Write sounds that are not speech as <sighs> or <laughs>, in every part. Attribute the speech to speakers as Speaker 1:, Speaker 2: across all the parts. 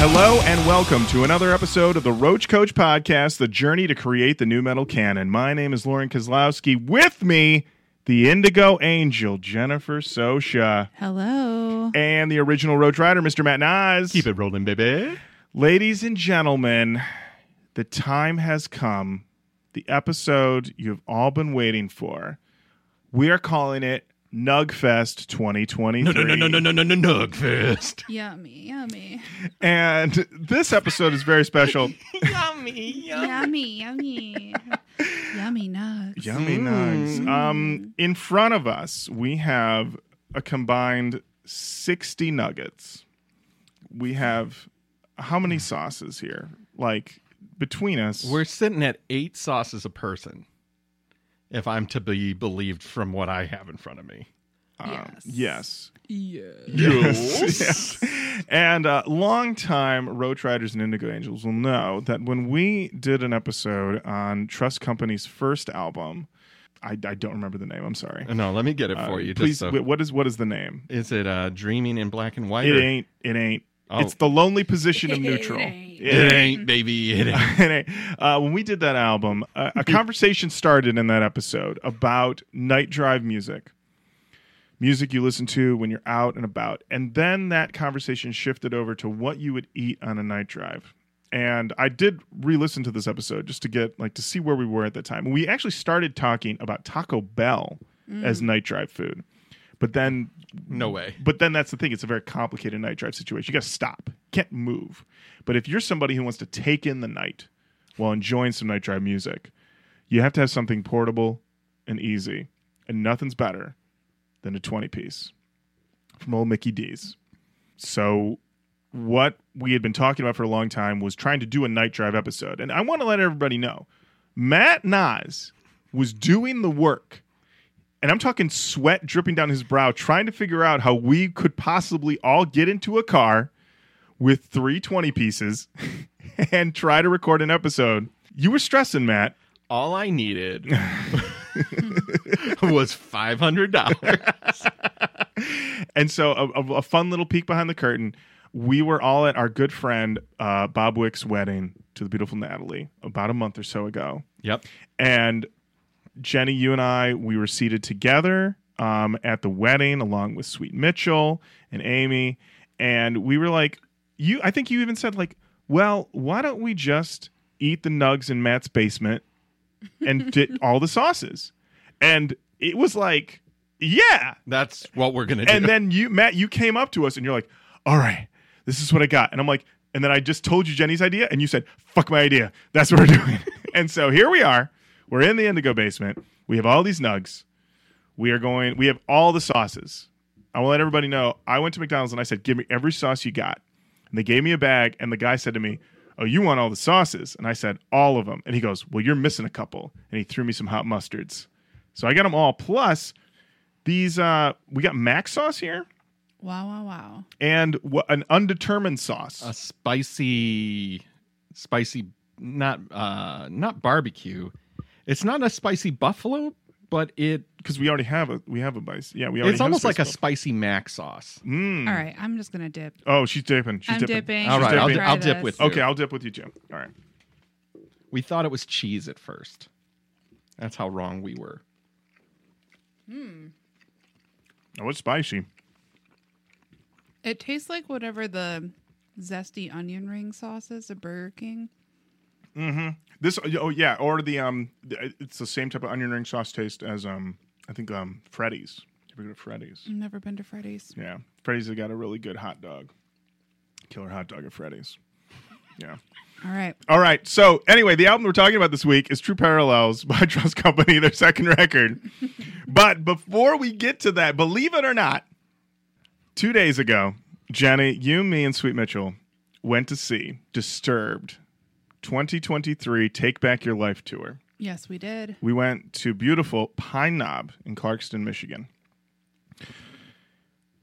Speaker 1: Hello and welcome to another episode of the Roach Coach Podcast, the journey to create the new metal canon. My name is Lauren Kozlowski. With me, the Indigo Angel, Jennifer Sosha,
Speaker 2: Hello.
Speaker 1: and the original Roach Rider, Mr. Matt Nas.
Speaker 3: Keep it rolling, baby.
Speaker 1: Ladies and gentlemen, the time has come. The episode you've all been waiting for. We are calling it Nugfest 2023.
Speaker 3: No, no, no, no, no, no, no, no, nug fest.
Speaker 2: Yummy, yummy.
Speaker 1: And this episode is very special.
Speaker 2: yummy,
Speaker 3: <laughs>
Speaker 2: yummy. yummy nugs.
Speaker 1: Yummy nugs. Um, in front of us, we have a combined 60 nuggets. We have how many sauces here? Like between us,
Speaker 3: We're sitting at eight sauces a person, if I'm to be believed from what I have in front of me.
Speaker 1: uh,
Speaker 2: Yes.
Speaker 1: yes.
Speaker 3: <laughs> Yes.
Speaker 1: <laughs> Yes. And uh, long time Roach Riders and Indigo Angels will know that when we did an episode on Trust Company's first album, I, I don't remember the name. I'm sorry.
Speaker 3: No, let me get it
Speaker 1: Uh,
Speaker 3: for you. just
Speaker 1: please,
Speaker 3: so-
Speaker 1: wh- what is what is the name?
Speaker 3: Is it uh, dreaming in black and white?
Speaker 1: It
Speaker 3: or-
Speaker 1: ain't. It ain't.
Speaker 3: Oh.
Speaker 1: It's the lonely position of
Speaker 2: It
Speaker 1: neutral.
Speaker 2: ain't.
Speaker 3: It ain't, baby. It ain't.
Speaker 1: <laughs>
Speaker 3: Mm.
Speaker 1: It ain't. uh, when we did that album, a, a conversation started in that episode about night drive music, music you listen to when you're out and about, and then that conversation shifted over to what you would eat on a night drive. And I did re-listen to this episode just to get like to see where we were at that time. And we actually started talking about Taco Bell
Speaker 2: Mm.
Speaker 1: as night drive food, but then
Speaker 3: No way.
Speaker 1: but then that's the thing. It's a very complicated night drive situation. You got to stop, can't move. But if you're somebody who wants to take in the night while enjoying some night drive music, you have to have something portable and easy. And nothing's better than a 20 piece from old Mickey D's. So, what we had been talking about for a long time was trying to do a night drive episode. And I want to let everybody know Matt Nas was doing the work and I'm talking sweat dripping down his brow, trying to figure out how we could possibly all get into a car with three 20 pieces <laughs> and try to record an episode. You were stressing, Matt.
Speaker 3: All I needed <laughs> was $500.
Speaker 1: And so, a, a- a fun little peek behind the curtain. We were all at our good friend uh, Bob Wick's wedding to the beautiful Natalie about a month or so ago.
Speaker 3: yep.
Speaker 1: And Jenny, you and I, we were seated together um, at the wedding along with Sweet Mitchell and Amy, and we were like, "You." I think you even said like, "Well, why don't we just eat the nugs in Matt's basement and did all the sauces?" And it was like, "Yeah."
Speaker 3: That's what we're going to do.
Speaker 1: And then you, Matt, you came up to us and you're like, "All right, this is what I got," and I'm like. And then I just told you Jenny's idea, and you said, "Fuck my idea." That's what we're <laughs> doing. and so here we are. We're in the Indigo basement. We have all these nugs. We are going. We have all the sauces. I will let everybody know. I went to McDonald's and I said, "Give me every sauce you got." And they gave me a bag, and the guy said to me, "Oh, you want all the sauces?" And I said, "All of them." And he goes, "Well, you're missing a couple." And he threw me some hot mustards. So I got them all. Plus, these uh, we got mac sauce here
Speaker 2: Wow, wow, wow.
Speaker 1: and wha- an undetermined sauce.
Speaker 3: a spicy spicy not uh not barbecue it's not a spicy buffalo but it
Speaker 1: because we already have a we have a bice. Yeah, we already.
Speaker 3: it's
Speaker 1: have
Speaker 3: almost like a
Speaker 1: spice
Speaker 3: spicy mac sauce
Speaker 1: buff- Mm.
Speaker 2: All right, I'm just going to dip.
Speaker 1: Oh, she's dipping. She's
Speaker 2: I'm
Speaker 1: dipping.
Speaker 2: dipping.
Speaker 3: Hmm. all
Speaker 1: She's
Speaker 3: right i'll,
Speaker 1: dipping.
Speaker 3: di- I'll dip with you.
Speaker 1: Okay, I'll dip with you, Jim. All right.
Speaker 3: we thought it was cheese at first that's how wrong we were
Speaker 1: Oh, it's spicy.
Speaker 2: It tastes like whatever the zesty onion ring sauce is at Burger King.
Speaker 1: This. Oh yeah, or the um, th- it's the same type of onion ring sauce taste as um, I think um, Freddy's. Ever go to Freddy's?
Speaker 2: I've never been to Freddy's.
Speaker 1: Yeah, Freddy's has got a really good hot dog, killer hot dog at Freddy's. Yeah.
Speaker 2: All right.
Speaker 1: All right. So anyway, the album we're talking about this week is True Parallels by <laughs> Trust Company, their second record. but before we get to that, believe it or not, two days ago, Jenny, you, me, and Sweet Mitchell went to see Disturbed 2023 Take Back Your Life tour.
Speaker 2: Yes, we did.
Speaker 1: We went to beautiful Pine Knob in Clarkston, Michigan.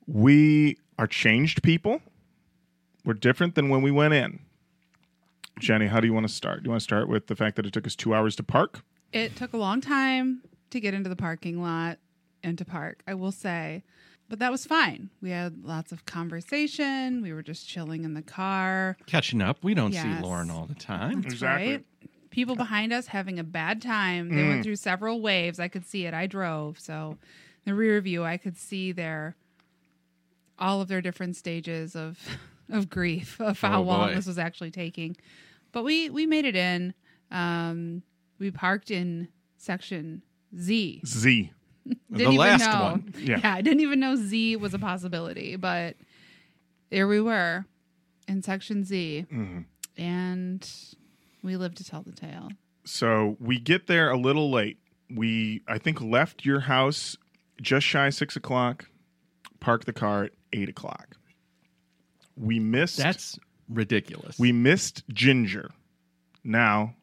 Speaker 1: We are changed people. We're different than when we went in. Jenny, how do you want to start? Do you want to start with the fact that it took us two hours to park?
Speaker 2: It took a long time to get into the parking lot and to park. I will say, but that was fine. We had lots of conversation. We were just chilling in the car.
Speaker 3: Catching up. We don't
Speaker 2: Yes.
Speaker 3: see Lauren all the
Speaker 2: <laughs>
Speaker 3: time.
Speaker 2: That's
Speaker 1: Exactly.
Speaker 2: right. People behind us having a bad time. They went through several waves. I could see it. I drove, so in the rear view, I could see their all of their different stages of <laughs> of grief of how
Speaker 3: Oh,
Speaker 2: long
Speaker 3: boy.
Speaker 2: this was actually taking. But we we made it in. Um, we parked in section Z.
Speaker 1: Z.
Speaker 3: the last one.
Speaker 1: Yeah.
Speaker 2: Yeah. I didn't even know Z was a possibility, but there we were in section Z,
Speaker 3: Mm-hmm.
Speaker 2: and we lived to tell the tale.
Speaker 1: So we get there a little late. We I think left your house just shy of six o'clock. Parked the car at eight o'clock. We missed.
Speaker 3: That's ridiculous.
Speaker 1: We missed Ginger. Now,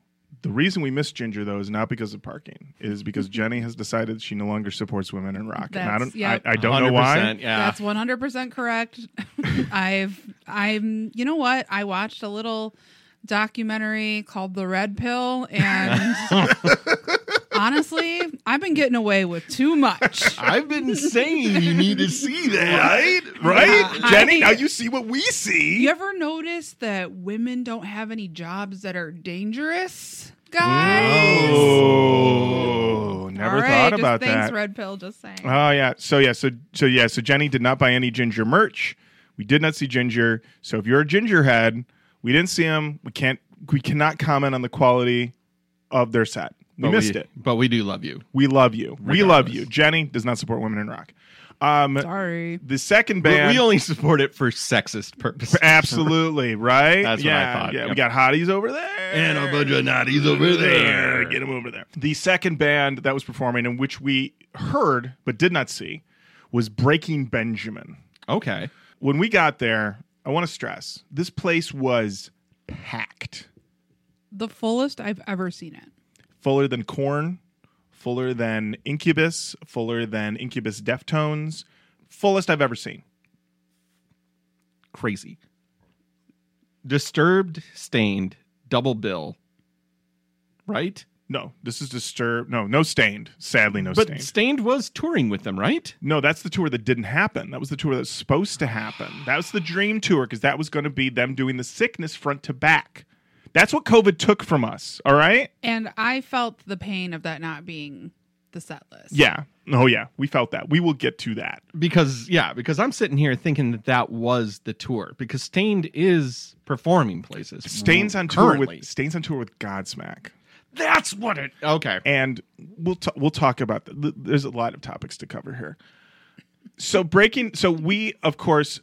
Speaker 1: the reason we missed Ginger though is not because of parking. It is because Jenny has decided she no longer supports women in rock. and I
Speaker 2: That's-
Speaker 1: don't.
Speaker 2: yep.
Speaker 1: I, I don't know why.
Speaker 3: 100%, Yeah.
Speaker 2: That's one hundred percent correct. <laughs> I've I'm you know what I watched a little documentary called The Red Pill,
Speaker 3: <laughs>
Speaker 2: and honestly, I've been getting away with too
Speaker 3: <laughs>
Speaker 2: much.
Speaker 3: <laughs> I've
Speaker 2: <laughs>
Speaker 3: been saying you need to
Speaker 1: <laughs>
Speaker 3: see that.
Speaker 1: Right, right,
Speaker 2: Yeah, I-
Speaker 1: Jenny. Now you see what we see.
Speaker 2: You ever notice that women don't have any jobs that are dangerous, guys?
Speaker 1: Oh, never
Speaker 2: All right,
Speaker 1: thought
Speaker 2: just
Speaker 1: about
Speaker 2: thanks,
Speaker 1: that.
Speaker 2: Red Pill. Just saying.
Speaker 1: Oh yeah. So yeah. So so yeah. So Jenny did not buy any ginger merch. We did not see ginger. So if you're a ginger head, we didn't see him. We can't. We cannot comment on the quality of their set. We
Speaker 3: But
Speaker 1: missed it.
Speaker 3: But we do love you.
Speaker 1: We love you. We love
Speaker 3: Regardless.
Speaker 1: you. Jenny does not support women in rock. Um,
Speaker 2: Sorry.
Speaker 1: the second
Speaker 3: But
Speaker 1: band.
Speaker 3: we only support it for sexist purposes.
Speaker 1: <laughs> absolutely right.
Speaker 3: That's what I
Speaker 1: yeah,
Speaker 3: thought,
Speaker 1: Yeah. We
Speaker 3: yep.
Speaker 1: got hotties over there
Speaker 3: And a bunch of natties over there.
Speaker 1: Get them over there. The second band that was performing and which we heard but did not see was Breaking Benjamin.
Speaker 3: Okay.
Speaker 1: When we got there, I want to stress this place was packed,
Speaker 2: The fullest I've ever seen it.
Speaker 1: fuller than corn, fuller than Incubus, fuller than Incubus Deftones, fullest I've ever seen.
Speaker 3: Crazy. Disturbed, stained, double bill. Right?
Speaker 1: No, this is disturbed. No, no stained. Sadly, no
Speaker 3: but
Speaker 1: stained.
Speaker 3: stained was touring with them, right?
Speaker 1: No, that's the tour that didn't happen. That was the tour that was supposed to happen. That was the dream tour because that was going to be them doing the sickness front to back. That's what COVID took from us. All right.
Speaker 2: And I felt the pain of that not being the set list.
Speaker 1: Yeah. Oh, yeah. We felt that. We will get to that.
Speaker 3: Because yeah, because I'm sitting here thinking that that was the tour because Stained is performing places.
Speaker 1: Stains on tour
Speaker 3: currently.
Speaker 1: with Stains on tour with Godsmack,
Speaker 3: That's what it. Okay.
Speaker 1: and we'll t- we'll talk about. Th- there's a lot of topics to cover here. So breaking. So we of course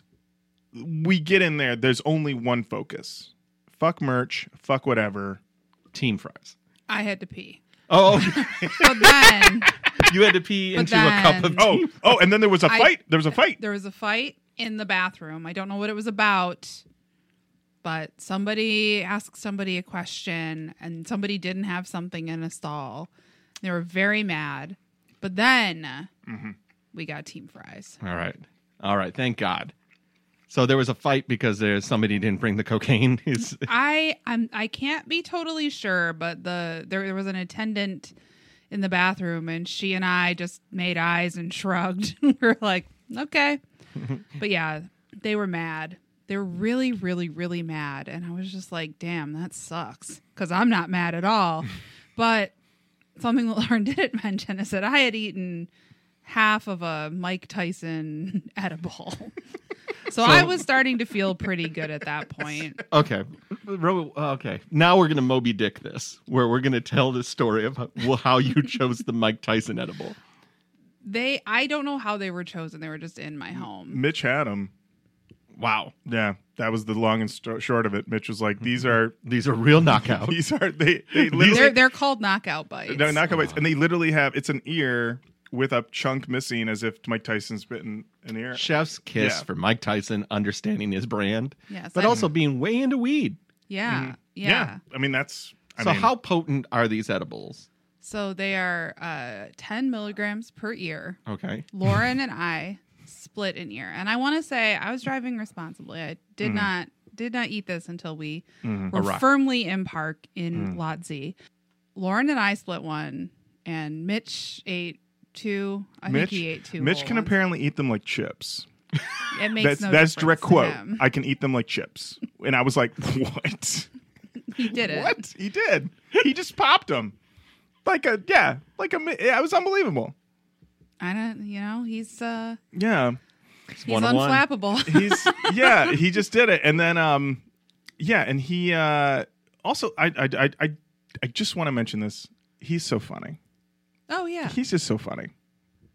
Speaker 1: we get in there. There's only one focus. Fuck merch. Fuck whatever.
Speaker 3: Team fries.
Speaker 2: I had to pee.
Speaker 3: Oh, <laughs> okay.
Speaker 2: But
Speaker 1: <laughs>
Speaker 2: then
Speaker 3: you had to pee
Speaker 2: But
Speaker 3: into a cup
Speaker 2: then-
Speaker 3: of
Speaker 1: Oh, oh, and then there was a
Speaker 2: I-
Speaker 1: fight. there was a fight.
Speaker 2: there was a fight in the bathroom. I don't know what it was about, but somebody asked somebody a question and somebody didn't have something in a stall. They were very mad. But then
Speaker 1: Mm-hmm.
Speaker 2: we got team fries.
Speaker 3: All right. All right. Thank God. So there was a fight because there's somebody didn't bring the cocaine. <laughs> Is
Speaker 2: I I'm I can't be totally sure, but the there, there was an attendant in the bathroom, and she and I just made eyes and <laughs> shrugged. we were like, okay, but yeah, they were mad. They were really, really, really mad, and I was just like, damn, that sucks because I'm not mad at all. but something that Lauren <laughs> didn't mention is that I had eaten half of a Mike Tyson <laughs> edible. So, I was starting to feel pretty good at that point.
Speaker 3: okay. Ro- Okay. Now we're gonna Moby Dick this, where we're gonna tell the story of how, well,
Speaker 1: <laughs>
Speaker 3: how you chose the Mike Tyson edible.
Speaker 2: They, I don't know how they were chosen. They were just in
Speaker 1: Mm,
Speaker 2: my home.
Speaker 1: Mitch had him.
Speaker 3: Wow.
Speaker 1: Yeah, that was the long and sto- short of it. Mitch was like, "These are,
Speaker 3: These are real knockout.
Speaker 1: these are they, they
Speaker 2: They're
Speaker 1: literally
Speaker 2: they're called knockout bites.
Speaker 1: <laughs> no, knockout bites, and they literally have it's an ear with a chunk missing, as if Mike Tyson's bitten an ear."
Speaker 3: Chef's kiss
Speaker 1: Yeah.
Speaker 3: for Mike Tyson understanding his brand,
Speaker 2: Yes,
Speaker 3: but
Speaker 2: I-
Speaker 3: also being way into weed.
Speaker 2: yeah,
Speaker 1: Mm-hmm.
Speaker 2: yeah,
Speaker 1: I mean that's. I
Speaker 3: so
Speaker 1: mean,
Speaker 3: how potent are these edibles?
Speaker 2: So they are uh, ten milligrams per ear.
Speaker 3: Okay.
Speaker 2: Lauren and I split an ear, and I want to say I was driving responsibly. I did
Speaker 1: Mm-hmm.
Speaker 2: not did not eat this until we were
Speaker 3: Alright.
Speaker 2: firmly in park
Speaker 1: Mm.
Speaker 2: in Lot Z. Lauren and I split one, and Mitch ate two. I
Speaker 1: Mitch,
Speaker 2: think he ate two.
Speaker 1: Mitch
Speaker 2: whole
Speaker 1: can
Speaker 2: ones.
Speaker 1: apparently eat them like chips.
Speaker 2: It makes
Speaker 1: That's
Speaker 2: no
Speaker 1: that's
Speaker 2: difference
Speaker 1: direct
Speaker 2: to
Speaker 1: quote.
Speaker 2: him.
Speaker 1: I can eat them like chips, and I was like, <laughs> what?
Speaker 2: He did
Speaker 1: <laughs>
Speaker 2: it.
Speaker 1: What he did? He just popped them like a yeah, like a. mi- yeah, It was unbelievable.
Speaker 2: I don't. You know, he's uh,
Speaker 1: Yeah,
Speaker 2: he's
Speaker 3: one on
Speaker 1: <laughs>
Speaker 3: one.
Speaker 2: unflappable.
Speaker 1: he's yeah, he just did it, and then um, yeah, and he uh also I I I I, I just want to mention this. He's so funny.
Speaker 2: oh yeah.
Speaker 1: He's just so funny.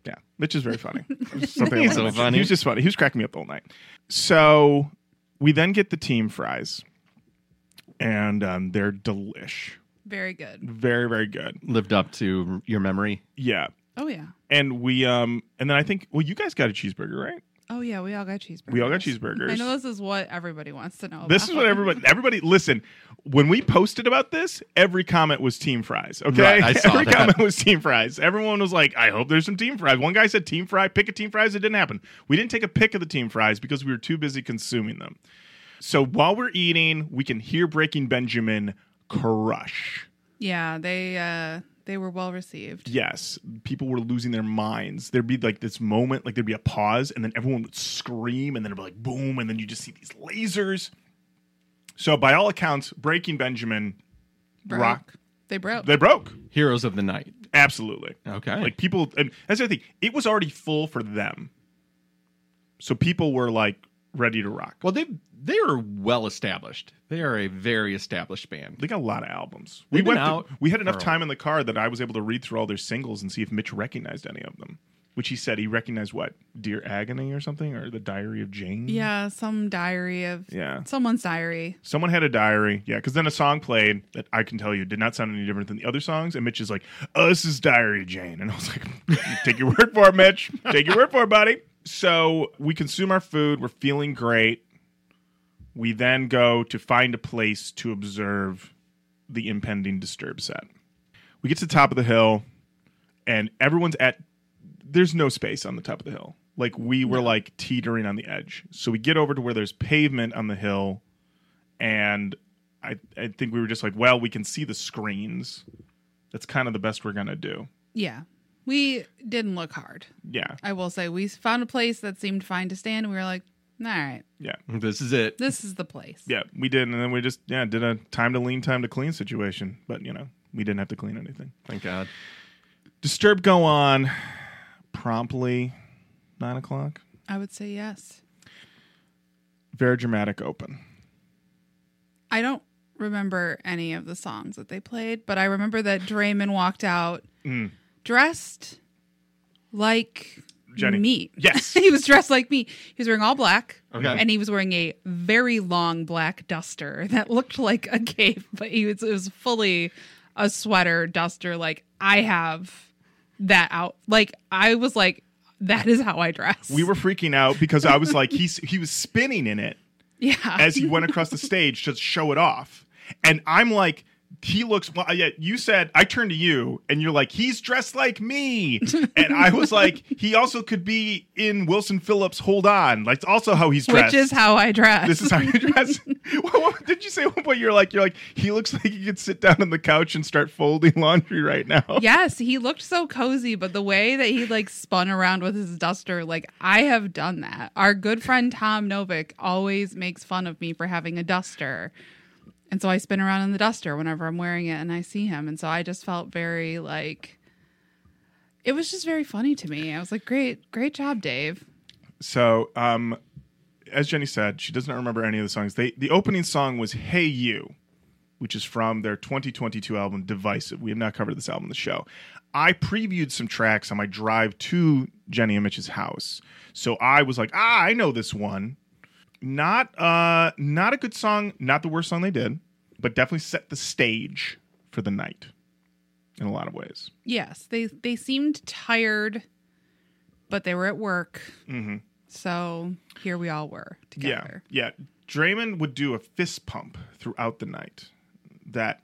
Speaker 1: Yeah, Mitch is very funny. Something I
Speaker 3: He's
Speaker 1: wanna
Speaker 3: so
Speaker 1: mention.
Speaker 3: funny.
Speaker 1: He was just funny. He was cracking me up all night. So we then get the team fries, and um, they're delish.
Speaker 2: Very good.
Speaker 1: Very very good.
Speaker 3: Lived up to your memory.
Speaker 1: Yeah,
Speaker 2: Oh yeah.
Speaker 1: and we um and then I think well you guys got a cheeseburger right?
Speaker 2: Oh yeah. We all got cheeseburgers.
Speaker 1: We all got cheeseburgers.
Speaker 2: I know this is what everybody wants to know.
Speaker 1: This
Speaker 2: about.
Speaker 1: is what everybody everybody listen. When we posted about this, every comment was team fries. Okay. <laughs>
Speaker 3: Right, I saw
Speaker 1: every
Speaker 3: that.
Speaker 1: comment was team fries. Everyone was like, I hope there's some team fries. One guy said team fry, pick a team fries. It didn't happen. We didn't take a pick of the team fries because we were too busy consuming them. So while we're eating, we can hear Breaking Benjamin crush.
Speaker 2: Yeah, they uh, they were well received.
Speaker 1: Yes, people were losing their minds. There'd be like this moment, like there'd be a pause, and then everyone would scream, and then it'd be like boom, and then you just see these lasers. So, by all accounts, Breaking Benjamin,
Speaker 2: Broke.
Speaker 1: Rock.
Speaker 2: They broke.
Speaker 1: they broke.
Speaker 3: Heroes of the night.
Speaker 1: Absolutely.
Speaker 3: Okay.
Speaker 1: Like people, and that's the thing. It was already full for them. So people were like ready to rock.
Speaker 3: well, they they are well established. They are a very established band.
Speaker 1: They got a lot of albums.
Speaker 3: They've
Speaker 1: we
Speaker 3: been
Speaker 1: went.
Speaker 3: out
Speaker 1: through- we had enough
Speaker 3: for a
Speaker 1: time in the car that I was able to read through all their singles and see if Mitch recognized any of them. Which he said he recognized what Dear Agony or something or the Diary of Jane.
Speaker 2: yeah, some diary of
Speaker 1: Yeah.
Speaker 2: someone's diary.
Speaker 1: Someone had a diary. Yeah, because then a song played that I can tell you did not sound any different than the other songs. And Mitch is like, oh, this is Diary of Jane. And I was like, <laughs> take your word for it, Mitch. Take your word for it, buddy. So we consume our food. We're feeling great. We then go to find a place to observe the impending disturb set. We get to the top of the hill, and everyone's at. There's no space on the top of the hill. Like we were like teetering on the edge. So we get over to where there's pavement on the hill, and I I think we were just like, well, we can see the screens. That's kind of the best we're gonna do.
Speaker 2: Yeah, we didn't look hard.
Speaker 1: Yeah,
Speaker 2: I will say we found a place that seemed fine to stand. We were like, all right,
Speaker 1: yeah,
Speaker 3: This is it.
Speaker 2: this is the place.
Speaker 1: yeah. We did, and then we just yeah did a time to lean, time to clean situation. But you know, we didn't have to clean anything.
Speaker 3: Thank God.
Speaker 1: Disturb go on promptly, nine o'clock.
Speaker 2: I would say yes.
Speaker 1: Very dramatic open.
Speaker 2: I don't remember any of the songs that they played, but I remember that Draymond walked out
Speaker 1: Mm.
Speaker 2: dressed like
Speaker 1: Jenny.
Speaker 2: me.
Speaker 1: Yes.
Speaker 2: <laughs>
Speaker 1: Oh,
Speaker 2: he was dressed like me. He was wearing all black.
Speaker 3: Okay.
Speaker 2: And he was wearing a very long black duster that looked like a cape, but he was it was fully a sweater duster like I have that out. Like I was like that is how I dress.
Speaker 1: We were freaking out because I was like, he's he was spinning in it
Speaker 2: <laughs> yeah.
Speaker 1: as he went across the stage to show it off, and I'm like. He looks well. Yeah, you said I turned to you, and you're like, "He's dressed like
Speaker 2: <laughs>
Speaker 1: me," and I was like, "He also could be in Wilson Phillips' Hold On." Like, it's also how he's dressed.
Speaker 2: which is how I dress.
Speaker 1: this is how you
Speaker 2: <laughs>
Speaker 1: dress. what, what- did you say at one point? You're like, you're like, he looks like he could sit down on the couch and start folding laundry right now.
Speaker 2: yes, he looked so cozy, but the way that he like spun around with his duster, like I have done that. Our good friend Tom Novick always makes fun of me for having a duster. And so I spin around in the duster whenever I'm wearing it and I see him. And so I just felt very like it was just very funny to me. I was like, Great, great job, Dave.
Speaker 1: So, um, as Jenny said, she does not remember any of the songs. They the opening song was "Hey You," which is from their 2022 album "Divisive." We have not covered this album in the show. I previewed some tracks on my drive to Jenny and Mitch's house, so I was like, "Ah, I know this one." Not uh, not a good song. Not the worst song they did, but definitely set the stage for the night in a lot of ways.
Speaker 2: Yes, they they seemed tired, but they were at work.
Speaker 1: Mm-hmm.
Speaker 2: So here we all were together.
Speaker 1: Yeah, yeah. Draymond would do a fist pump throughout the night. That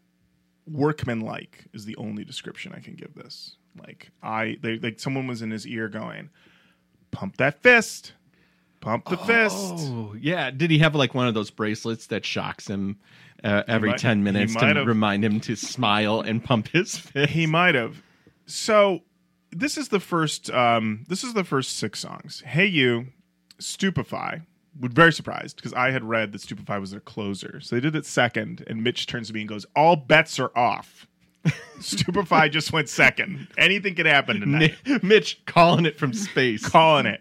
Speaker 1: workmanlike is the only description I can give this. Like I, they, like someone was in his ear going, "Pump that fist, pump the fist."
Speaker 3: Oh yeah. Did he have like one of those bracelets that shocks him uh, every
Speaker 1: might-
Speaker 3: ten
Speaker 1: he
Speaker 3: minutes to
Speaker 1: might have.
Speaker 3: remind him to smile and pump his fist?
Speaker 1: He might have. So this is the first um this is the first six songs. Hey You, Stupefy. Would very surprised because I had read that Stupefy was their closer. So they did it second, and Mitch turns to me and goes, All bets are off. Stupefy just went second. Anything could happen tonight.
Speaker 3: <laughs> Mitch calling it from space.
Speaker 1: Calling it.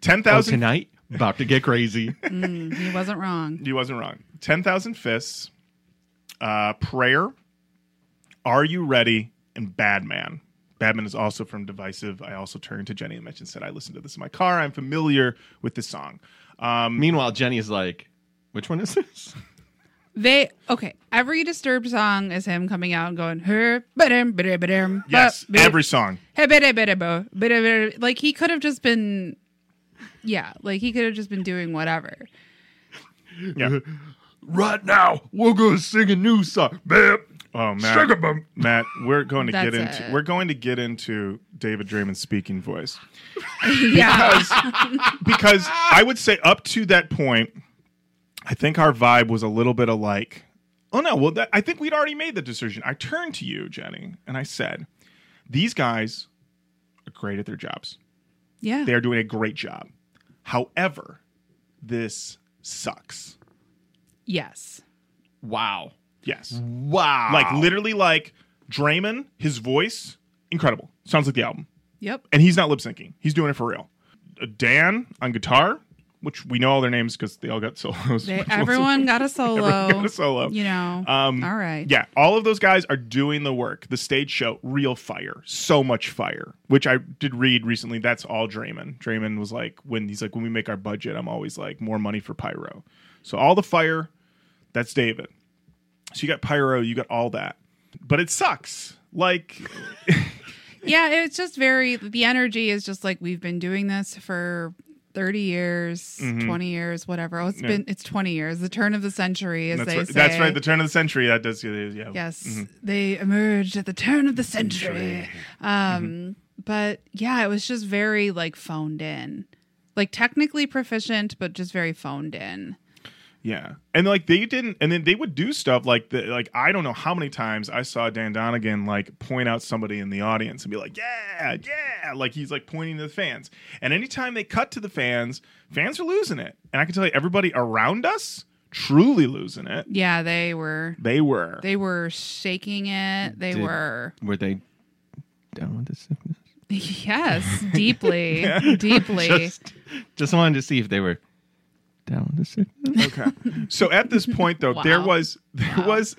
Speaker 1: Ten
Speaker 3: Oh,
Speaker 1: thousand
Speaker 3: tonight, about to get crazy.
Speaker 2: Mm, he wasn't wrong.
Speaker 1: He wasn't wrong. 10,000 fists, uh, prayer, are you ready, and Badman. Badman is also from Divisive. I also turned to Jenny and Mitch and said, I listened to this in my car. I'm familiar with this song. <laughs> Um,
Speaker 3: Meanwhile, Jenny is like, "Which one is
Speaker 1: <laughs>
Speaker 3: this?"
Speaker 2: They okay. Every disturbed song is him coming out and going her ba-dum, ba-dum, ba-dum,
Speaker 1: yes,
Speaker 2: ba-dum,
Speaker 1: every song.
Speaker 2: hey, ba-dum, ba-dum, ba-dum, ba-dum. like he could have just been, yeah, like he could have just been doing whatever.
Speaker 1: Yeah.
Speaker 3: Right now, we're gonna sing a new song. Bam,
Speaker 1: Oh, Matt,
Speaker 3: sugar
Speaker 1: Matt, we're going to get
Speaker 2: That's
Speaker 1: into
Speaker 2: it.
Speaker 1: we're going to get into David Draymond's speaking voice.
Speaker 2: yeah,
Speaker 1: because I would say up to that point, I think our vibe was a little bit of like, oh no, well, that, I think we'd already made the decision. I turned to you, Jenny, and I said, these guys are great at their jobs.
Speaker 2: yeah.
Speaker 1: They are doing a great job. However, this sucks.
Speaker 2: Yes.
Speaker 3: Wow,
Speaker 1: Yes.
Speaker 3: wow.
Speaker 1: Like literally, like Draymond, his voice, incredible. Sounds like the album.
Speaker 2: Yep.
Speaker 1: and he's not lip syncing. He's doing it for real. Uh, Dan on guitar, which we know all their names because they all got <laughs> solos.
Speaker 2: They, everyone got a solo.
Speaker 1: <laughs> Everyone got a solo.
Speaker 2: You know.
Speaker 1: Um,
Speaker 2: all right.
Speaker 1: Yeah, all of those guys are doing the work. The stage show, real fire, so much fire. Which I did read recently. That's all Draymond. Draymond was like, when he's like, when we make our budget, I'm always like, more money for pyro. So all the fire, that's David. So you got pyro, you got all that, but it sucks. Like,
Speaker 2: Yeah, it's just very the energy is just like we've been doing this for 30 years, 20 years, whatever. Oh, it's
Speaker 1: Mm-hmm. Yeah.
Speaker 2: been it's 20 years, the turn of the century as
Speaker 1: that's
Speaker 2: they
Speaker 1: right,
Speaker 2: say.
Speaker 1: that's right. The turn of the century. That does. Yeah. Mm-hmm.
Speaker 2: yes, they emerged at the turn of the century.
Speaker 1: Century. Mm-hmm.
Speaker 2: Um but yeah, it was just very like phoned in. Like technically proficient, but just very phoned in.
Speaker 1: Yeah, and like they didn't, and then they would do stuff like the like I don't know how many times I saw Dan Donegan like point out somebody in the audience and be like, yeah, yeah, like he's like pointing to the fans. And anytime they cut to the fans, fans are losing it, and I can tell you everybody around us truly losing it.
Speaker 2: Yeah, they were
Speaker 1: They were.
Speaker 2: they were shaking it. They
Speaker 3: Did-
Speaker 2: were <laughs>
Speaker 3: were they down with the sickness?
Speaker 2: yes,
Speaker 1: <laughs>
Speaker 2: deeply, deeply.
Speaker 3: Just, just wanted to see if they were down with the sickness.
Speaker 1: okay. <laughs> So at this point though, there
Speaker 2: Wow.
Speaker 1: was there
Speaker 2: Wow.
Speaker 1: was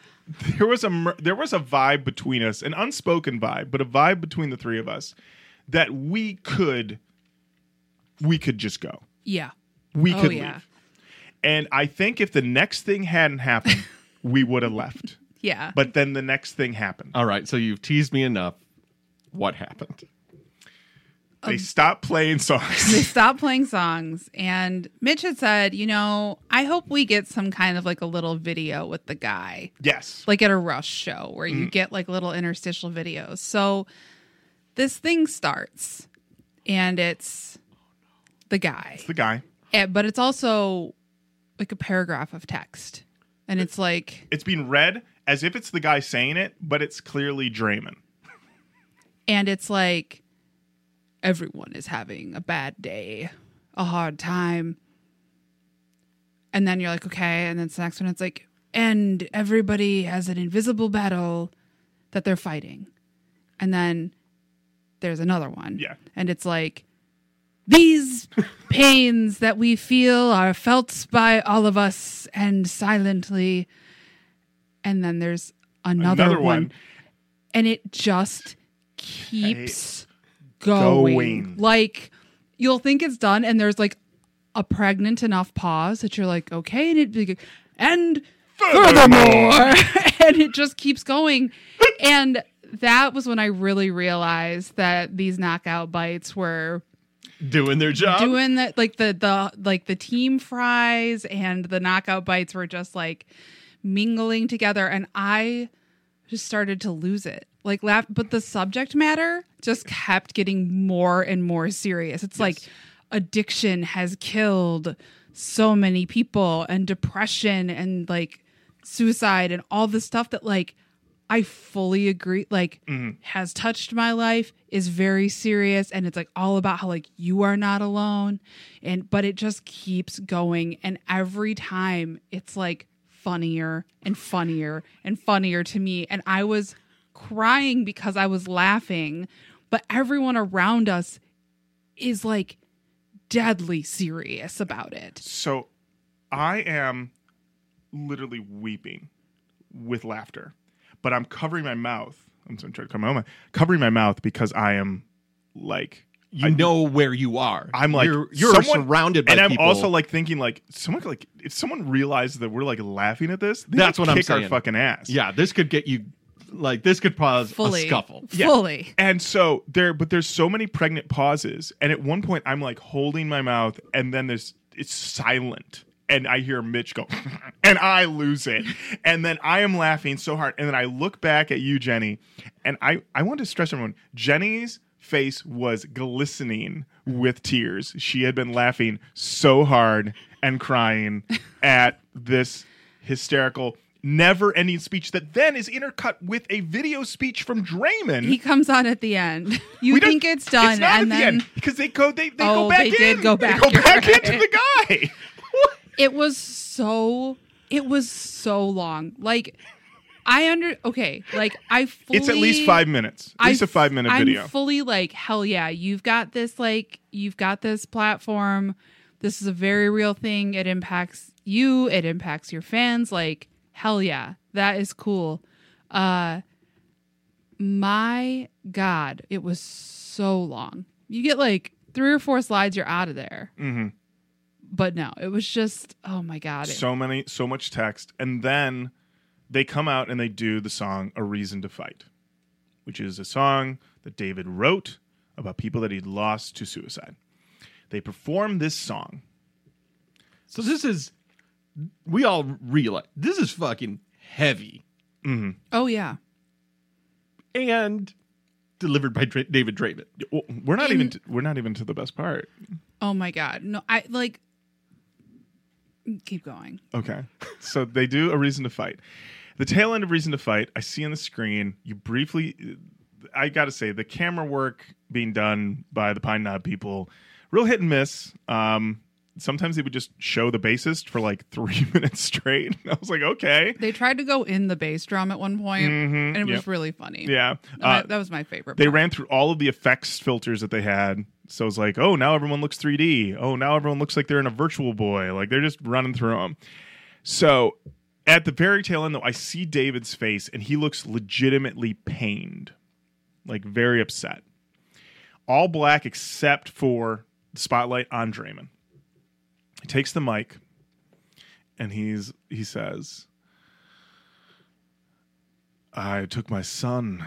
Speaker 1: there was a mer- there was a vibe between us, an unspoken vibe, but a vibe between the three of us that we could we could just go.
Speaker 2: yeah.
Speaker 1: we
Speaker 2: Oh,
Speaker 1: could
Speaker 2: yeah.
Speaker 1: leave. And I think if the next thing hadn't
Speaker 2: <laughs>
Speaker 1: happened, we would have left.
Speaker 2: Yeah.
Speaker 1: But then the next thing happened.
Speaker 2: Um,
Speaker 3: All right, so you've teased me enough. What happened?
Speaker 1: they stopped playing
Speaker 2: <laughs> they <laughs>
Speaker 1: songs.
Speaker 2: stopped playing songs and mitch had said you know i hope we get some kind of like a little video with the guy
Speaker 1: yes.
Speaker 2: like at a rush show where
Speaker 1: Mm.
Speaker 2: you get like little interstitial videos so this thing starts and it's the guy
Speaker 1: It's the guy.
Speaker 2: Eh, but it's also like a paragraph of text and it's like
Speaker 1: It's being read as if it's the guy saying it, but it's clearly Draymond.
Speaker 2: and it's like everyone is having a bad day, a hard time. And then you're like, okay. And then it's the next one, it's like, and everybody has an invisible battle that they're fighting. And then there's another one.
Speaker 1: Yeah.
Speaker 2: And it's like, <laughs> these pains that we feel are felt by all of us and silently. And then there's another,
Speaker 1: Another
Speaker 2: one
Speaker 1: one.
Speaker 2: and it just keeps going.
Speaker 1: going.
Speaker 2: Like you'll think it's done, and there's like a pregnant enough pause that you're like, okay, and it be like, and furthermore, <laughs> and it just keeps going, and that was when I really realized that these knockout bites were
Speaker 3: Doing their job.
Speaker 2: doing that like the the like the team fries and the knockout bites were just like mingling together and i just started to lose it like laugh but the subject matter just kept getting more and more serious it's like addiction has killed so many people and depression and like suicide and all the stuff that like I fully agree. Like, has touched my life, is very serious, and it's like all about how like you are not alone, and but it just keeps going, and every time it's like funnier and funnier and funnier to me, and I was crying because I was laughing, but everyone around us is like deadly serious about it.
Speaker 1: So I am literally weeping with laughter, but I'm covering my mouth. I'm sorry, I'm trying to cover my own mouth. Covering my mouth because I am like
Speaker 3: You know where you are.
Speaker 1: I'm like
Speaker 3: you're, you're
Speaker 1: someone-
Speaker 3: surrounded by
Speaker 1: and I'm
Speaker 3: people.
Speaker 1: also like thinking like someone could, like if someone realized that we're like laughing at this, they
Speaker 3: That's
Speaker 1: would
Speaker 3: what I'm
Speaker 1: kick our
Speaker 3: saying.
Speaker 1: fucking ass.
Speaker 3: yeah, this could get you. Like this could cause
Speaker 2: Fully.
Speaker 3: a scuffle.
Speaker 1: Yeah.
Speaker 2: Fully.
Speaker 1: And so there, but there's so many pregnant pauses, and at one point I'm like holding my mouth, and then there's it's silent, and I hear Mitch go, <laughs> and I lose it, and then I am laughing so hard, and then I look back at you, Jenny, and I I want to stress everyone, Jenny's face was glistening with tears. She had been laughing so hard and crying at this hysterical. Never ending speech that then is intercut with a video speech from Draymond
Speaker 2: He comes on at the end. You
Speaker 1: we don't-
Speaker 2: think it's done,
Speaker 1: not at
Speaker 2: and
Speaker 1: the
Speaker 2: then
Speaker 1: end, because they go they, they go
Speaker 2: Oh,
Speaker 1: back
Speaker 2: they
Speaker 1: in.
Speaker 2: did go back,
Speaker 1: They go
Speaker 2: you're
Speaker 1: back
Speaker 2: right.
Speaker 1: into the guy.
Speaker 2: it was so it was so long. Like I under okay, like I fully
Speaker 1: it's at least five minutes. At least a
Speaker 2: f-
Speaker 1: five minute
Speaker 2: I'm
Speaker 1: video.
Speaker 2: fully like, hell yeah, you've got this, like, you've got this platform. This is a very real thing. It impacts you, it impacts your fans. Like, hell yeah, that is cool. Uh, my God, it was so long. You get like three or four slides, you're out of there.
Speaker 1: mm-hmm.
Speaker 2: But no, it was just, oh my God. It,
Speaker 1: So many, so much text, and then they come out and they do the song "A Reason to Fight," which is a song that David wrote about people that he'd lost to suicide. They perform this song.
Speaker 3: So this is. We all realize this is fucking heavy
Speaker 1: Mhm.
Speaker 2: oh yeah.
Speaker 3: and delivered by Dra- David Draven.
Speaker 1: Well, We're not
Speaker 2: In-
Speaker 1: even t- we're not even to the best part.
Speaker 2: Oh my God. No, I like, keep going.
Speaker 1: Okay. So they do a reason to fight. The tail end of reason to fight, I see on the screen, you briefly I got to say the camera work being done by the Pine Knob people, real hit and miss. Um sometimes they would just show the bassist for like 3 <laughs> minutes straight. I was like, "Okay."
Speaker 2: They tried to go in the bass drum at one point, and it was
Speaker 1: Mm-hmm. yep.
Speaker 2: really funny.
Speaker 1: Yeah.
Speaker 2: And
Speaker 1: Uh,
Speaker 2: I- that was my favorite.
Speaker 1: they
Speaker 2: part.
Speaker 1: ran through all of the effects filters that they had. So it's like, oh, now everyone looks 3D. Oh, now everyone looks like they're in a virtual boy. Like they're just running through them. So at the very tail end, though, I see David's face and he looks legitimately pained, like very upset. All black except for the spotlight on Draymond. He takes the mic and he's he says, I took my son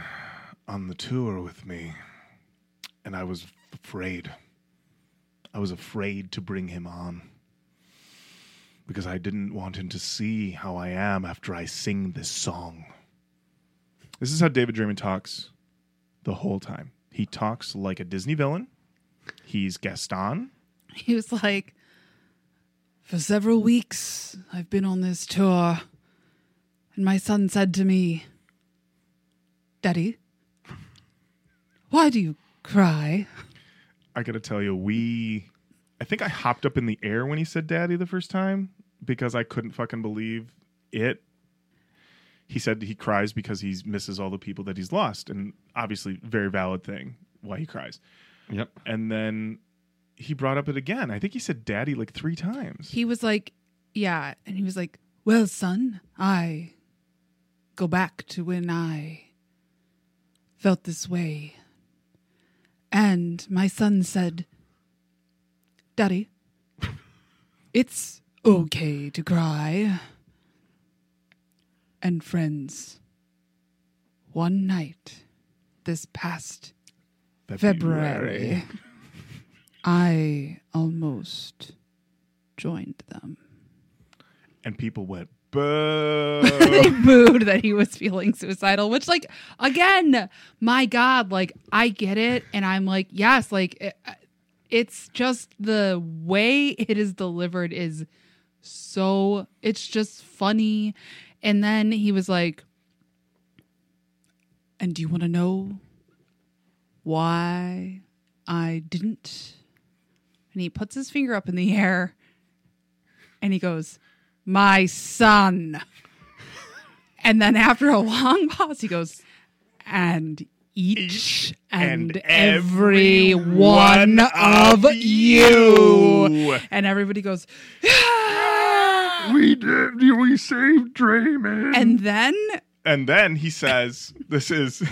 Speaker 1: on the tour with me, and I was afraid. I was afraid to bring him on because I didn't want him to see how I am after I sing this song. This is how David Draymond talks the whole time. He talks like a Disney villain. He's Gaston.
Speaker 2: <laughs> He was like, For several weeks, I've been on this tour, and my son said to me, Daddy, why do you cry?
Speaker 1: I gotta tell you, we. I think I hopped up in the air when he said "daddy" the first time because I couldn't fucking believe it. He said he cries because he misses all the people that he's lost, and obviously, very valid thing why he cries.
Speaker 3: Yep.
Speaker 1: And then he brought up it again. I think he said "daddy" like three times.
Speaker 2: He was like, Yeah. And he was like, Well, son, I go back to when I felt this way. And my son said, Daddy, it's okay to cry. And friends, one night this past
Speaker 1: That'd be
Speaker 2: February, I almost joined them.
Speaker 1: and people went boo.
Speaker 2: <laughs> they booed that he was feeling suicidal, which, like, again, my God, like, I get it. And I'm like, yes, like, it, uh, it's just the way it is delivered is so, it's just funny. And then he was like, And do you want to know why I didn't? And he puts his finger up in the air and he goes, My son. and then after a long <laughs> pause, he goes, And each and, every one of you. And everybody goes,
Speaker 3: We did. We saved Draymond.
Speaker 2: And then
Speaker 1: And then he says, <laughs> This is.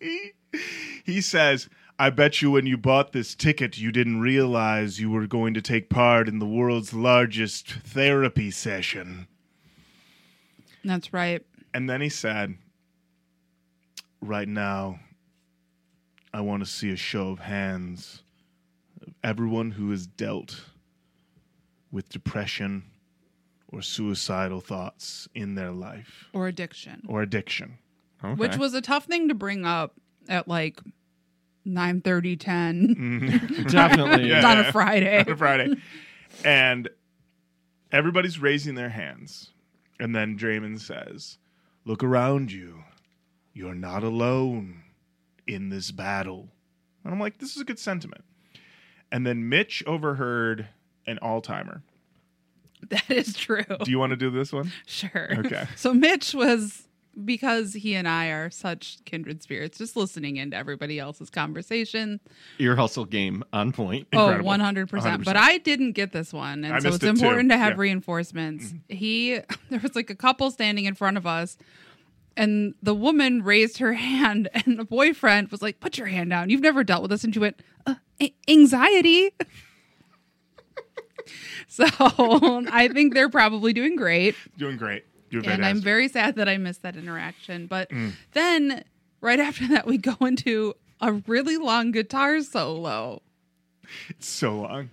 Speaker 1: he, he says, I bet you when you bought this ticket, you didn't realize you were going to take part in the world's largest therapy session.
Speaker 2: that's right.
Speaker 1: And then he said, Right now, I want to see a show of hands of everyone who has dealt with depression or suicidal thoughts in their life
Speaker 2: Or addiction.
Speaker 1: or addiction.
Speaker 3: Okay.
Speaker 2: Which was a tough thing to bring up at like 9 30, 10
Speaker 3: <laughs> definitely.
Speaker 1: Yeah.
Speaker 2: on a Friday.
Speaker 1: <laughs>
Speaker 2: <laughs>
Speaker 1: on Friday. And everybody's raising their hands. And then Draymond says, Look around you. You're not alone in this battle. And I'm like, This is a good sentiment. And then Mitch overheard an all timer.
Speaker 2: That is true.
Speaker 1: Do you want to do this one?
Speaker 2: Sure.
Speaker 1: Okay.
Speaker 2: <laughs> So Mitch was because he and I are such kindred spirits, just listening into everybody else's conversation.
Speaker 3: Ear hustle game on point.
Speaker 2: Oh,
Speaker 1: Incredible.
Speaker 2: 100%.
Speaker 1: 100%.
Speaker 2: But I didn't get this one. And
Speaker 1: I
Speaker 2: so
Speaker 1: missed
Speaker 2: it's
Speaker 1: it too.
Speaker 2: important to have
Speaker 1: Yeah. Mm-hmm.
Speaker 2: reinforcements. He, <laughs> there was like a couple standing in front of us. And the woman raised her <laughs> hand, and the boyfriend was like, Put your hand down. You've never dealt with this. And she went, uh, a- Anxiety. <laughs> so <laughs> I think they're probably doing great
Speaker 1: Doing great. Mm. Doing
Speaker 2: and I'm
Speaker 1: fantastic.
Speaker 2: very sad that I missed that interaction. But then right after that, we go into a really long guitar solo.
Speaker 1: It's <laughs> so long.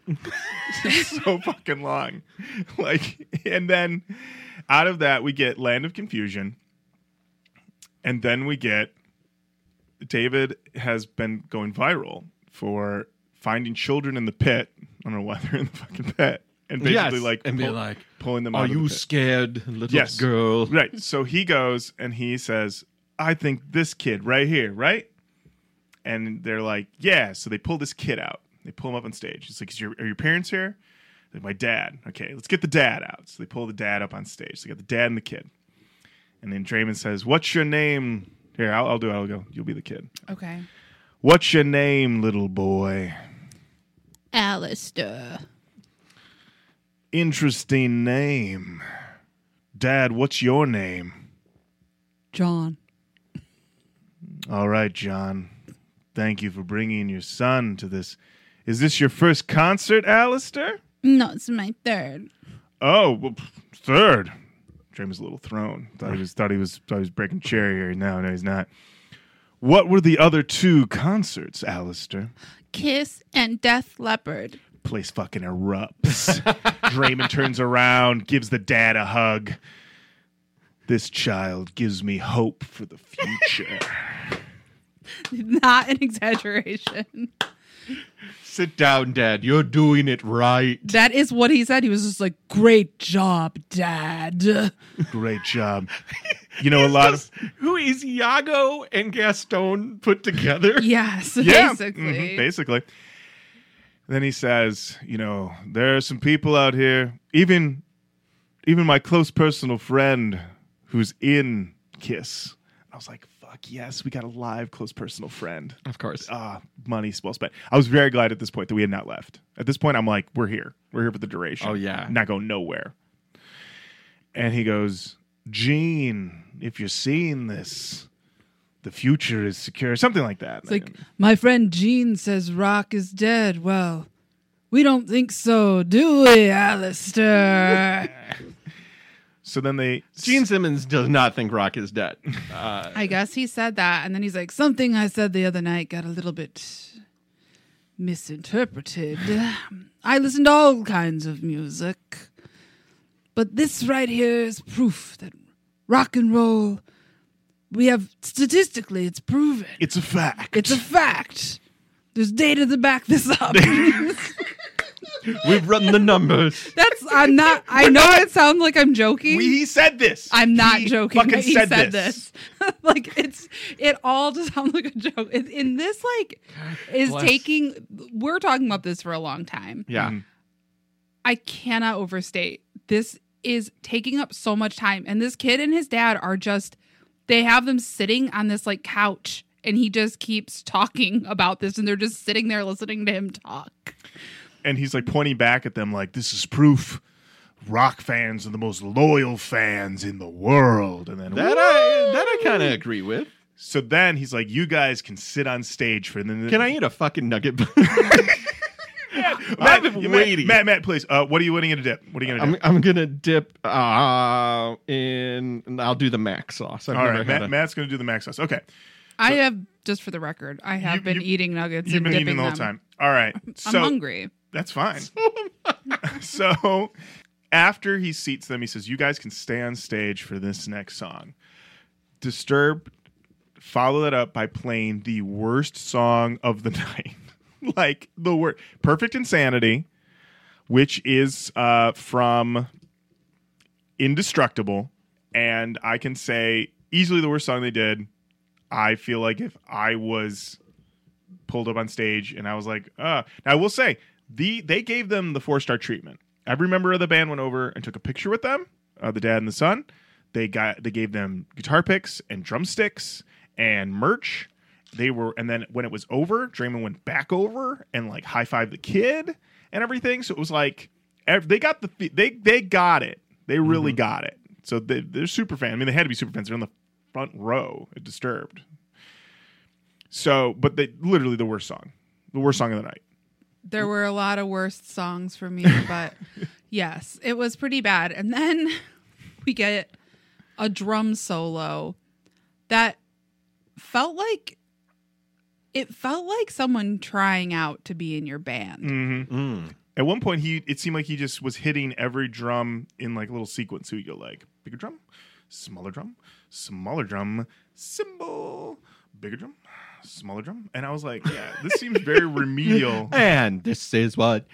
Speaker 1: it's so fucking long. <laughs> Like, and then out of that, we get Land of Confusion. And then we get David has been going viral for finding children in the pit. I don't know why they're in the fucking pit. And basically, like,
Speaker 3: and be
Speaker 1: pull-
Speaker 3: like,
Speaker 1: pulling them out
Speaker 3: "Are
Speaker 1: of the
Speaker 3: you
Speaker 1: pit.
Speaker 3: scared, little
Speaker 1: Yes.
Speaker 3: girl?"
Speaker 1: Right. So he goes and he says, I think this kid right here, right? And they're like, Yeah. So they pull this kid out. They pull him up on stage. It's like, Is your, Are your parents here? They're like, My dad. Okay, let's get the dad out. So they pull the dad up on stage. So they got the dad and the kid. And then Draymond says, What's your name? Here, I'll, I'll do it. I'll go. You'll be the kid.
Speaker 2: Okay.
Speaker 1: What's your name, little boy?
Speaker 2: Alistair.
Speaker 1: Interesting name. Dad, what's your name?
Speaker 2: John.
Speaker 1: All right, John. Thank you for bringing your son to this. Is this your first concert, Alistair?
Speaker 2: Mm, No, it's my third.
Speaker 1: Oh, well, pff, third. Draymond's a little thrown. Thought he was thought he was thought he was breaking cherry here. No, no, he's not. What were the other two concerts, Alistair?
Speaker 2: Kiss and Death Leopard. <laughs>
Speaker 1: Place fucking erupts. Draymond turns around, gives the dad a hug. This child gives me hope for the future.
Speaker 2: Not an exaggeration.
Speaker 3: Sit down, Dad. You're doing it right.
Speaker 2: That is what he said. He was just like, Great job, Dad.
Speaker 1: Great job. You know, a lot of
Speaker 3: Who is Iago and Gaston put together?
Speaker 1: <laughs>
Speaker 2: Yes,
Speaker 1: yeah,
Speaker 2: basically.
Speaker 1: Mhm, basically. Then he says, you know, there are some people out here, even even my close personal friend who's in Kiss. I was like, fuck yes, we got a live close personal friend.
Speaker 3: Of course.
Speaker 1: Ah, money well spent. I was very glad at this point that we had not left. At this point, I'm like, we're here. We're here for the duration.
Speaker 3: Oh, yeah.
Speaker 1: Not going nowhere. And he goes, Gene, if you're seeing this, the future is secure. Something like that.
Speaker 2: It's like, my friend Gene says Rock is dead. Well, we don't think so, do we, Alistair?
Speaker 1: So then they
Speaker 3: Gene Simmons does not think Rock is dead. Uh,
Speaker 2: I guess he said that. And then he's like, something I said the other night got a little bit misinterpreted. I listen to all kinds of music, but this right here is proof that rock and roll, we have statistically, it's proven.
Speaker 1: It's a fact.
Speaker 2: <laughs> It's a fact. There's data to back this up.
Speaker 3: We've run the numbers.
Speaker 2: That's I'm not. I know it sounds like I'm joking.
Speaker 1: We, <laughs> he said this.
Speaker 2: I'm not
Speaker 1: He
Speaker 2: joking.
Speaker 1: Fucking
Speaker 2: he
Speaker 1: said, this.
Speaker 2: this. <laughs> like it's it all just sounds like a joke. It, and this like is
Speaker 3: bless.
Speaker 2: taking. We're talking about this for a long time.
Speaker 3: Yeah.
Speaker 1: Mhm.
Speaker 2: I cannot overstate. This is taking up so much time. And this kid and his dad are just, they have them sitting on this like couch and he just keeps talking about this and they're just sitting there listening to him talk.
Speaker 1: And he's like pointing back at them, like, this is proof rock fans are the most loyal fans in the world. And then,
Speaker 3: That I that I kind of agree with.
Speaker 1: so then he's like, you guys can sit on stage for the.
Speaker 3: Can I eat a fucking nugget? <laughs>
Speaker 1: <laughs> Matt,
Speaker 3: I've been
Speaker 1: Matt-
Speaker 3: waiting.
Speaker 1: Matt, Matt, please. Uh, what are you what are you gonna dip? What are you gonna
Speaker 3: I'm
Speaker 1: dip?
Speaker 3: I'm gonna dip uh in. and I'll do the mac sauce. I've
Speaker 1: All
Speaker 3: never
Speaker 1: right,
Speaker 3: had
Speaker 1: Matt,
Speaker 3: a-
Speaker 1: Matt's gonna do the mac sauce. Okay,
Speaker 2: I have, just for the record, I have
Speaker 1: You-
Speaker 2: been
Speaker 1: you-
Speaker 2: eating nuggets
Speaker 1: you've
Speaker 2: and
Speaker 1: been
Speaker 2: dipping
Speaker 1: eating the whole
Speaker 2: them.
Speaker 1: time. All right,
Speaker 2: I'm
Speaker 1: so
Speaker 2: hungry.
Speaker 1: that's fine. so after he seats them, he says, "You guys can stay on stage for this next song." Disturbed. Follow that up by playing the worst song of the <laughs> night, like the worst. Perfect Insanity, which is uh, from Indestructible, and I can say easily the worst song they did. I feel like if I was pulled up on stage and I was like, uh now I will say the they gave them the four star treatment. Every member of the band went over and took a picture with them, uh, the dad and the son. They got they gave them guitar picks and drumsticks and merch. They were and then when it was over, Draymond went back over and like high five the kid and everything. So it was like ev- they got the fe- they they got it. They really got it. So they, they're super fan. I mean, they had to be super fans. They're in the front row at Disturbed. So, but they literally the worst song, the worst song of the night.
Speaker 2: There were a lot of worst songs
Speaker 1: <laughs>
Speaker 2: for me, but yes, it was pretty bad. And then <laughs> we get a drum solo that felt like it felt like someone trying out to be in your band.
Speaker 1: Mm-hmm.
Speaker 3: Mm.
Speaker 1: At one point, he it seemed like he just was hitting every drum in like a little sequence. So you go like bigger drum, smaller drum, smaller drum, cymbal, bigger drum, smaller drum, and I was like, yeah, this seems <laughs> very remedial.
Speaker 3: And this is what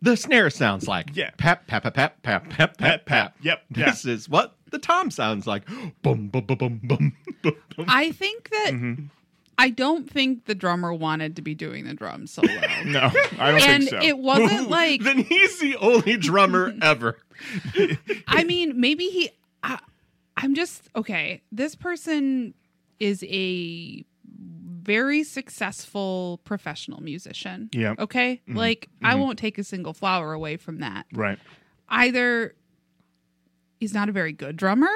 Speaker 3: the snare sounds like.
Speaker 1: Yeah.
Speaker 3: Pap pap pap pap pap pap pap pap.
Speaker 1: Yep. Yeah.
Speaker 3: This is what the tom sounds like. Boom boom boom boom boom. boom,
Speaker 1: Mm-hmm.
Speaker 3: boom.
Speaker 2: I think that
Speaker 1: Mhm.
Speaker 2: I don't think the drummer wanted to be doing the drum solo.
Speaker 1: No, <laughs> I don't
Speaker 2: and
Speaker 1: think so. <laughs>
Speaker 2: it wasn't like
Speaker 3: then he's the
Speaker 2: <laughs>
Speaker 3: only drummer ever.
Speaker 2: I mean, maybe he. I, I'm just okay. This person is a very successful professional musician.
Speaker 1: Yeah.
Speaker 2: Okay. Like I won't take a single flower away from that.
Speaker 1: right.
Speaker 2: Either he's not a very good drummer,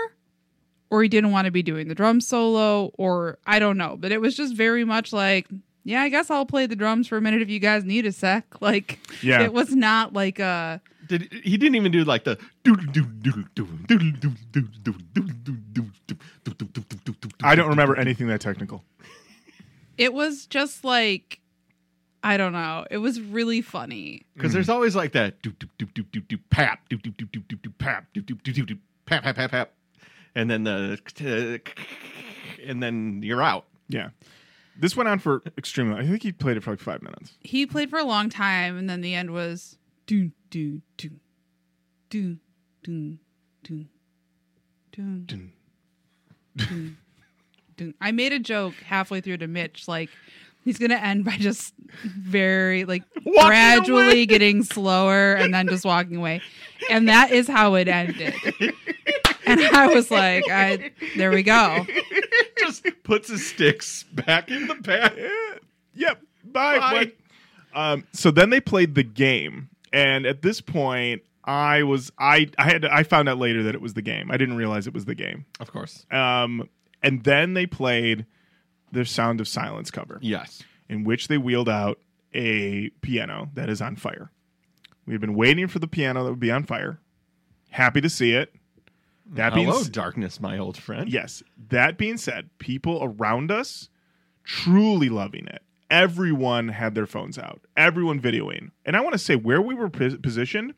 Speaker 2: or he didn't want to be doing the drum solo, or I don't know. But it was just very much like. Yeah, I guess I'll play the drums for a minute if you guys need a sec. <laughs> Like,
Speaker 1: Yeah.
Speaker 2: it was not like a
Speaker 3: Did he didn't even do like the
Speaker 1: I don't remember anything that technical.
Speaker 2: it was just like I don't know. It was really funny.
Speaker 3: because there's always like that doop doop doop doop doop doop pap doop doop doop doop doop doop pap doop doop doop doop doop pap pap pap pap, and then the and then you're out.
Speaker 1: Yeah, this went on for extremely. I think he played it for like five minutes.
Speaker 2: He played for a long time, and then the end was do do do do do do do
Speaker 1: Dun.
Speaker 2: do do. I made a joke halfway through to Mitch, like he's gonna end by just very like
Speaker 3: <laughs> Walking
Speaker 2: gradually
Speaker 3: away.
Speaker 2: getting slower and then just walking away, and that is how it ended. And I was like, I there we go.
Speaker 3: Just puts his sticks back in the pack.
Speaker 1: Yep. Bye.
Speaker 3: Bye.
Speaker 1: Mike. Um, so then they played the game, and at this point, I was I I had to, I found out later that it was the game. I didn't realize it was the game.
Speaker 3: Of course.
Speaker 1: Um, and then they played the Sound of Silence cover,
Speaker 3: Yes.
Speaker 1: in which they wheeled out a piano that is on fire. We've been waiting for the piano that would be on fire. Happy to see it. That being
Speaker 3: Hello,
Speaker 1: s-
Speaker 3: darkness, my old friend.
Speaker 1: Yes. That being said, people around us truly loving it. Everyone had their phones out. Everyone videoing. And I want to say where we were pos- positioned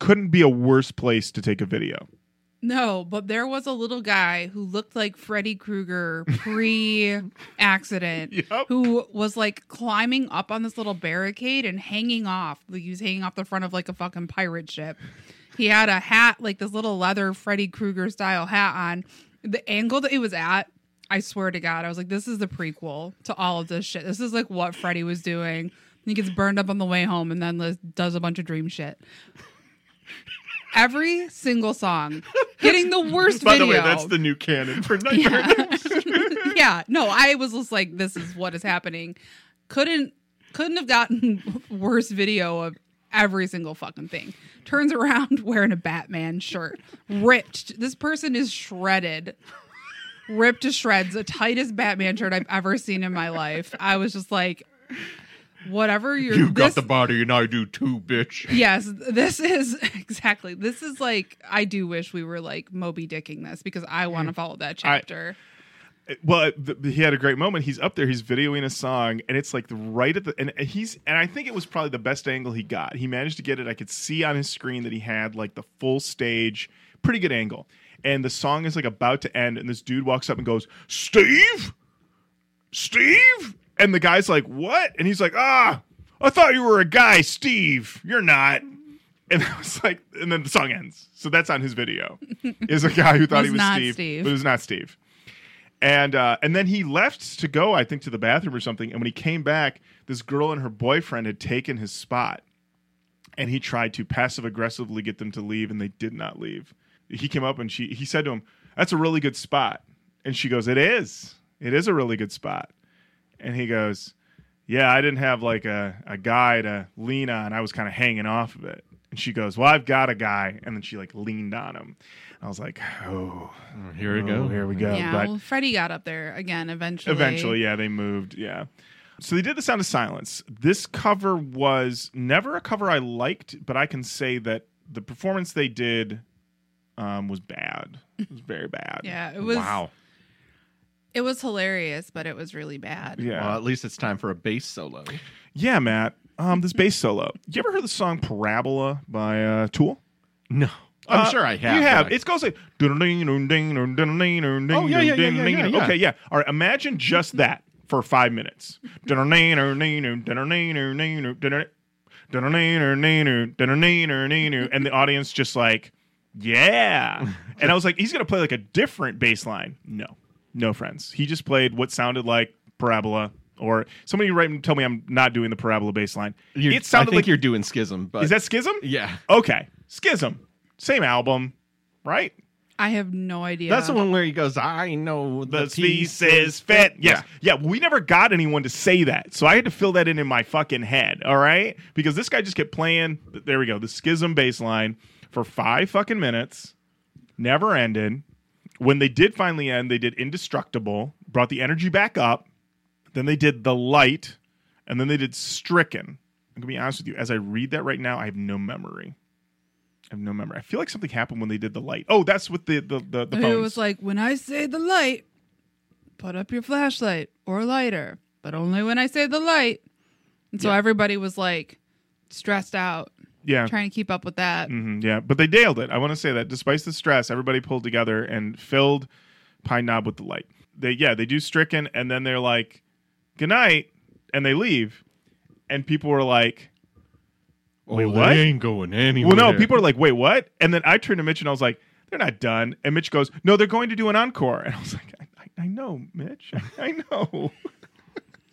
Speaker 1: couldn't be a worse place to take a video.
Speaker 2: No, but there was a little guy who looked like Freddy Krueger pre accident
Speaker 1: Yep.
Speaker 2: who was like climbing up on this little barricade and hanging off. Like he was hanging off the front of like a fucking pirate ship. He had a hat, like this little leather Freddy Krueger style hat on. The angle that it was at, I swear to God, I was like, this is the prequel to all of this shit. This is like what Freddy was doing. He gets burned up on the way home and then li- does a bunch of dream shit. Every single song, getting the worst
Speaker 3: By
Speaker 2: video.
Speaker 3: the way, that's the new canon for Nightmare.
Speaker 2: yeah, no, I was just like, this is what is happening. Couldn't couldn't have gotten <laughs> worse video of every single fucking thing. Turns around <laughs> wearing a Batman shirt, ripped. This person is shredded, ripped to shreds. The tightest Batman shirt I've ever seen in my life. I was just like, whatever you're.
Speaker 3: You got
Speaker 2: this-
Speaker 3: the body, and I do too, bitch.
Speaker 2: Yes, this is <laughs> exactly. This is like I do wish we were like Moby Dicking this because I want
Speaker 3: Mm.
Speaker 2: to follow that chapter.
Speaker 1: well th- he had a great moment he's up there he's videoing a song and it's like the right at the and he's and i think it was probably the best angle he got he managed to get it i could see on his screen that he had like the full stage pretty good angle and the song is like about to end and this dude walks up and goes steve steve and the guy's like what and he's like ah i thought you were a guy steve you're not and <laughs> I was like, and then the song ends. So that's on his
Speaker 2: <laughs>
Speaker 1: video. Is a guy who thought
Speaker 2: Was
Speaker 1: he was
Speaker 2: not
Speaker 1: Steve,
Speaker 2: Steve.
Speaker 1: but it was not Steve and uh, and then he left to go, I think, to the bathroom or something. And when he came back, this girl and her boyfriend had taken his spot, and he tried to passive aggressively get them to leave, and they did not leave. He came up and she he said to him, "That's a really good spot," and she goes, "It is. It is a really good spot." And he goes, "Yeah, I didn't have like a a guy to lean on. I was kind of hanging off of it." And she goes, "Well, I've got a guy," and then she like leaned on him. I was like, "Oh,
Speaker 3: Here we
Speaker 1: oh, here we go."
Speaker 2: yeah,
Speaker 1: But-
Speaker 2: well, Freddie got up there again eventually.
Speaker 1: Eventually, yeah, they moved. Yeah. So they did The Sound of Silence. This cover was never a cover I liked, but I can say that the performance they did um, was bad. It was very bad.
Speaker 2: yeah, it was.
Speaker 3: wow.
Speaker 2: It was hilarious, but it was really bad.
Speaker 1: Yeah.
Speaker 3: Well, at least it's time for a bass solo.
Speaker 1: yeah, Matt. Um, this bass solo. You ever heard the song Parabola by uh, Tool?
Speaker 3: No, I'm
Speaker 1: Uh,
Speaker 3: sure I have.
Speaker 1: You
Speaker 3: but
Speaker 1: have.
Speaker 3: I-
Speaker 1: It goes like. Oh,
Speaker 3: Oh, yeah, yeah, yeah, yeah, yeah.
Speaker 1: Okay, yeah. All right, imagine just that for five minutes. And the audience just like, yeah. And I was like, he's going to play like a different bass line. No, no, friends. He just played what sounded like parabola. Or somebody write and tell me I'm not doing the parabola bass line.
Speaker 3: you're-
Speaker 1: It sounded
Speaker 3: I think
Speaker 1: like
Speaker 3: you're doing schism, but
Speaker 1: Is that schism?
Speaker 3: yeah?
Speaker 1: Okay, Schism, same album, right?
Speaker 2: I have no idea.
Speaker 3: <laughs> That's the one where he goes, "I know the, pieces
Speaker 1: fit. Yes, yeah. We never got anyone to say that, so I had to fill that in in my fucking head. All right, because this guy just kept playing. There we go, the Schism bass line for five fucking minutes, never ended. When they did finally end, they did Indestructible, brought the energy back up. Then they did The Light, and then they did Stricken. I'm gonna be honest with you. As I read that right now, I have no memory. I have no memory. I feel like something happened when they did the light. Oh, that's with the the the, the
Speaker 2: it
Speaker 1: phones.
Speaker 2: was like when I say the light, put up your flashlight or lighter, but only when I say the light. And so everybody was like stressed out,
Speaker 1: yeah.
Speaker 2: trying to keep up with that.
Speaker 1: Mhm, yeah, but they nailed it. I want to say that despite the stress, everybody pulled together and filled Pine Knob with the light. They yeah, they do Stricken, and then they're like, "Good night," and they leave, and people were like,
Speaker 3: Oh,
Speaker 1: Wait, what?
Speaker 3: They ain't going anywhere.
Speaker 1: "Well, no." People are like, "Wait, what?" And then I turned to Mitch and I was like, "They're not done." And Mitch goes, "No, they're going to do an encore." And I was like, "I, I, I know, Mitch, I, I know." <laughs>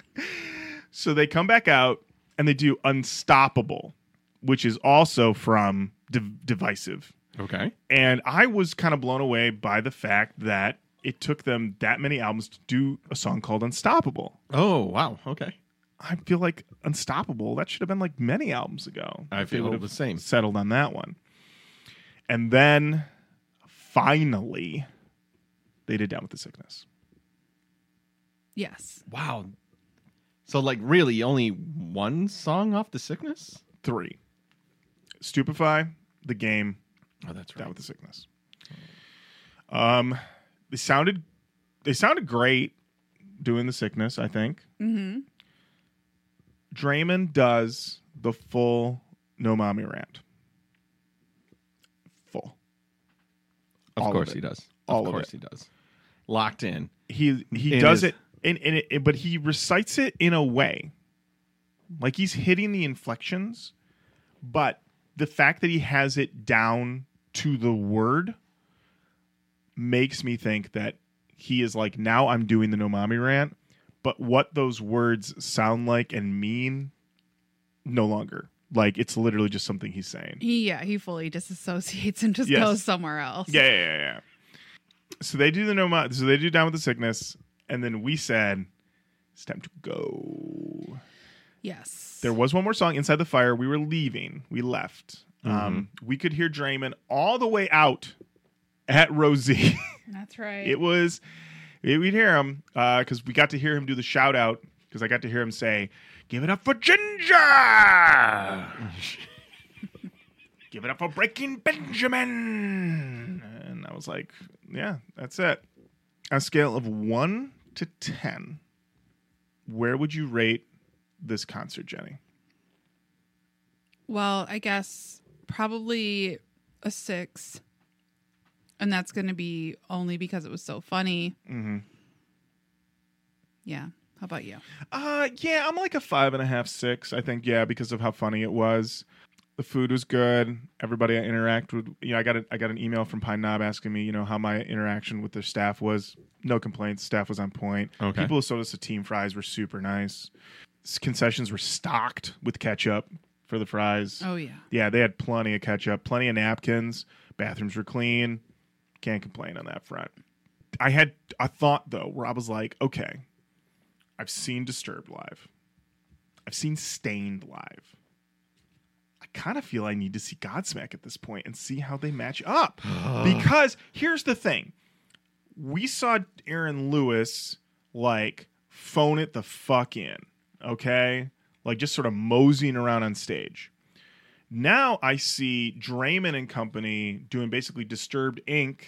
Speaker 1: so they come back out and they do Unstoppable, which is also from Div- Divisive.
Speaker 3: okay.
Speaker 1: And I was kind of blown away by the fact that it took them that many albums to do a song called Unstoppable.
Speaker 3: Oh wow. Okay.
Speaker 1: I feel like Unstoppable, that should have been like many albums ago.
Speaker 3: I
Speaker 1: If they
Speaker 3: feel
Speaker 1: would
Speaker 3: the
Speaker 1: have
Speaker 3: same.
Speaker 1: Settled on that one. And then finally, they did Down with the Sickness.
Speaker 2: Yes.
Speaker 3: Wow. So like really only one song off the sickness?
Speaker 1: Three Stupefy, The Game,
Speaker 3: Oh, that's
Speaker 1: Down with the Sickness. Um, they sounded they sounded great doing the sickness. I think.
Speaker 2: hmm
Speaker 1: Draymond does the full No Mommy rant. Full.
Speaker 3: Of
Speaker 1: All of
Speaker 3: course
Speaker 1: it.
Speaker 3: he does.
Speaker 1: All of
Speaker 3: of course
Speaker 1: it.
Speaker 3: he does. Locked in.
Speaker 1: He he
Speaker 3: In
Speaker 1: does
Speaker 3: his-
Speaker 1: it, and, and it, but he recites it in a way, like he's hitting the inflections, but the fact that he has it down to the word makes me think that he is like now I'm doing the Nomami rant, but what those words sound like and mean, no longer. Like it's literally just something he's saying.
Speaker 2: He, yeah, he fully disassociates and just
Speaker 1: Yes.
Speaker 2: goes somewhere else.
Speaker 1: Yeah, yeah, yeah, yeah. So they do the Noma. So they do Down with the Sickness, and then we said it's time to go.
Speaker 2: Yes.
Speaker 1: There was one more song inside the fire. We were leaving. We left. Um, we could hear Draymond all the way out at Rosie. <laughs>
Speaker 2: That's right.
Speaker 1: it was it, we'd hear him because we got to hear him do the shout out because I got to hear him say, "Give it up for Ginger." <laughs> Give it up for breaking Benjamin. And I was like, yeah, that's it. On a scale of one to 10, where would you rate this concert, Jenny?
Speaker 2: well, I guess probably a six. And that's going to be only because it was so funny.
Speaker 1: Mhm.
Speaker 2: Yeah. How about you?
Speaker 1: Uh, yeah, I'm like a five and a half, six. I think, yeah, because of how funny it was. The food was good. Everybody I interact with, you know, I got a, I got an email from Pine Knob asking me, you know, how my interaction with their staff was. No complaints. Staff was on point.
Speaker 3: Okay.
Speaker 1: People who sold us the team fries were super nice. S- Concessions were stocked with ketchup for the fries.
Speaker 2: Oh, yeah.
Speaker 1: Yeah, they had plenty of ketchup, plenty of napkins. Bathrooms were clean. Can't complain on that front. I had a thought though, where I was like, okay, I've seen Disturbed live. I've seen Stained live. I kind of feel I need to see Godsmack at this point and see how they match up. because here's the thing. We saw Aaron Lewis like phone it the fuck in, okay? Like just sort of moseying around on stage. Now I see Draymond and company doing basically Disturbed Inc.,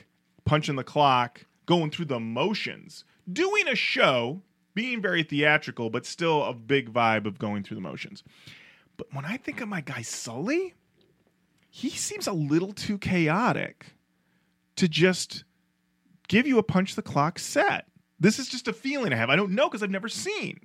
Speaker 1: punching the clock, going through the motions, doing a show, being very theatrical, but still a big vibe of going through the motions. But when I think of my guy Sully, he seems a little too chaotic to just give you a punch the clock set. This is just a feeling I have. I don't know because I've never seen.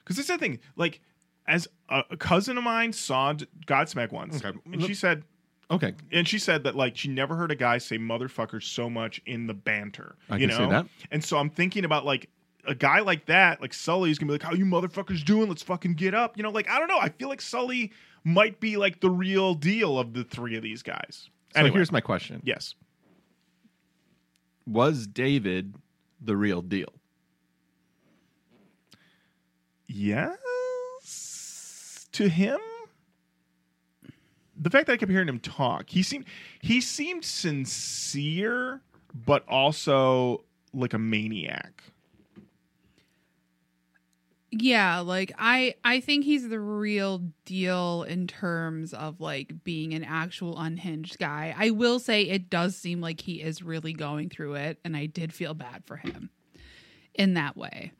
Speaker 1: Because this is the thing. Like, as a, a cousin of mine saw D- Godsmack once,
Speaker 3: Okay.
Speaker 1: and she said,
Speaker 3: Okay.
Speaker 1: and she said that like she never heard a guy say motherfucker so much in the banter.
Speaker 3: I
Speaker 1: you
Speaker 3: can see
Speaker 1: know?
Speaker 3: that.
Speaker 1: And so I'm thinking about like a guy like that, like Sully's gonna be like, "How you motherfuckers doing? Let's fucking get up." You know, like I don't know. I feel like Sully might be like the real deal of the three of these guys.
Speaker 3: So
Speaker 1: anyway,
Speaker 3: here's my question.
Speaker 1: yes,
Speaker 3: Was David the real deal?
Speaker 1: yes, to him. The fact that I kept hearing him talk, he seemed he seemed sincere, but also like a maniac.
Speaker 2: Yeah, like I I think he's the real deal in terms of like being an actual unhinged guy. I will say it does seem like he is really going through it and I did feel bad for him in that way.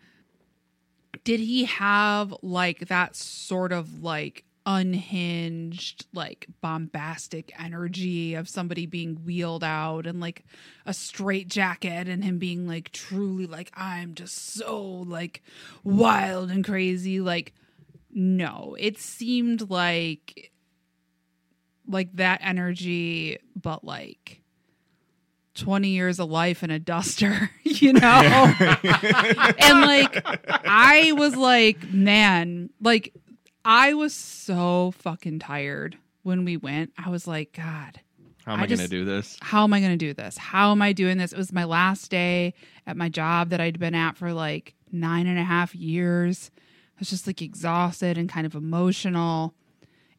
Speaker 2: Did he have like that sort of like unhinged like bombastic energy of somebody being wheeled out and like a straight jacket and him being like truly like I'm just so like wild and crazy like no it seemed like like that energy but like 20 years of life in a duster <laughs>
Speaker 1: <laughs>
Speaker 2: you know and like i was like man like i was so fucking tired when we went i was like god
Speaker 3: How am
Speaker 2: I
Speaker 3: I,
Speaker 2: just-
Speaker 3: gonna do this?
Speaker 2: how am I going to do this? How am I doing this? It was my last day at my job that I'd been at for like nine and a half years. I was just like exhausted and kind of emotional.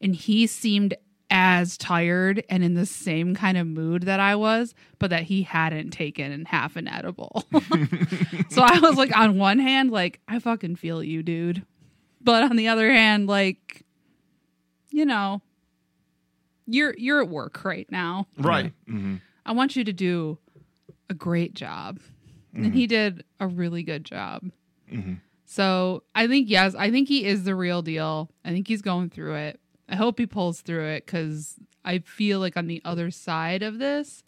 Speaker 2: And he seemed as tired and in the same kind of mood that I was, but that he hadn't taken half an edible. <laughs> so I was like, on one hand, like, I fucking feel you, dude. But on the other hand, like, you know, you're you're at work right now.
Speaker 3: Right.
Speaker 1: Mm-hmm.
Speaker 2: I want you to do a great job. And he did a really good job.
Speaker 1: Mm-hmm.
Speaker 2: So I think, yes, I think he is the real deal. I think he's going through it. I hope he pulls through it because I feel like on the other side of this,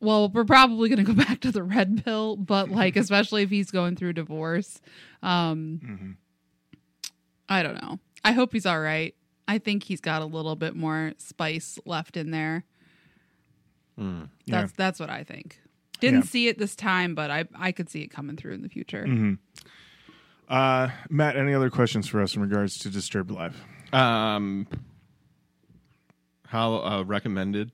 Speaker 2: well, we're probably going to go <laughs> back to the red pill, but like, especially if he's going through divorce. Um,
Speaker 1: Mhm.
Speaker 2: I don't know. I hope he's all right. I think he's got a little bit more spice left in there.
Speaker 3: Mm.
Speaker 1: Yeah.
Speaker 2: That's that's what I think. Didn't
Speaker 1: Yeah. Mm.
Speaker 2: see it this time, but I I could see it coming through in the future.
Speaker 1: Mm-hmm. Uh, Matt, any other questions for us in regards to Disturbed Live?
Speaker 3: Um, how uh, recommended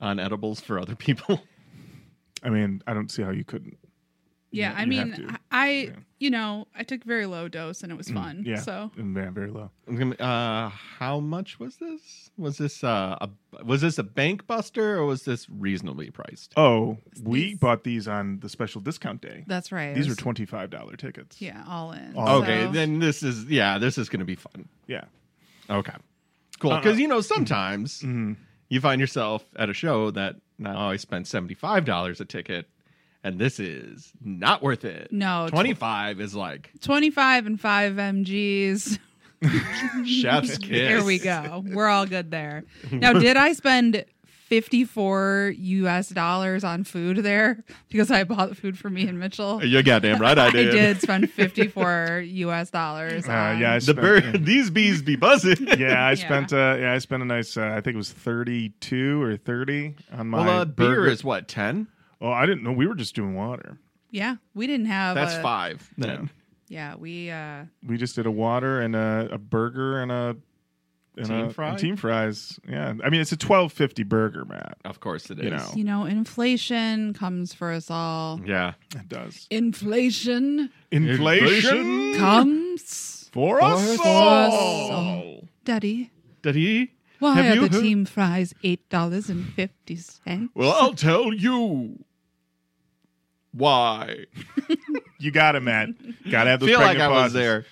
Speaker 3: on edibles for other people? <laughs>
Speaker 1: I mean, I don't see how you couldn't.
Speaker 2: Yeah,
Speaker 1: You-
Speaker 2: I
Speaker 1: you have
Speaker 2: mean,
Speaker 1: to. Mm,
Speaker 2: I you know I took very low dose and it was fun.
Speaker 1: Yeah.
Speaker 2: So
Speaker 1: And, yeah, very low.
Speaker 3: I'm gonna- Uh, how much was this? Was this uh, a was this a bank buster or was this reasonably priced?
Speaker 1: Oh, we
Speaker 2: These-
Speaker 1: bought these on the special discount day.
Speaker 2: that's right.
Speaker 1: These
Speaker 2: It
Speaker 1: were
Speaker 2: was-
Speaker 1: twenty five dollar tickets.
Speaker 2: yeah all in.
Speaker 1: All in.
Speaker 3: okay,
Speaker 2: So-
Speaker 3: then this is yeah, this is gonna be fun.
Speaker 1: yeah.
Speaker 3: Okay,
Speaker 2: Uh,
Speaker 3: cool. Because you know sometimes
Speaker 2: mm.
Speaker 1: Mm-hmm.
Speaker 3: you find yourself at a show that now I spent seventy five dollars a ticket, and this is not worth it.
Speaker 2: No, tw-
Speaker 3: twenty five is like
Speaker 2: <laughs> 25 and 5 mgs <laughs>
Speaker 3: chef's kiss.
Speaker 2: here we go we're all good there now did i spend 54 us dollars on food there because i bought food for me and mitchell
Speaker 3: You're goddamn right.
Speaker 2: <laughs>
Speaker 3: I
Speaker 2: i
Speaker 3: did.
Speaker 2: did spend 54 us
Speaker 1: <laughs>
Speaker 2: dollars
Speaker 1: Uh,
Speaker 2: on
Speaker 1: yeah. I
Speaker 3: <laughs> The
Speaker 1: spent-
Speaker 3: bird. These bees be <laughs> buzzing.
Speaker 1: Yeah, I
Speaker 2: Yeah.
Speaker 1: spent. Uh, yeah, I spent a nice. Uh, I think it was thirty two or thirty on my
Speaker 3: Well, uh, beer
Speaker 1: burger.
Speaker 3: is what ten.
Speaker 1: Oh, I didn't know. We were just doing water.
Speaker 2: Yeah, we didn't have
Speaker 3: That's
Speaker 2: a-
Speaker 3: five. Then
Speaker 2: yeah we uh
Speaker 1: We just did a water and a, a burger and a and
Speaker 3: Team
Speaker 1: a,
Speaker 3: fry?
Speaker 1: and team fries. Yeah, I mean it's a twelve fifty burger, Matt.
Speaker 3: of course it is.
Speaker 1: You know.
Speaker 2: you know inflation comes for us all
Speaker 3: Yeah.
Speaker 1: It does
Speaker 2: inflation
Speaker 1: inflation
Speaker 2: comes
Speaker 1: for us
Speaker 3: us
Speaker 1: all.
Speaker 2: daddy
Speaker 3: Did he?
Speaker 2: why
Speaker 3: Have
Speaker 2: are
Speaker 3: you
Speaker 2: the
Speaker 3: heard-
Speaker 2: team fries eight dollars and fifty cents?
Speaker 3: Well, I'll tell you why.
Speaker 1: You got it, Matt. Got to have those.
Speaker 3: Feel like
Speaker 1: pregnant
Speaker 3: I
Speaker 1: pauses.
Speaker 3: was there.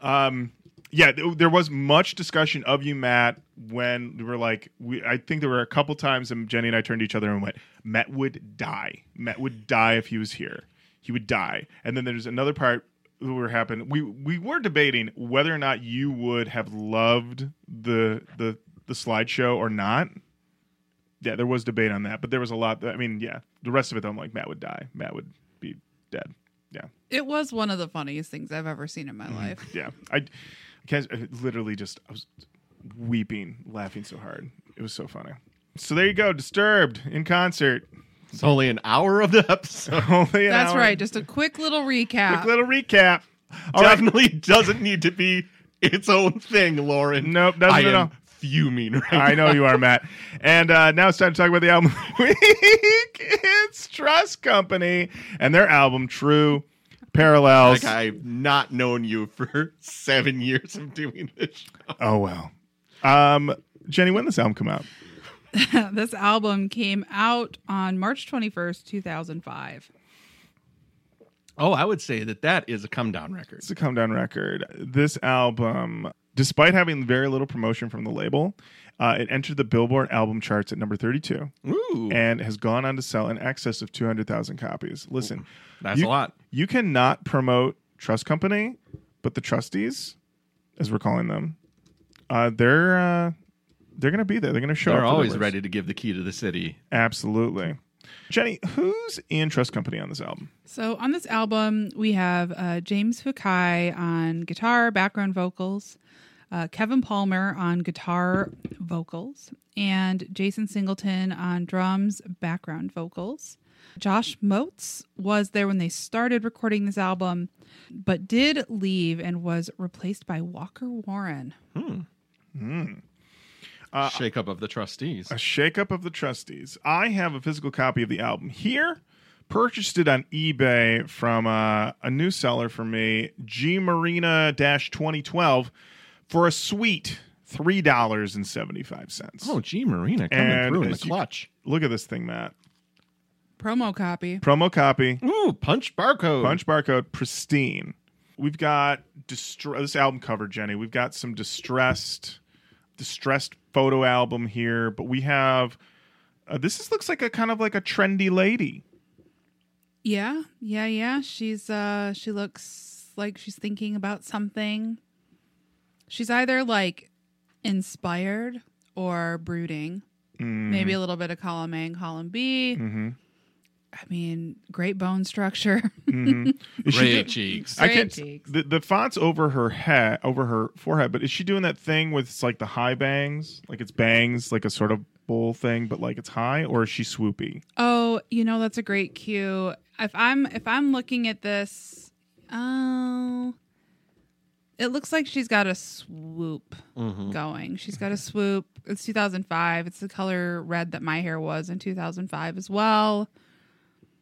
Speaker 1: Um, yeah, th- there was much discussion of you, Matt, when we were like, we, I think there were a couple times, and Jenny and I turned to each other and went, Matt would die. Matt would die if he was here. He would die. And then there's another part that were happened. We we were debating whether or not you would have loved the the the slideshow or not. Yeah, there was debate on that, but there was a lot. That, I mean, yeah, the rest of it, though, I'm like, Matt would die. Matt would be dead. Yeah.
Speaker 2: It was one of the funniest things I've ever seen in my
Speaker 3: Mm-hmm. <laughs>
Speaker 2: life.
Speaker 1: Yeah, I, I can't, I literally just I was weeping, laughing so hard. It was so funny. So there you go, Disturbed in concert. <laughs>
Speaker 3: It's only an hour of the <laughs> episode.
Speaker 1: Only an
Speaker 2: That's
Speaker 1: hour.
Speaker 2: right.
Speaker 3: <laughs>
Speaker 2: Just a quick little recap.
Speaker 1: Quick little recap. All right.
Speaker 3: Definitely doesn't need to be its own thing, Lauren.
Speaker 1: Nope, doesn't
Speaker 3: I
Speaker 1: at
Speaker 3: am
Speaker 1: all.
Speaker 3: fuming
Speaker 1: <laughs>
Speaker 3: right
Speaker 1: I know you are, Matt. And uh, now it's time to talk about the album of the week. <laughs> It's Trust Company and their album True Parallels.
Speaker 3: Like I've not known you for <laughs> seven years of doing this. Show.
Speaker 1: Oh well. Um, Jenny, when this album come out?
Speaker 2: <laughs> this album came out on March 21st, 2005.
Speaker 3: Oh, I would say that that is a come down record.
Speaker 1: It's a come down record. This album, despite having very little promotion from the label, uh, it entered the Billboard album charts at number 32
Speaker 3: Ooh,
Speaker 1: and has gone on to sell in excess of 200,000 copies. Listen,
Speaker 3: that's
Speaker 1: you-
Speaker 3: a lot.
Speaker 1: you cannot promote Trust Company, but the trustees, as we're calling them, uh, they're uh, they're going to be there. They're going to show up.
Speaker 3: They're
Speaker 1: for their
Speaker 3: always
Speaker 1: works.
Speaker 3: ready to give the key to the city.
Speaker 1: Absolutely. Jenny, who's in Trust Company on this album?
Speaker 2: So on this album, we have uh, James Fukai on guitar, background vocals, uh, Kevin Palmer on guitar vocals, and Jason Singleton on drums, background vocals. Josh Motes was there when they started recording this album, but did leave and was replaced by Walker Warren.
Speaker 1: Uh,
Speaker 3: Shakeup of the trustees.
Speaker 1: A shakeup of the trustees. I have a physical copy of the album here. Purchased it on eBay from uh, a new seller for me, G Marina 2012, for a sweet three dollars and seventy five cents.
Speaker 3: Oh, gee, Marina coming
Speaker 1: And
Speaker 3: through in the
Speaker 1: as you-
Speaker 3: clutch.
Speaker 1: Look at this thing, Matt.
Speaker 2: Promo copy.
Speaker 1: Promo copy,
Speaker 3: Ooh, punch barcode.
Speaker 1: punch barcode, pristine. We've got distre- this album cover, Jenny. We've got some distressed, distressed photo album here, but we have uh, this. Is, looks like a kind of like a trendy lady.
Speaker 2: Yeah, yeah, yeah. She's uh she looks like she's thinking about something. She's either like inspired or brooding.
Speaker 1: Hmm.
Speaker 2: maybe a little bit of column A and column
Speaker 1: Mm-hmm.
Speaker 2: B. I mean, great bone structure. <laughs>
Speaker 1: Mm-hmm. Is she
Speaker 3: Great
Speaker 1: do-
Speaker 3: cheeks.
Speaker 1: I
Speaker 2: Great
Speaker 1: can't.
Speaker 2: cheeks.
Speaker 1: The, the font's over her head, over her forehead, but is she doing that thing with it's like the high bangs, like it's bangs, like a sort of bowl thing, but like it's high, or is she swoopy?
Speaker 2: oh, you know that's a great cue. If I'm if I'm looking at this, oh, it looks like she's got a swoop
Speaker 3: Mm-hmm.
Speaker 2: going. She's got a swoop. It's 2005. It's the color red that my hair was in 2005 as well.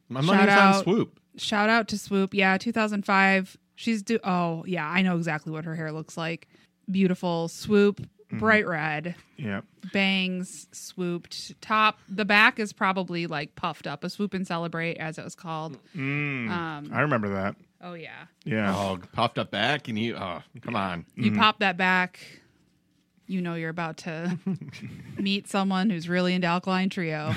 Speaker 3: My
Speaker 2: Shout
Speaker 3: money's on
Speaker 2: out.
Speaker 3: swoop.
Speaker 2: Shout out to Swoop. Yeah, 2005. She's do. Oh, yeah, I know exactly what her hair looks like. Beautiful swoop, bright red
Speaker 1: Yeah,
Speaker 2: bangs, swooped top. The back is probably like puffed up. A swoop and celebrate, as it was called.
Speaker 1: mm,
Speaker 2: Um.
Speaker 1: I remember that.
Speaker 2: Oh yeah,
Speaker 1: Yeah,
Speaker 3: Oh, puffed up back, and you. Oh, come on.
Speaker 2: you pop that back. You know you're about to meet someone who's really into Alkaline Trio.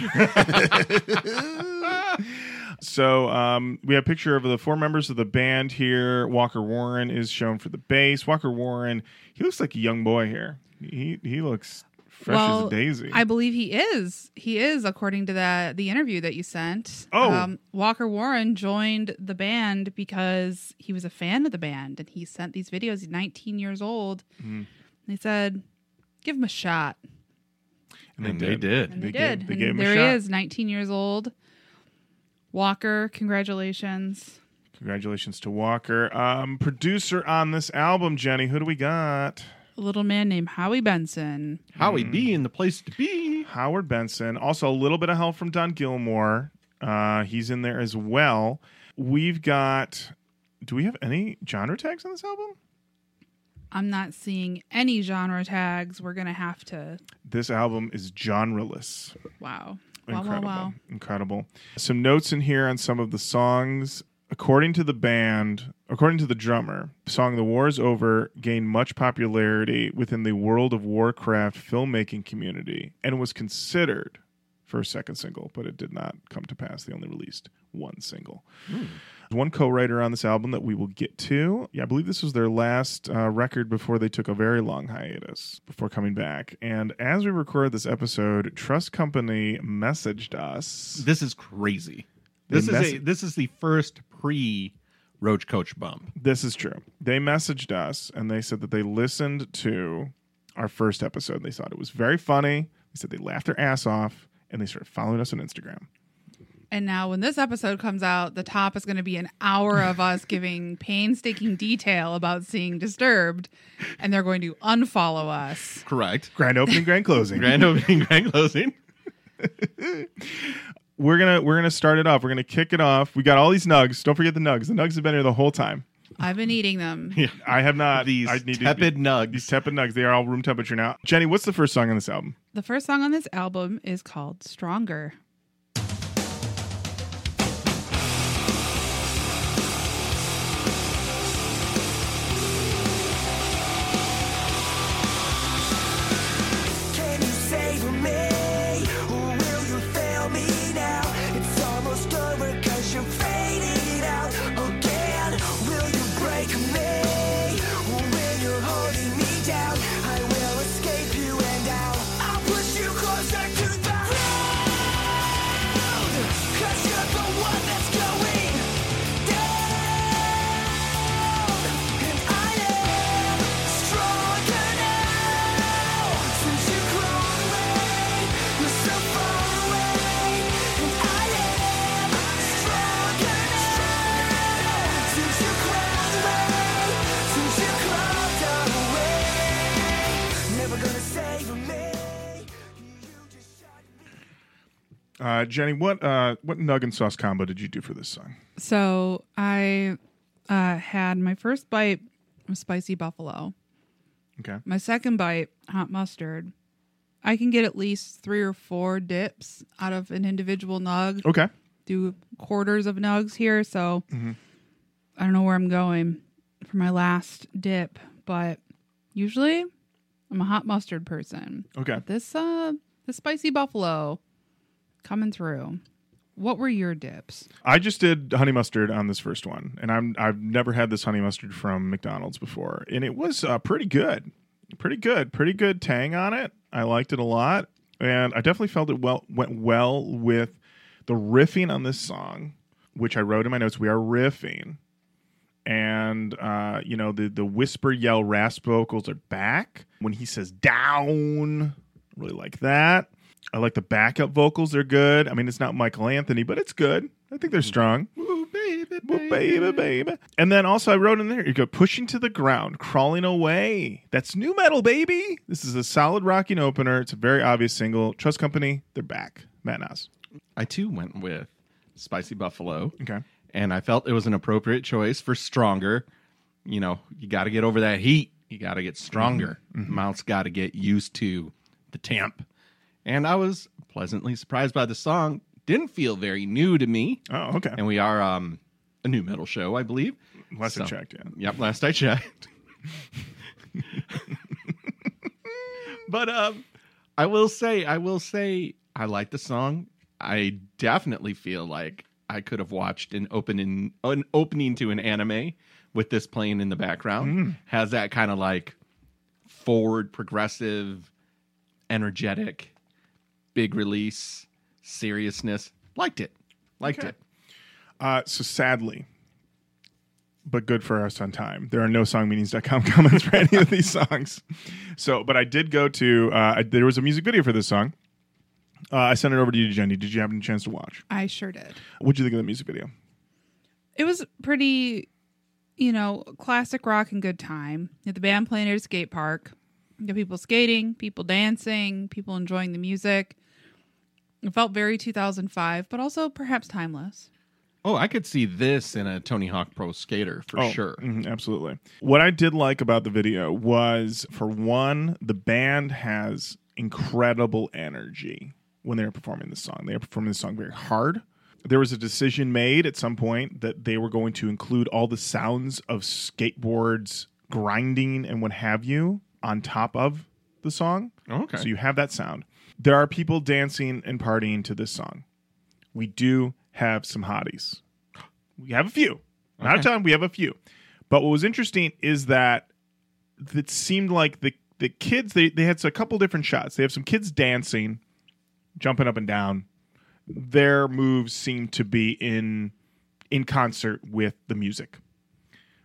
Speaker 1: So um, we have a picture of the four members of the band here. Walker Warren is shown for the bass. Walker Warren, he looks like a young boy here. He he looks fresh as
Speaker 2: well,
Speaker 1: a daisy.
Speaker 2: I believe he is. He is, according to the the interview that you sent. Um,
Speaker 1: Oh.
Speaker 2: Walker Warren joined the band because he was a fan of the band, and he sent these videos. He's 19 years old.
Speaker 1: Mhm.
Speaker 2: They said, "Give him a shot."
Speaker 1: And they did.
Speaker 2: And
Speaker 1: They
Speaker 2: they,
Speaker 1: gave-
Speaker 2: did.
Speaker 1: they
Speaker 2: and
Speaker 1: gave him a
Speaker 2: there
Speaker 1: shot.
Speaker 2: he is, 19 years old. Walker, congratulations.
Speaker 1: Congratulations to Walker. Um, producer on this album, Jenny. Who do we got?
Speaker 2: A little man named Howie Benson.
Speaker 3: Howie
Speaker 1: Mm.
Speaker 3: B in the place to be.
Speaker 1: Howard Benson. Also a little bit of help from Don Gilmore. Uh, he's in there as well. We've got. Do we have any genre tags on this album?
Speaker 2: I'm not seeing any genre tags. We're going to have to.
Speaker 1: This album is genreless.
Speaker 2: Wow. Wow, wow,
Speaker 1: Incredible.
Speaker 2: wow.
Speaker 1: Incredible. Some notes in here on some of the songs. According to the band, according to the drummer, the song The War is Over gained much popularity within the World of Warcraft filmmaking community and was considered for a second single, but it did not come to pass. They only released one single. One co writer on this album that we will get to. Yeah, I believe this was their last uh, record before they took a very long hiatus before coming back. And as we record this episode, Trust Company messaged us.
Speaker 3: This is crazy.
Speaker 1: They
Speaker 3: This is a,
Speaker 1: mess-
Speaker 3: this is the first pre Roach Coach bump.
Speaker 1: This is true. They messaged us and they said that they listened to our first episode. They thought it was very funny. They said they laughed their ass off and they started following us on Instagram.
Speaker 2: And now, when this episode comes out, the top is going to be an hour of us giving painstaking detail about seeing Disturbed, and they're going to unfollow us.
Speaker 3: Correct.
Speaker 1: Grand opening, grand closing.
Speaker 3: Grand opening, <laughs> grand closing.
Speaker 1: we're gonna we're gonna start it off. We're gonna kick it off. We got all these nugs. Don't forget the nugs. The nugs have been here the whole time.
Speaker 2: I've been eating them.
Speaker 1: I have not.
Speaker 3: These
Speaker 1: I to-
Speaker 3: tepid
Speaker 1: these
Speaker 3: nugs.
Speaker 1: tepid nugs. They are all room temperature now. Jenny, what's the first song on this album?
Speaker 2: The first song on this album is called Stronger.
Speaker 4: Can you save me? Or will you fail me now? It's almost over cause you're fading out again. Will you break me? Or will you holding me down? I will escape you and I'll I'll push you closer to the ground. Cause you're the one that's going down. And I am stronger now. Since you crawled away, you're so far away. And I am stronger now. Since you crawled away, since you crawled away. Never gonna save me. You just shot me.
Speaker 1: Uh, Jenny, what uh, what nug and sauce combo did you do for this song?
Speaker 2: So I uh, had my first bite of spicy buffalo,
Speaker 1: Okay,
Speaker 2: my second bite hot mustard. I can get at least three or four dips out of an individual nug.
Speaker 1: okay.
Speaker 2: Do quarters of nugs here, so I don't know where I'm going for my last dip. But usually, I'm a hot mustard person.
Speaker 1: Okay.
Speaker 2: This uh, the spicy buffalo coming through. What were your dips?
Speaker 1: I just did honey mustard on this first one, and I'm I've never had this honey mustard from McDonald's before, and it was uh, pretty good, pretty good, pretty good tang on it. I liked it a lot. and I definitely felt it well went well with the riffing on this song, which I wrote in my notes. We are riffing, and uh, you know the the whisper yell rasp vocals are back when he says down. Really like that. I like the backup vocals; they're good. I mean, it's not Michael Anthony, but it's good. I think they're strong.
Speaker 3: Ooh, baby,
Speaker 1: Well, baby, baby. And then also I wrote in there, you go pushing to the ground, crawling away. That's new metal, baby. This is a solid rocking opener. It's a very obvious single. Trust Company, they're back. Matt Nas.
Speaker 3: I too went with Spicy Buffalo.
Speaker 1: Okay.
Speaker 3: and I felt it was an appropriate choice for stronger. You know, you got to get over that heat. You got to get stronger. Mount's got to get used to the temp. And I was pleasantly surprised by the song. Didn't feel very new to me.
Speaker 1: Oh, okay.
Speaker 3: And we are um, a new metal show, I believe.
Speaker 1: Last I
Speaker 3: So-
Speaker 1: checked, yeah.
Speaker 3: Yep, last I checked. but um, I will say, I will say, I like the song. I definitely feel like I could have watched an opening, an opening to an anime with this playing in the background. Has that kind of like forward, progressive, energetic, big release, seriousness. Liked it. Liked
Speaker 1: Okay.
Speaker 3: it.
Speaker 1: Uh, so sadly, but good for us on time. There are no songmeanings.com <laughs> comments for any of these songs. So, but I did go to, uh, I, there was a music video for this song. Uh, I sent it over to you, Jenny. Did you have any chance to watch?
Speaker 2: I sure did.
Speaker 1: What'd you think of the music video?
Speaker 2: It was pretty, you know, classic rock and good time. You had the band playing at a skate park. You had people skating, people dancing, people enjoying the music. It felt very 2005, but also perhaps timeless.
Speaker 3: Oh, I could see this in a Tony Hawk Pro Skater for
Speaker 1: Oh,
Speaker 3: sure.
Speaker 1: mhm, absolutely. What I did like about the video was, for one, the band has incredible energy when they're performing this song. They are performing this song very hard. There was a decision made at some point that they were going to include all the sounds of skateboards grinding and what have you on top of the song.
Speaker 3: Mm, Okay.
Speaker 1: So you have that sound. There are people dancing and partying to this song. We do have some hotties. We have a few. Not a ton, we have a few. But what was interesting is that it seemed like the, the kids, they, they had a couple different shots. They have some kids dancing, jumping up and down. Their moves seemed to be in in concert with the music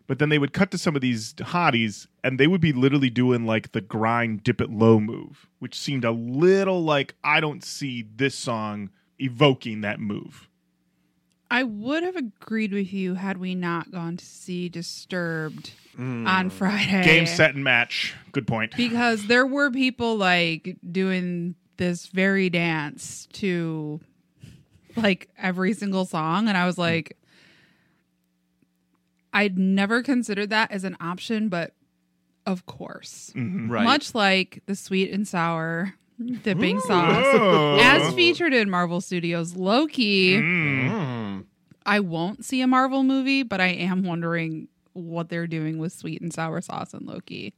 Speaker 1: but then they would cut to some of these hotties and they would be literally doing like the grind dip it low move which seemed a little like i don't see this song evoking that move
Speaker 2: I would have agreed with you had we not gone to see Disturbed on <laughs> Friday.
Speaker 1: Hmm. game set and match good point
Speaker 2: Because there were people like doing this very dance to like every single song. And I was like, I'd never considered that as an option, but of course.
Speaker 1: Mm-hmm.
Speaker 3: Right.
Speaker 2: Much like the sweet and sour dipping sauce.
Speaker 1: Oh.
Speaker 2: As featured in Marvel Studios Loki.
Speaker 1: Hmm.
Speaker 3: Mm.
Speaker 2: I won't see a Marvel movie, but I am wondering what they're doing with sweet and sour sauce and Loki.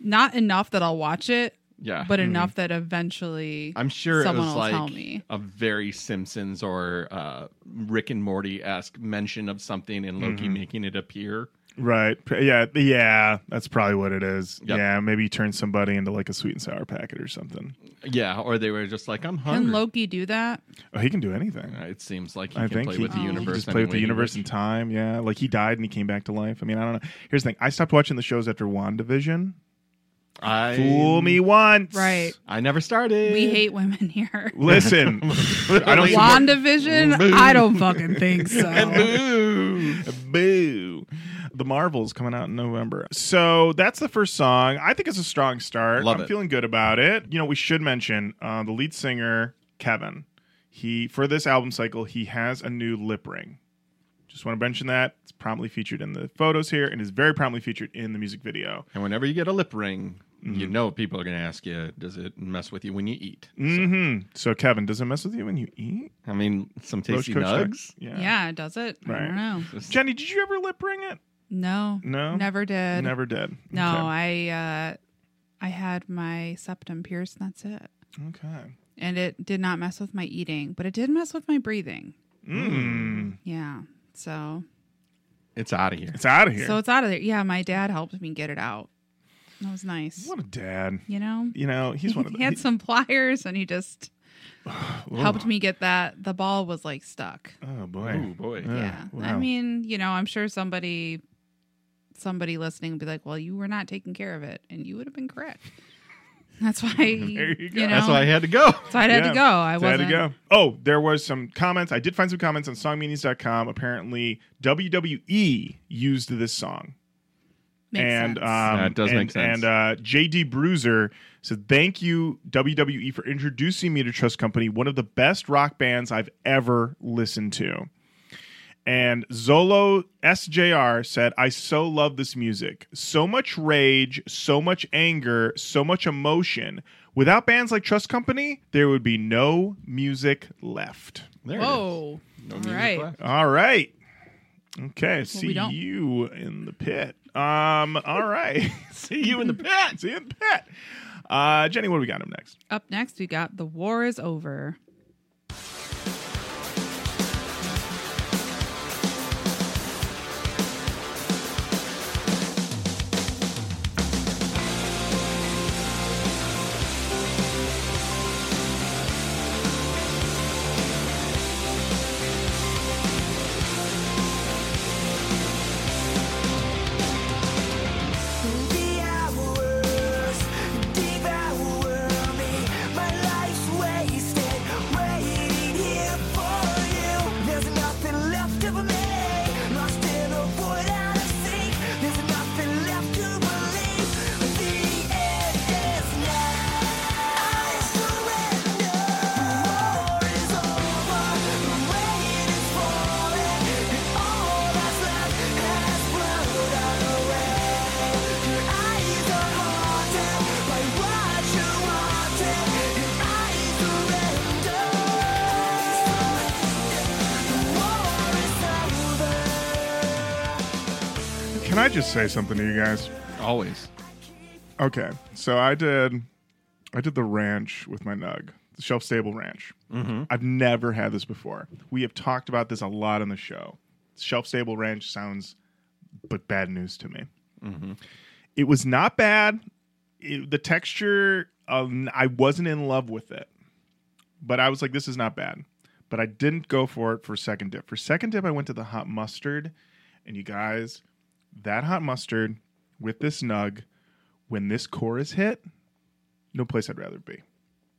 Speaker 2: Not enough that I'll watch it,
Speaker 3: Yeah.
Speaker 1: Hmm.
Speaker 2: but enough that eventually
Speaker 3: I'm sure
Speaker 2: someone
Speaker 3: it was
Speaker 2: will
Speaker 3: like
Speaker 2: tell me.
Speaker 3: a very Simpsons or uh, Rick and Morty esque mention of something and Loki
Speaker 1: Mm-hmm.
Speaker 3: making it appear.
Speaker 1: right yeah yeah that's probably what it is
Speaker 3: Yep.
Speaker 1: yeah maybe you turn somebody into like a sweet and sour packet or something
Speaker 3: Yeah, or they were just like, I'm hungry.
Speaker 2: Can Loki do that?
Speaker 1: oh, he can do anything
Speaker 3: Uh, it seems like he
Speaker 1: I
Speaker 3: can
Speaker 1: think
Speaker 3: play
Speaker 1: he,
Speaker 3: with the
Speaker 1: he
Speaker 3: universe.
Speaker 1: just play with the
Speaker 3: any way he
Speaker 1: universe and
Speaker 3: wishes.
Speaker 1: time. Yeah, like he died and he came back to life. I mean, I don't know. Here's the thing: I stopped watching the shows after Wandavision.
Speaker 3: I,
Speaker 1: Fool me once,
Speaker 2: Right.
Speaker 3: I never started.
Speaker 2: We
Speaker 3: <laughs>
Speaker 2: hate women
Speaker 1: <laughs>
Speaker 2: here.
Speaker 1: Listen, I don't
Speaker 3: Why?
Speaker 2: WandaVision? I don't
Speaker 1: <laughs>
Speaker 2: fucking think so.
Speaker 3: Boo.
Speaker 1: boo. The Marvels coming out in November. So that's the first song. I think it's a strong start.
Speaker 3: Love
Speaker 1: I'm
Speaker 3: it.
Speaker 1: feeling good about it. You know, we should mention uh, the lead singer Kevin. He for this album cycle, he has a new lip ring. Just want to mention that it's prominently featured in the photos here, and is very prominently featured in the music video.
Speaker 3: And whenever you get a lip ring,
Speaker 1: Mm-hmm.
Speaker 3: you know people are going to ask you, does it mess with you when you eat?
Speaker 1: hmm So Kevin, does it mess with you when you eat?
Speaker 3: I mean, some
Speaker 1: Roast
Speaker 3: tasty
Speaker 1: Coach
Speaker 3: nugs.
Speaker 1: Tex? Yeah.
Speaker 2: Yeah, does it? I
Speaker 1: Right.
Speaker 2: don't know.
Speaker 1: Jenny, did you ever lip ring it?
Speaker 2: No.
Speaker 1: No?
Speaker 2: Never did.
Speaker 1: Never did.
Speaker 2: No,
Speaker 1: Okay.
Speaker 2: I uh I had my septum pierced, and that's it.
Speaker 1: okay.
Speaker 2: And it did not mess with my eating, but it did mess with my breathing.
Speaker 1: Mm.
Speaker 2: Yeah. So
Speaker 3: It's out of here.
Speaker 1: It's out of here.
Speaker 2: so it's out of there. Yeah, my dad helped me get it out. That was nice.
Speaker 1: What a dad.
Speaker 2: You know,
Speaker 1: You know, he's one of the.
Speaker 2: <laughs> he had some pliers and he just
Speaker 1: oh,
Speaker 2: helped me get that. The ball was like stuck.
Speaker 1: Oh, boy.
Speaker 3: Ooh, boy.
Speaker 1: Yeah,
Speaker 2: yeah. I
Speaker 1: wow.
Speaker 2: mean, you know, I'm sure somebody somebody listening would be like, "Well, you were not taking care of it," and you would have been correct. <laughs> That's why
Speaker 1: <laughs> There you go.
Speaker 2: know,
Speaker 3: That's why I had to go.
Speaker 2: so I had
Speaker 1: Yeah.
Speaker 2: to go. I
Speaker 1: So I had
Speaker 2: wasn't.
Speaker 1: to go. Oh, there was some comments. I did find some comments on songmeanings.com. Apparently, WWE used this song.
Speaker 2: Makes
Speaker 1: and
Speaker 2: sense.
Speaker 1: Um,
Speaker 3: That does
Speaker 1: and,
Speaker 3: make
Speaker 1: And
Speaker 3: sense.
Speaker 1: uh, JD Bruiser said, "Thank you WWE for introducing me to Trust Company, one of the best rock bands I've ever listened to." And Zolo SJR said, "I so love this music. So much rage, so much anger, so much emotion. Without bands like Trust Company, there would be no music left."
Speaker 3: There it is.
Speaker 2: Whoa!
Speaker 3: No
Speaker 2: All
Speaker 3: music
Speaker 2: right.
Speaker 3: left.
Speaker 1: All right. Okay, see
Speaker 2: don't.
Speaker 1: you in the pit. Um, all right. <laughs> see you in the pit. See you in the pit. Uh, Jenny, what do we got up next?
Speaker 2: Up next, we got the war is over.
Speaker 1: Can I just say something to you guys?
Speaker 3: Always.
Speaker 1: Okay, so I did, I did the ranch with my nug, the shelf stable ranch. Mm-hmm. I've never had this before. We have talked about this a lot on the show. Shelf stable ranch sounds, but bad news to me. It was not bad. It- the texture, um, I wasn't in love with it, but I was like, this is not bad. But I didn't go for it for second dip. For second dip, I went to the hot mustard, and you guys, that hot mustard with this nug when this chorus hit, no place I'd rather be.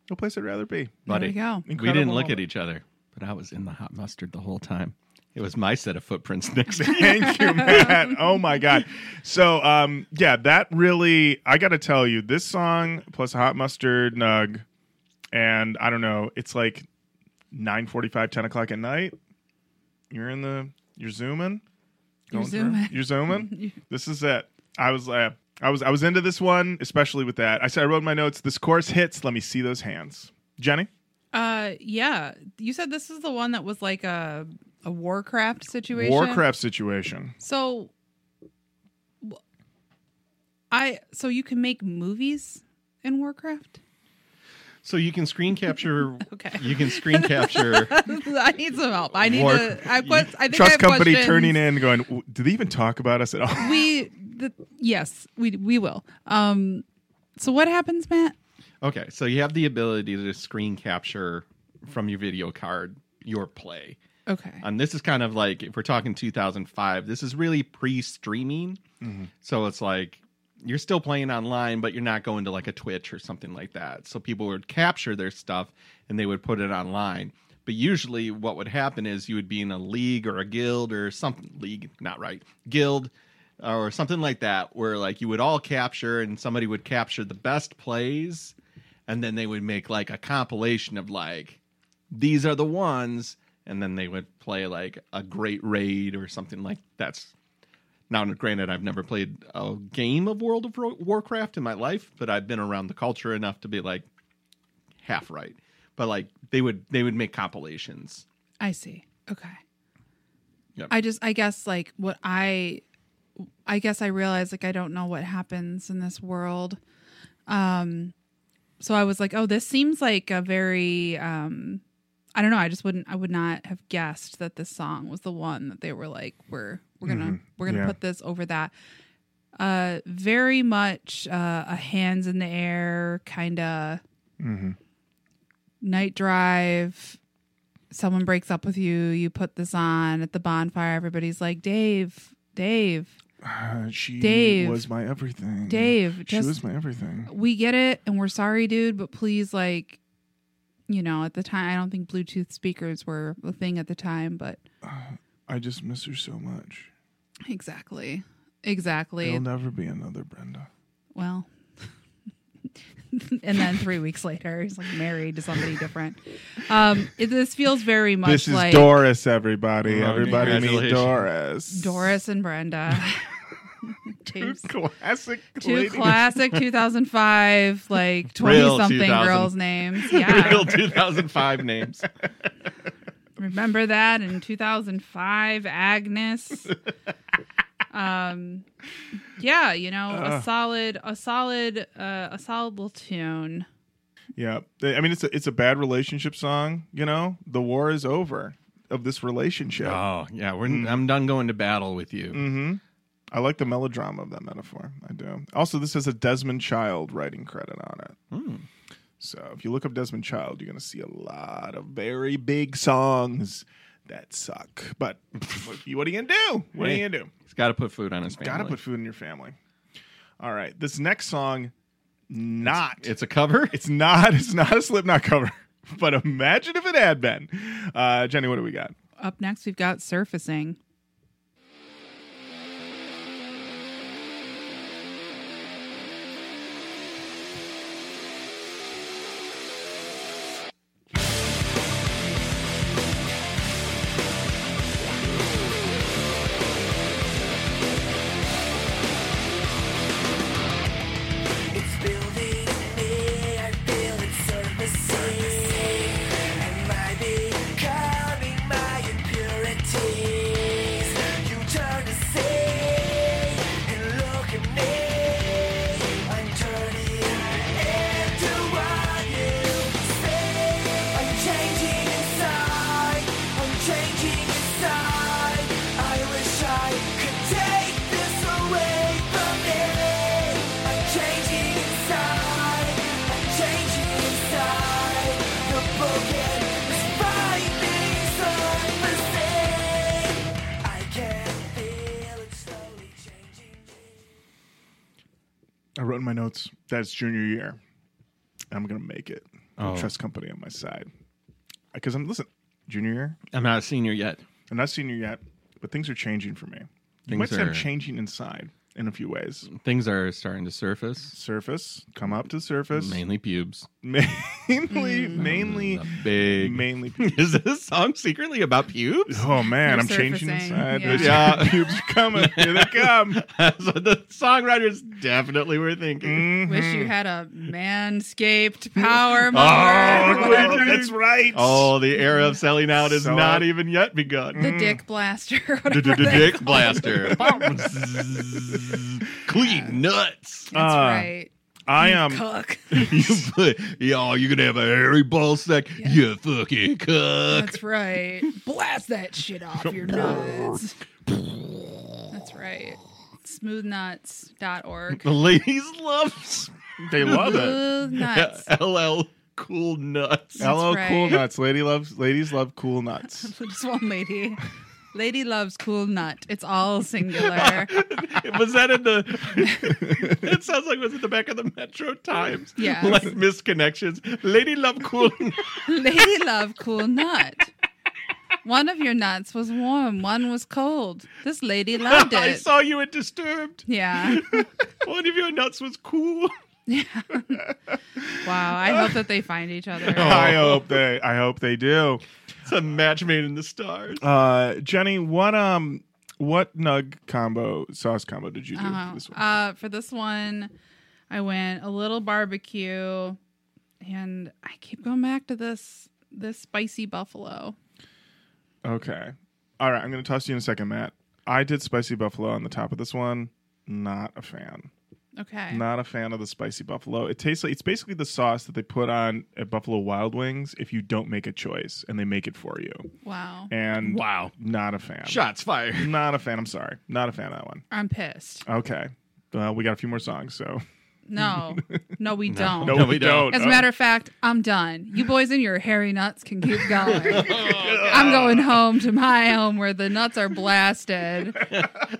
Speaker 1: No place I'd rather be.
Speaker 3: Buddy.
Speaker 2: we go.
Speaker 1: <laughs>
Speaker 3: we didn't
Speaker 1: Incredible
Speaker 3: look at
Speaker 1: moment.
Speaker 3: each other, but I was in the hot mustard the whole time. It was my set of footprints <laughs> next to
Speaker 1: Thank you, Matt. Oh my God. So, um, yeah, that really, I got to tell you, this song plus hot mustard nug, and I don't know, it's like 9 10 o'clock at night. You're in the, you're zooming.
Speaker 2: You're
Speaker 1: Going through.
Speaker 2: zooming.
Speaker 1: You're
Speaker 2: <laughs>
Speaker 1: zooming. this is it. I was, uh, I was, I was into this one, especially with that. I said, I wrote in my notes. This chorus hits. Let me see those hands, Jenny.
Speaker 2: Uh, yeah. You said this is the one that was like a a Warcraft situation.
Speaker 1: Warcraft situation.
Speaker 2: So, wh- I so you can make movies in Warcraft. <laughs>
Speaker 3: So you can screen capture.
Speaker 2: Okay.
Speaker 3: You can
Speaker 2: <laughs>
Speaker 3: screen capture.
Speaker 2: I need some help. I need
Speaker 3: War-
Speaker 2: to. I, quest, I think I
Speaker 1: Trust
Speaker 2: have
Speaker 1: company
Speaker 2: questions.
Speaker 1: turning in, going, "W- do they even talk about us at all? <laughs>
Speaker 2: We the, yes, we we will. Um, so what happens, Matt?
Speaker 3: Okay, so you have the ability to screen capture from your video card your play.
Speaker 2: Okay.
Speaker 3: And this is kind of like if we're talking 2005, this is really pre-streaming. So it's like you're still playing online, but you're not going to like a Twitch or something like that. So people would capture their stuff and they would put it online. But usually, what would happen is you would be in a league or a guild or something league, not right, guild or something like that, where like you would all capture and somebody would capture the best plays, and then they would make like a compilation of like these are the ones and then they would play like a great raid or something like that's now granted i've never played a game of world of Ro- warcraft in my life but i've been around the culture enough to be like half right but like they would they would make compilations
Speaker 2: I see. Okay.
Speaker 3: Yep.
Speaker 2: I just I guess like what I I guess I realized like I don't know what happens in this world. Um so I was like, oh, this seems like a very um I don't know, I just wouldn't I would not have guessed that this song was the one that they were like, we're we're gonna we're gonna
Speaker 1: Yeah.
Speaker 2: put this over that. uh, very much uh, a hands in the air kind of night drive. Someone breaks up with you. You put this on at the bonfire. Everybody's like, Dave, Dave,
Speaker 1: Uh, she
Speaker 2: Dave.
Speaker 1: was my everything.
Speaker 2: Dave,
Speaker 1: she
Speaker 2: just-
Speaker 1: was my everything.
Speaker 2: we get it and we're sorry, dude, but please, like, you know, at the time, I don't think Bluetooth speakers were a thing at the time, but
Speaker 1: I just miss her so much.
Speaker 2: exactly. Exactly.
Speaker 1: There'll never be another Brenda.
Speaker 2: well <laughs> and then three weeks later he's like married to somebody different um it, this feels very much
Speaker 1: this is
Speaker 2: like
Speaker 1: Doris, everybody.
Speaker 3: Oh,
Speaker 1: everybody meet Doris. <laughs>
Speaker 3: congratulations.
Speaker 2: doris and brenda two,
Speaker 1: Classic.
Speaker 2: two
Speaker 1: lady.
Speaker 2: classic
Speaker 3: <laughs>
Speaker 2: 2005 like 20
Speaker 3: Real
Speaker 2: something
Speaker 3: 2000.
Speaker 2: girls
Speaker 3: <laughs>
Speaker 2: names yeah
Speaker 3: Real 2005 names.
Speaker 2: remember that in 2005
Speaker 3: <laughs>
Speaker 2: agnes um yeah you know a solid a solid uh, a soluble tune
Speaker 1: <laughs> Yeah, I mean it's a it's a bad relationship song. You know, the war is over of this relationship.
Speaker 3: Oh yeah, we're I'm done going to battle with you.
Speaker 1: hmm I like the melodrama of that metaphor. I do. Also, this has a Desmond Child writing credit on it.
Speaker 3: Hmm.
Speaker 1: So if you look up Desmond Child, you're going to see a lot of very big songs that suck. But <laughs> what you- what are you going to do? What are
Speaker 3: Hey.
Speaker 1: you going to do?
Speaker 3: He's got to put food on his family.
Speaker 1: Got to put food in your family. All right. This next song, not.
Speaker 3: It's a cover.
Speaker 1: It's not. <laughs> It's not a Slipknot cover. But imagine if it had been. Uh, Jenny, what do we got?
Speaker 2: up next we've got surfacing
Speaker 4: It's building in me, I feel it surfacing. Am I becoming my impurities? You turn to see and look at me. I'm turning into what you say. I'm changing inside, I'm changing inside. I wish I could take this away from me. I'm changing inside. I'm changing inside. The broken is finding surfacing. I can feel it slowly changing me.
Speaker 1: I wrote in my notes that's junior year. I'm gonna make it.
Speaker 3: Oh.
Speaker 1: I trust company on my side. Because I'm listen, junior year.
Speaker 3: <laughs> I'm not a senior yet.
Speaker 1: I'm not senior yet, but things are changing for me. you
Speaker 3: Things
Speaker 1: might say I'm
Speaker 3: are-
Speaker 1: changing inside in a few ways.
Speaker 3: Things are starting to surface.
Speaker 1: Surface, come up to surface.
Speaker 3: Mainly pubes.
Speaker 1: Mainly, <laughs>
Speaker 2: Mm.
Speaker 1: mainly,
Speaker 3: The big. <laughs>
Speaker 1: mainly.
Speaker 3: Is this song secretly about <laughs> pubes?
Speaker 1: Oh man,
Speaker 2: You're
Speaker 1: I'm changing
Speaker 2: surfacing,
Speaker 1: inside.
Speaker 2: yeah.
Speaker 1: Yeah, <laughs> pubes are coming. Here they
Speaker 2: <laughs>
Speaker 1: come.
Speaker 3: That's what the songwriters definitely were thinking.
Speaker 2: Wish
Speaker 1: Mm-hmm.
Speaker 2: you had a
Speaker 3: <laughs>
Speaker 2: manscaped power
Speaker 3: Oh,
Speaker 2: mower.
Speaker 3: no.
Speaker 1: that's right.
Speaker 3: Oh, the era of selling out is
Speaker 1: So-
Speaker 3: not even yet begun.
Speaker 2: the dick blaster. <laughs>
Speaker 3: Mm. <laughs> The
Speaker 2: whatever they
Speaker 3: dick
Speaker 2: call it.
Speaker 3: blaster. Zzzz. <laughs> Clean nuts. <laughs>
Speaker 2: That's
Speaker 1: Uh,
Speaker 2: right.
Speaker 1: I am.
Speaker 2: Cuck.
Speaker 3: You put, yo, you're gonna have a hairy ball sack.
Speaker 2: Yeah.
Speaker 3: You fucking cuck.
Speaker 2: That's right. Blast that shit off your nuts. That's right. Smoothnuts.org.
Speaker 3: The ladies love
Speaker 1: They love it.
Speaker 2: Smooth
Speaker 3: <laughs>
Speaker 2: nuts.
Speaker 3: LL Cool Nuts.
Speaker 1: Hello,
Speaker 2: right.
Speaker 1: cool nuts. Lady loves. Ladies love cool nuts.
Speaker 2: <laughs> Just one lady. Lady loves cool nut. It's all singular.
Speaker 3: <laughs> was that in the? it sounds like it was in the <laughs> back of the Metro Times.
Speaker 2: Yes.
Speaker 3: like misconnections. Lady Love Cool. Nuts.
Speaker 2: Lady love cool nut. One of your nuts was warm, one was cold. This lady loved it.
Speaker 3: <laughs> I saw you at Disturbed.
Speaker 2: yeah.
Speaker 3: One of your nuts was cool.
Speaker 2: Yeah. wow. I hope that they find each other.
Speaker 1: I hope they. I hope they do.
Speaker 3: It's a match made in the stars.
Speaker 1: Uh, Jenny, what um, what nug combo sauce combo did you do
Speaker 2: Uh-huh.
Speaker 1: for this one?
Speaker 2: Uh, for this one, I went a little barbecue, and I keep going back to this this spicy buffalo.
Speaker 1: okay, all right. I'm gonna toss you in a second, Matt. I did spicy buffalo on the top of this one. Not a fan.
Speaker 2: Okay.
Speaker 1: Not a fan of the spicy buffalo. It tastes like it's basically the sauce that they put on at Buffalo Wild Wings if you don't make a choice and they make it for you.
Speaker 2: Wow.
Speaker 1: And
Speaker 3: Wow.
Speaker 1: not a fan.
Speaker 3: Shots fired. <laughs>
Speaker 1: Not a fan. I'm sorry. Not a fan of that one.
Speaker 2: I'm pissed.
Speaker 1: Okay. Uh, we got a few more songs, so
Speaker 2: No, no, we
Speaker 1: <laughs>
Speaker 2: don't.
Speaker 1: no,
Speaker 3: No,
Speaker 1: we
Speaker 3: we
Speaker 1: don't.
Speaker 3: don't.
Speaker 2: As a matter of fact, I'm done. You boys and your hairy nuts
Speaker 1: <laughs>
Speaker 2: can keep
Speaker 1: Oh,
Speaker 2: going. I'm going home to my home where the nuts
Speaker 1: <laughs>
Speaker 2: are blasted.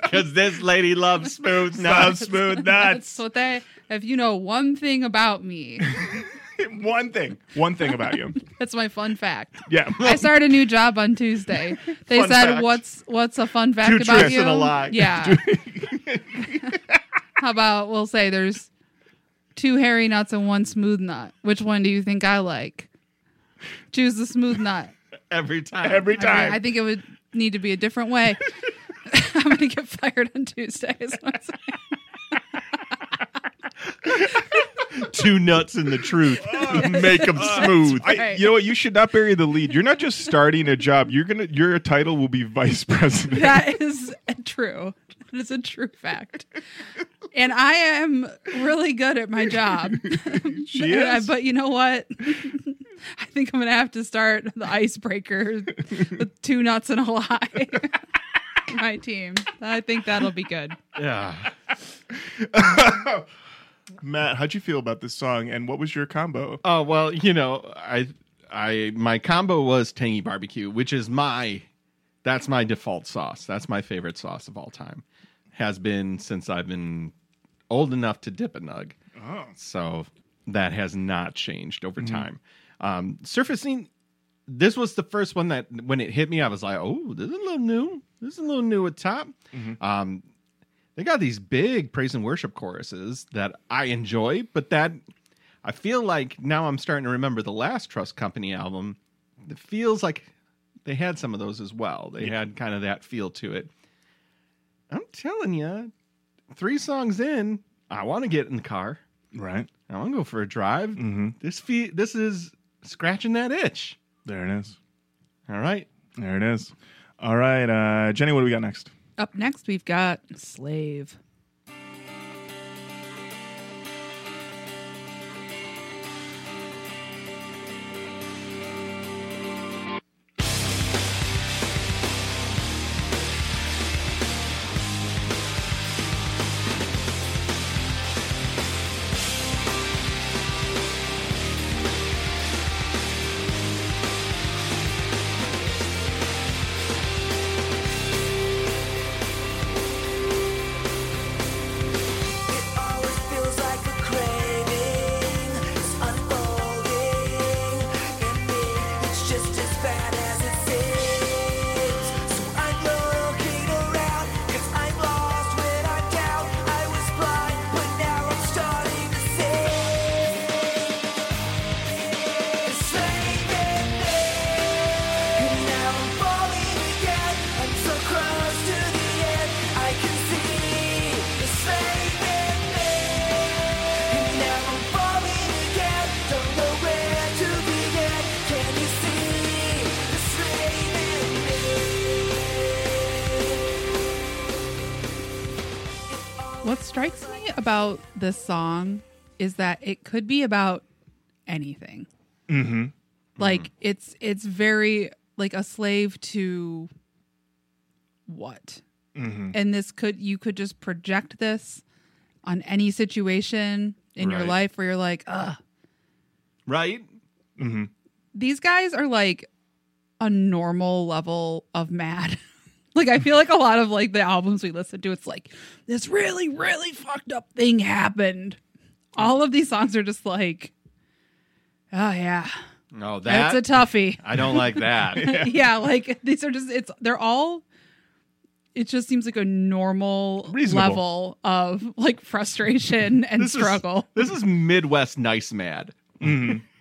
Speaker 3: Because this lady loves smooth
Speaker 1: Love
Speaker 3: nuts.
Speaker 2: <laughs>
Speaker 1: smooth
Speaker 2: That's
Speaker 1: nuts.
Speaker 2: what they. If you know one thing about me,
Speaker 1: <laughs> one thing, one thing about
Speaker 2: <laughs>
Speaker 1: you.
Speaker 2: that's my fun fact.
Speaker 1: Yeah,
Speaker 2: I started a new job on Tuesday. They
Speaker 1: Fun
Speaker 2: said,
Speaker 1: fact.
Speaker 2: "What's what's a fun fact
Speaker 1: Two
Speaker 2: about
Speaker 1: truths
Speaker 2: you?"
Speaker 1: and a lie. <laughs>
Speaker 2: Yeah. <laughs> How about we'll say there's two hairy nuts and one smooth nut. Which one do you think I like? Choose the smooth nut.
Speaker 3: Every time.
Speaker 1: every
Speaker 2: I, mean,
Speaker 1: time.
Speaker 2: I think it would need to be a different way. <laughs> I'm gonna get fired on Tuesday. Is what I'm saying.
Speaker 3: Two nuts in the truth. Make them smooth.
Speaker 1: I-
Speaker 2: <laughs> Right.
Speaker 1: You know what? You should not bury the lead. You're not just starting a job. You're gonna. Your title will be vice <laughs> president.
Speaker 2: <laughs> That is true. That is a true fact. And I am really good at my job. <laughs>
Speaker 1: She
Speaker 2: And I-
Speaker 1: is.
Speaker 2: but you know what? <laughs> I think I'm gonna have to start the icebreaker with two nuts and a lie. <laughs> my team. I think that'll be good.
Speaker 3: Yeah.
Speaker 1: Matt, how'd you feel about this song, and what was your combo?
Speaker 3: Oh well, you know, I I my combo was tangy barbecue, which is my that's my default sauce. That's my favorite sauce of all time. Has been since I've been old enough to dip a nug.
Speaker 1: Oh.
Speaker 3: So that has not changed over time. Um, surfacing this was the first one that when it hit me, I was like, oh, this is a little new. This is a little new at top. Um, they got these big praise and worship choruses that I enjoy, but that I feel like now I'm starting to remember the last Trust Company album. It feels like they had some of those as well. They had kind of that feel to it. I'm telling you, three songs in, I want to get in the car.
Speaker 1: Right
Speaker 3: I want to go for a drive.
Speaker 1: Mhm.
Speaker 3: This fee- this is scratching that itch.
Speaker 1: there, it is.
Speaker 3: All right.
Speaker 1: There it is. All right, uh, Jenny, what do we got next?
Speaker 2: Up next we've got Slave.
Speaker 4: It always feels like a craving is unfolding in me. It's just as bad as it seems. So I'm looking around 'cause I'm lost when I'm down. I was blind, but now I'm starting to see. It's taking me, and now I'm falling again. I'm so close to the end. I can see the saving and now I'm falling again. Don't know where to begin. Can you see the saving
Speaker 2: What strikes me about this song is that it could be about anything. Mm-hmm. Like it's it's very like a slave to what, and this could you could just project this on any situation in your
Speaker 1: Right.
Speaker 2: life where you're like, ugh,
Speaker 3: Right?
Speaker 2: these guys are like a normal level of mad. <laughs> like I feel like a lot of like the albums we listen to, it's like this really, really fucked up thing happened. All of these songs are just like, oh yeah,
Speaker 3: No, that
Speaker 2: that's a
Speaker 3: <laughs>
Speaker 2: toughie.
Speaker 3: I don't like
Speaker 2: <laughs>
Speaker 3: that.
Speaker 2: Yeah. like these are just it's they're all. It just seems like a normal
Speaker 1: Reasonable.
Speaker 2: level of like frustration and
Speaker 3: This is-
Speaker 2: struggle.
Speaker 3: This is Midwest nice mad.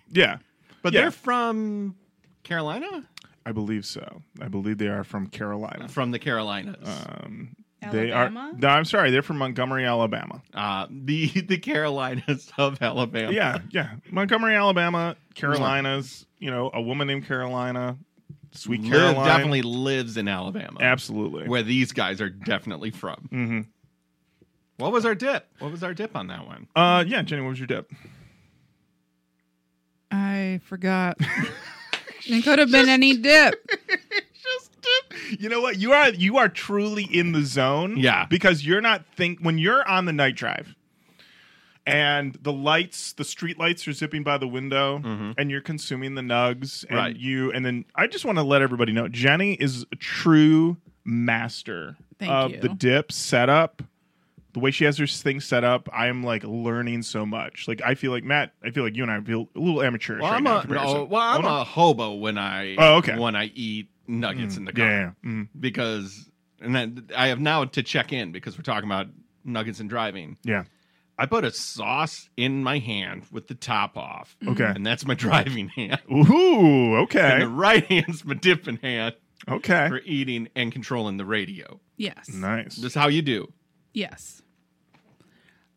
Speaker 1: Yeah,
Speaker 3: But
Speaker 1: Yeah.
Speaker 3: they're from Carolina?
Speaker 1: I believe so. I believe they are from Carolina.
Speaker 3: From the Carolinas.
Speaker 1: Um, They are.
Speaker 2: Alabama?
Speaker 1: No, I'm sorry. They're from Montgomery, Alabama.
Speaker 3: Uh, the <laughs> the Carolinas of Alabama.
Speaker 1: Yeah, yeah. Montgomery, Alabama, Carolinas. You know, a woman named Carolina, sweet
Speaker 3: Liv
Speaker 1: Carolina.
Speaker 3: definitely lives in Alabama.
Speaker 1: absolutely.
Speaker 3: Where these guys are definitely from.
Speaker 1: Mhm.
Speaker 3: What was our dip? What was our dip on that one?
Speaker 1: Uh, yeah, Jenny, what was your dip?
Speaker 3: <laughs>
Speaker 2: I forgot. it could have been any dip.
Speaker 3: Just dip.
Speaker 1: You know what? You are you are truly in the zone.
Speaker 3: Yeah.
Speaker 1: Because you're not think when you're on the night drive and the lights, the street lights are zipping by the window and you're consuming the nugs and
Speaker 3: Mm-hmm. Right.
Speaker 1: you and then I just want to let everybody know Jenny is a true master
Speaker 2: Thank
Speaker 1: of
Speaker 2: you.
Speaker 1: the dip setup. The way she has her things set up, I am like learning so much. Like I feel like Matt, I feel like you and I feel a little amateurish
Speaker 3: Well,
Speaker 1: right
Speaker 3: I'm
Speaker 1: now. in
Speaker 3: a
Speaker 1: comparison.
Speaker 3: no, well, I'm
Speaker 1: Hold on.
Speaker 3: a hobo when I
Speaker 1: Oh, okay.
Speaker 3: when I eat nuggets in the car
Speaker 1: yeah, yeah, yeah. Mm,
Speaker 3: because and then I have now to check in because we're talking about nuggets and driving.
Speaker 1: yeah.
Speaker 3: I put a sauce in my hand with the top off.
Speaker 1: Okay.
Speaker 3: And that's my <laughs> driving hand.
Speaker 1: Ooh,
Speaker 3: And
Speaker 1: okay.
Speaker 3: the right hand's my dipping hand
Speaker 1: Okay.
Speaker 3: for eating and controlling the radio.
Speaker 2: Yes.
Speaker 1: Nice.
Speaker 3: This is how you do.
Speaker 2: Yes.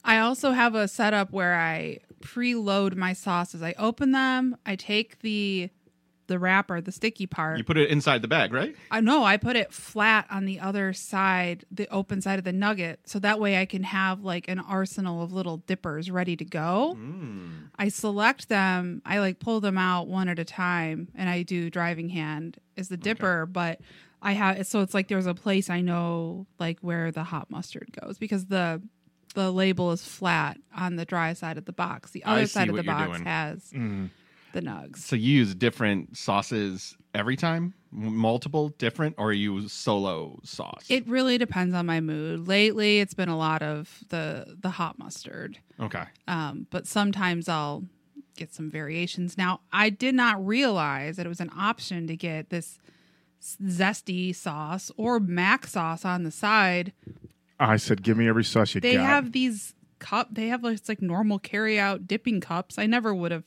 Speaker 2: I also have a setup where I preload my sauces. I open them, I take the the wrapper, the sticky part.
Speaker 3: You put it inside the bag, right?
Speaker 2: I know I put it flat on the other side, the open side of the nugget, so that way I can have like an arsenal of little dippers ready to go.
Speaker 3: Mm.
Speaker 2: I select them, I like pull them out one at a time, and I do driving hand is the dipper, but I have so it's like there's a place I know like where the hot mustard goes because the the label is flat on the dry side of the box. The
Speaker 3: I
Speaker 2: other
Speaker 3: see
Speaker 2: side of
Speaker 3: what
Speaker 2: the
Speaker 3: you're
Speaker 2: box
Speaker 3: doing.
Speaker 2: has
Speaker 1: Mm.
Speaker 2: the nugs.
Speaker 3: So you use different sauces every time? M- Multiple different or you use solo sauce?
Speaker 2: It really depends on my mood. Lately, it's been a lot of the the hot mustard,
Speaker 3: okay.
Speaker 2: um, but sometimes I'll get some variations. Now, I did not realize that it was an option to get this zesty sauce or mac sauce on the side.
Speaker 1: I said, give me every sauce you
Speaker 2: They
Speaker 1: got.
Speaker 2: have these cup. They have like, it's like normal carry out dipping cups. I never would have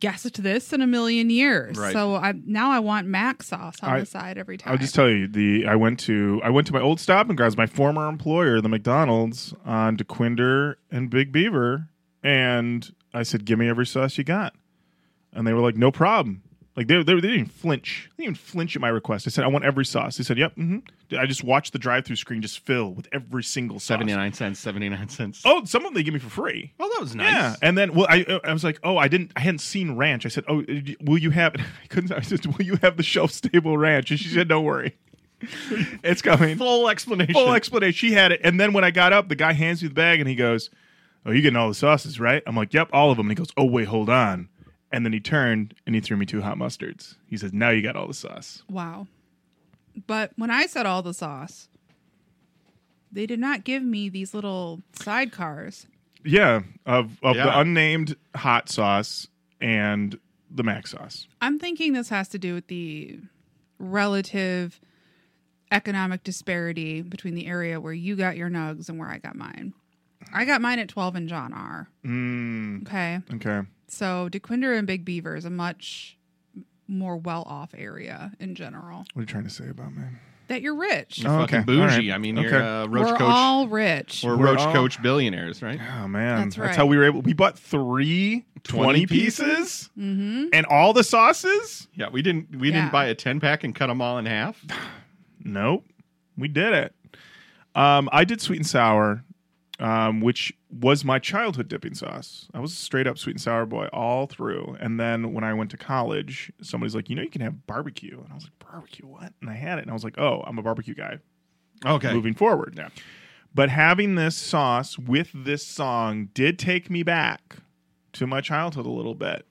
Speaker 2: guessed this in a million years.
Speaker 3: Right.
Speaker 2: So I now I want mac sauce on
Speaker 1: I-
Speaker 2: the side every time.
Speaker 1: I'll just tell you the I went to I went to my old stop and grabs my former employer, the McDonald's, on DeQuinder and Big Beaver, and I said, "Give me every sauce you got," and they were like, "No problem." Like they, they, they didn't even flinch. They didn't even flinch at my request. I said, "I want every sauce." They said, "Yep." hmm I just watched the drive-through screen just fill with every single sauce.
Speaker 3: 79 cents, 79 cents.
Speaker 1: Oh, some of them they give me for free.
Speaker 3: well, that was nice.
Speaker 1: Yeah, and then well, I I was like, oh, I didn't, I hadn't seen ranch. I said, oh, will you have? <laughs> I couldn't. I said, will you have the shelf stable ranch? And she said, don't worry, <laughs> it's coming.
Speaker 3: Full explanation.
Speaker 1: Full explanation. She had it, and then when I got up, the guy hands me the bag, and he goes, "Oh, you getting all the sauces, right?" I'm like, "Yep, all of them." And he goes, "Oh, wait, hold on." And then he turned and he threw me two hot mustards. He says, "Now you got all the sauce."
Speaker 2: Wow. But when I said all the sauce, they did not give me these little sidecars.
Speaker 1: Yeah, of of the
Speaker 3: Yeah.
Speaker 1: unnamed hot sauce and the mac sauce.
Speaker 2: I'm thinking this has to do with the relative economic disparity between the area where you got your nugs and where I got mine. I got mine at 12 and John R.
Speaker 1: Mm,
Speaker 2: Okay.
Speaker 1: okay.
Speaker 2: So DeQuinder and Big Beaver is a much more well off area in general.
Speaker 1: What are you trying to say about me?
Speaker 2: That you're rich.
Speaker 1: Oh,
Speaker 3: Fucking
Speaker 1: okay. All
Speaker 3: bougie.
Speaker 1: right.
Speaker 3: I mean,
Speaker 1: Okay.
Speaker 3: you're uh, Roach
Speaker 2: We're
Speaker 3: Coach.
Speaker 2: all rich.
Speaker 3: we're
Speaker 1: We're
Speaker 3: Roach
Speaker 1: all-
Speaker 3: <laughs> Coach billionaires, right?
Speaker 1: Oh man,
Speaker 2: That's
Speaker 1: that's,
Speaker 2: right.
Speaker 1: how we were able. We bought three 20,
Speaker 3: 20
Speaker 1: pieces
Speaker 2: mm-hmm.
Speaker 1: and all the sauces.
Speaker 3: Yeah, we didn't we
Speaker 2: Yeah.
Speaker 3: didn't buy a 10 pack and cut them all in half.
Speaker 1: Nope, we did it. Um, I did sweet and sour, um, which was my childhood dipping sauce. I was a straight up sweet and sour boy all through. And then when I went to college, somebody's like, you know, you can have barbecue, and I was like, barbecue what? And I had it, and I was like, oh, I'm a barbecue guy.
Speaker 3: Okay.
Speaker 1: moving forward. But having this sauce with this song did take me back to my childhood a little bit.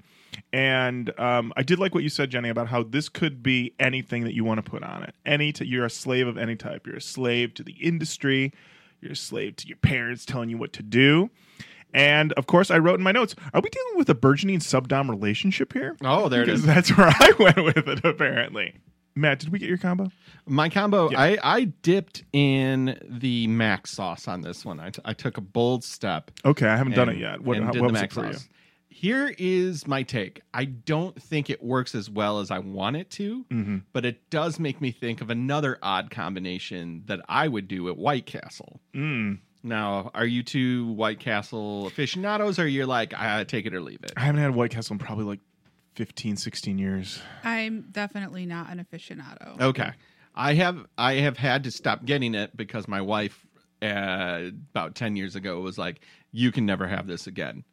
Speaker 1: And um, I did like what you said, Jenny, about how this could be anything that you want to put on it. Any t- you're a slave of any type. You're a slave to the industry. You're a slave to your parents telling you what to do. And of course, I wrote in my notes: Are we dealing with a burgeoning subdom relationship here?
Speaker 3: Oh, there it
Speaker 1: Because
Speaker 3: is.
Speaker 1: that's where I <laughs> went with it. Apparently, Matt, did we get your combo?
Speaker 3: My combo,
Speaker 1: Yeah.
Speaker 3: I, I dipped in the mac sauce on this one. I, t- I took a bold step.
Speaker 1: Okay, I haven't done it
Speaker 3: and-
Speaker 1: yet. What,
Speaker 3: and
Speaker 1: how-
Speaker 3: did
Speaker 1: what
Speaker 3: the
Speaker 1: was
Speaker 3: mac
Speaker 1: it for you?
Speaker 3: sauce. Here is my take. I don't think it works as well as I want it to,
Speaker 1: Mm-hmm.
Speaker 3: but it does make me think of another odd combination that I would do at White Castle.
Speaker 1: Mm.
Speaker 3: Now, are you two White Castle aficionados, or you're like, I take it or leave it?
Speaker 1: I haven't had White Castle in probably like 15, 16 years.
Speaker 2: I'm definitely not an aficionado.
Speaker 1: Oh.
Speaker 3: Okay, I have I have had to stop getting it because my wife uh, about ten years ago was like, you can never have this again.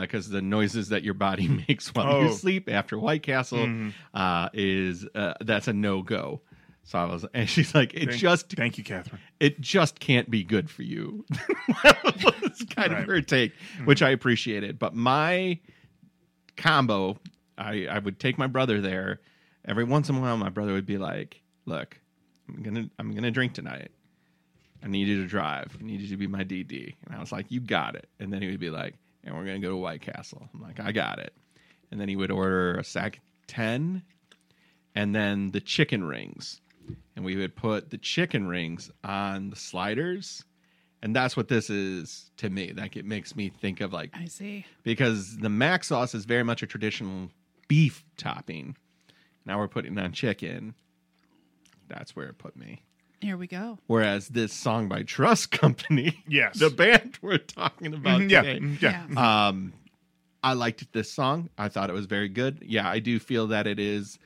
Speaker 3: Because the noises that your body <laughs> makes while
Speaker 1: Oh. Mm-hmm.
Speaker 3: you sleep after White Castle uh, is uh, that's a no go. So I was, <laughs> and she's like, it
Speaker 1: Thank-
Speaker 3: just
Speaker 1: Thank you, Catherine.
Speaker 3: it just can't be good for you. <laughs> That's kind
Speaker 1: Right.
Speaker 3: of her take, which I appreciated. But my combo, I, I would take my brother there. Every once in a while, my brother would be like, "Look, I'm gonna I'm gonna drink tonight. I need you to drive. I need you to be my DD." And I was like, "You got it." And then he would be like, "And we're gonna go to White Castle." I'm like, "I got it." And then he would order a sack of ten, and then the chicken rings and we would put the chicken rings on the sliders and that's what this is to me like it makes me think of like
Speaker 2: I see.
Speaker 3: because the mac sauce is very much a traditional beef topping now we're putting it on chicken that's where it put me
Speaker 2: Here we go.
Speaker 3: whereas this song by trust <laughs> company
Speaker 1: Yes.
Speaker 3: the band we're talking about
Speaker 1: Mhm, yeah,
Speaker 3: today,
Speaker 1: mhm, yeah.
Speaker 3: um, I liked this song. I thought it was very good. Yeah, I do feel that it is.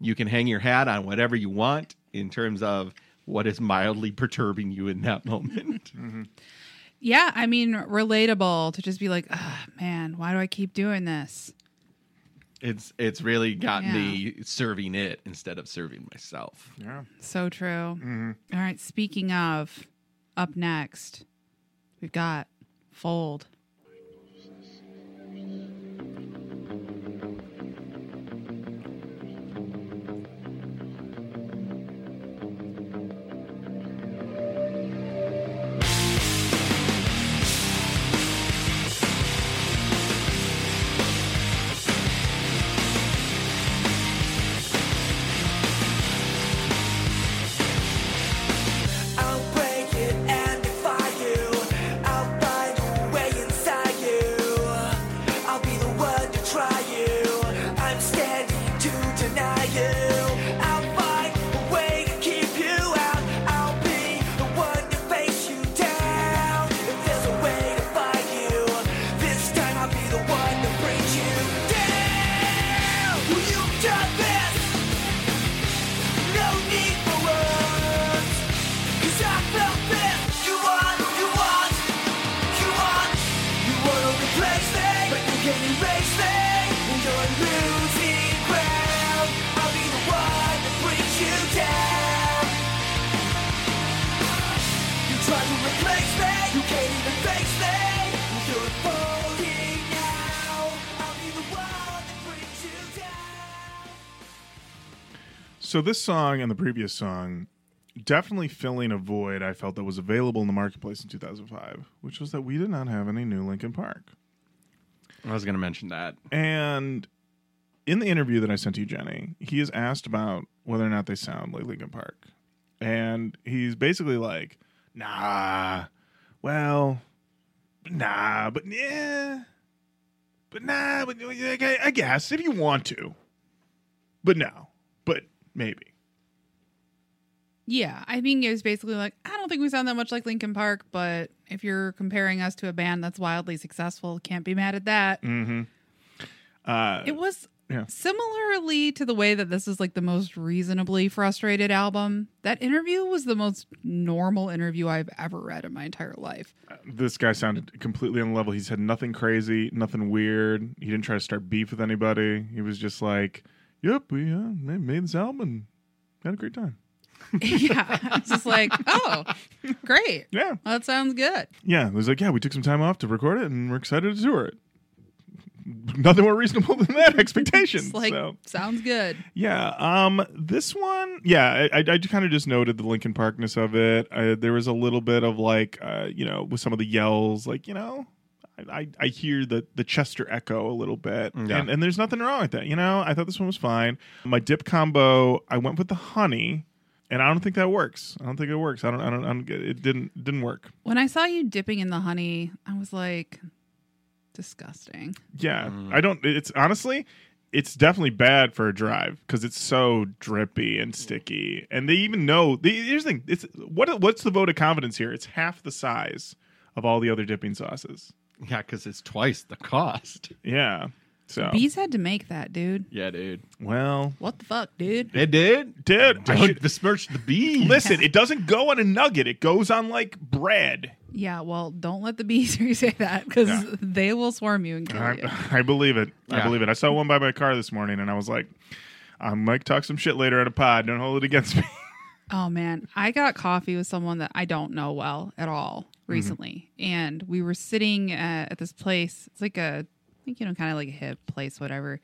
Speaker 3: You can hang your hat on whatever you want in terms of what is mildly perturbing you in that <laughs> moment.
Speaker 2: Yeah, I mean, relatable to just be like, oh, man, why do I keep doing this?
Speaker 3: it's it's really got me serving it instead of serving myself.
Speaker 1: Yeah.
Speaker 2: So true.
Speaker 1: Mm-hmm.
Speaker 2: All right. Speaking of, up next, we've got Fold.
Speaker 4: I'll break it and defy you. I'll find a way inside you. I'll be the one to try you. I'm standing to deny you. I'll find a way to keep you out. I'll be the one to face you down. If there's a way to find you, this time I'll be the one to bring you down. Will you done this? No need for words. Cause I felt this You want, you want, you want You wanna replace me But you can erase me And you're losing ground I'll be the one that brings you down You try to replace me You can't even face me You're folding now I'll be the one that brings you down
Speaker 1: So this song and the previous song definitely filling a void I felt that was available in the marketplace in 2005, which was that we did not have any new Linkin Park.
Speaker 3: I was going to mention that.
Speaker 1: And in the interview that I sent to you, Jenny, he is asked about whether or not they sound like Linkin Park. And he's basically like, nah, well, nah, but yeah, but nah, but I I guess if you want to, but no, but maybe.
Speaker 2: Yeah, I think it was basically like, I don't think we sound that much like Linkin Park, but if you're comparing us to a band that's wildly successful, can't be mad at that.
Speaker 1: Mm-hmm. Uh,
Speaker 2: It was
Speaker 1: Yeah.
Speaker 2: similarly to the way that this is like the most reasonably frustrated album. That interview was the most normal interview I've ever read in my entire life. <laughs>
Speaker 1: this guy sounded completely on the level. He said nothing crazy, nothing weird. He didn't try to start beef with anybody. He was just like, "Yep, we uh, ma- made this album and had a great time."
Speaker 2: yeah, it's just like, oh, great.
Speaker 1: Yeah,
Speaker 2: Well, that sounds good.
Speaker 1: yeah. It was like, "Yeah, we took some time off to record it, and we're excited to tour it." <laughs> Nothing more reasonable than that
Speaker 2: <laughs>
Speaker 1: expectation.
Speaker 2: It's like
Speaker 1: so.
Speaker 2: sounds good.
Speaker 1: Yeah. Um. This one. Yeah. I. I, I kind of just noted the Lincoln Parkness of it. I, there was a little bit of like, uh, you know, with some of the yells, like you know, I I, I hear the the Chester echo a little bit,
Speaker 2: Mm,
Speaker 3: Yeah.
Speaker 1: and and there's nothing wrong with that. You know, I thought this one was fine. My dip combo, I went with the honey, and I don't think that works. I don't think it works. I don't. I don't. I don't it didn't didn't work.
Speaker 2: When I saw you dipping in the honey, I was like, disgusting.
Speaker 1: Yeah. I don't. It's honestly. It's definitely bad for a drive because it's so drippy and sticky. And they even know. The, here's the thing: it's what what's the vote of confidence here? It's half the size of all the other dipping sauces.
Speaker 3: Yeah, because it's twice the cost.
Speaker 1: Yeah. So
Speaker 2: Bees had to make that, dude.
Speaker 3: Yeah, dude.
Speaker 1: well,
Speaker 2: What the fuck, dude?
Speaker 3: It did.
Speaker 1: dude, I
Speaker 3: Don't
Speaker 1: should,
Speaker 3: besmirch the bees.
Speaker 1: listen. It doesn't go on a nugget. It goes on like bread.
Speaker 2: Yeah, well, don't let the bees <laughs> hear you say that because
Speaker 1: Yeah.
Speaker 2: they will swarm you and kill you.
Speaker 1: I, <laughs> I believe it. I
Speaker 3: Yeah.
Speaker 1: believe it. I saw one by my car this morning, and I was like, I might talk some shit later at a pod. Don't hold it against me. <laughs>
Speaker 2: Oh man, I got coffee with someone that I don't know well at all recently, and we were sitting at, at this place. It's like a, I think you know, kind of like a hip place, whatever.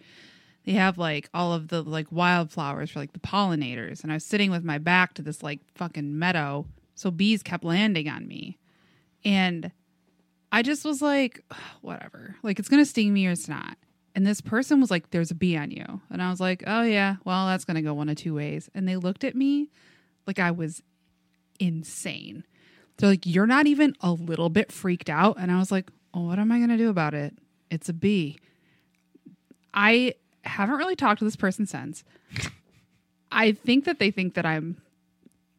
Speaker 2: They have like all of the like wildflowers for like the pollinators, and I was sitting with my back to this like fucking meadow, so bees kept landing on me, and I just was like, <sighs> whatever. Like it's gonna sting me or it's not. And this person was like, "There's a bee on you," and I was like, "Oh yeah, well that's gonna go one of two ways." And they looked at me like I was insane. They're like, you're not even a little bit freaked out. And I was like, well, what am I going to do about it? It's a bee. I haven't really talked to this person since. I think that they think that I'm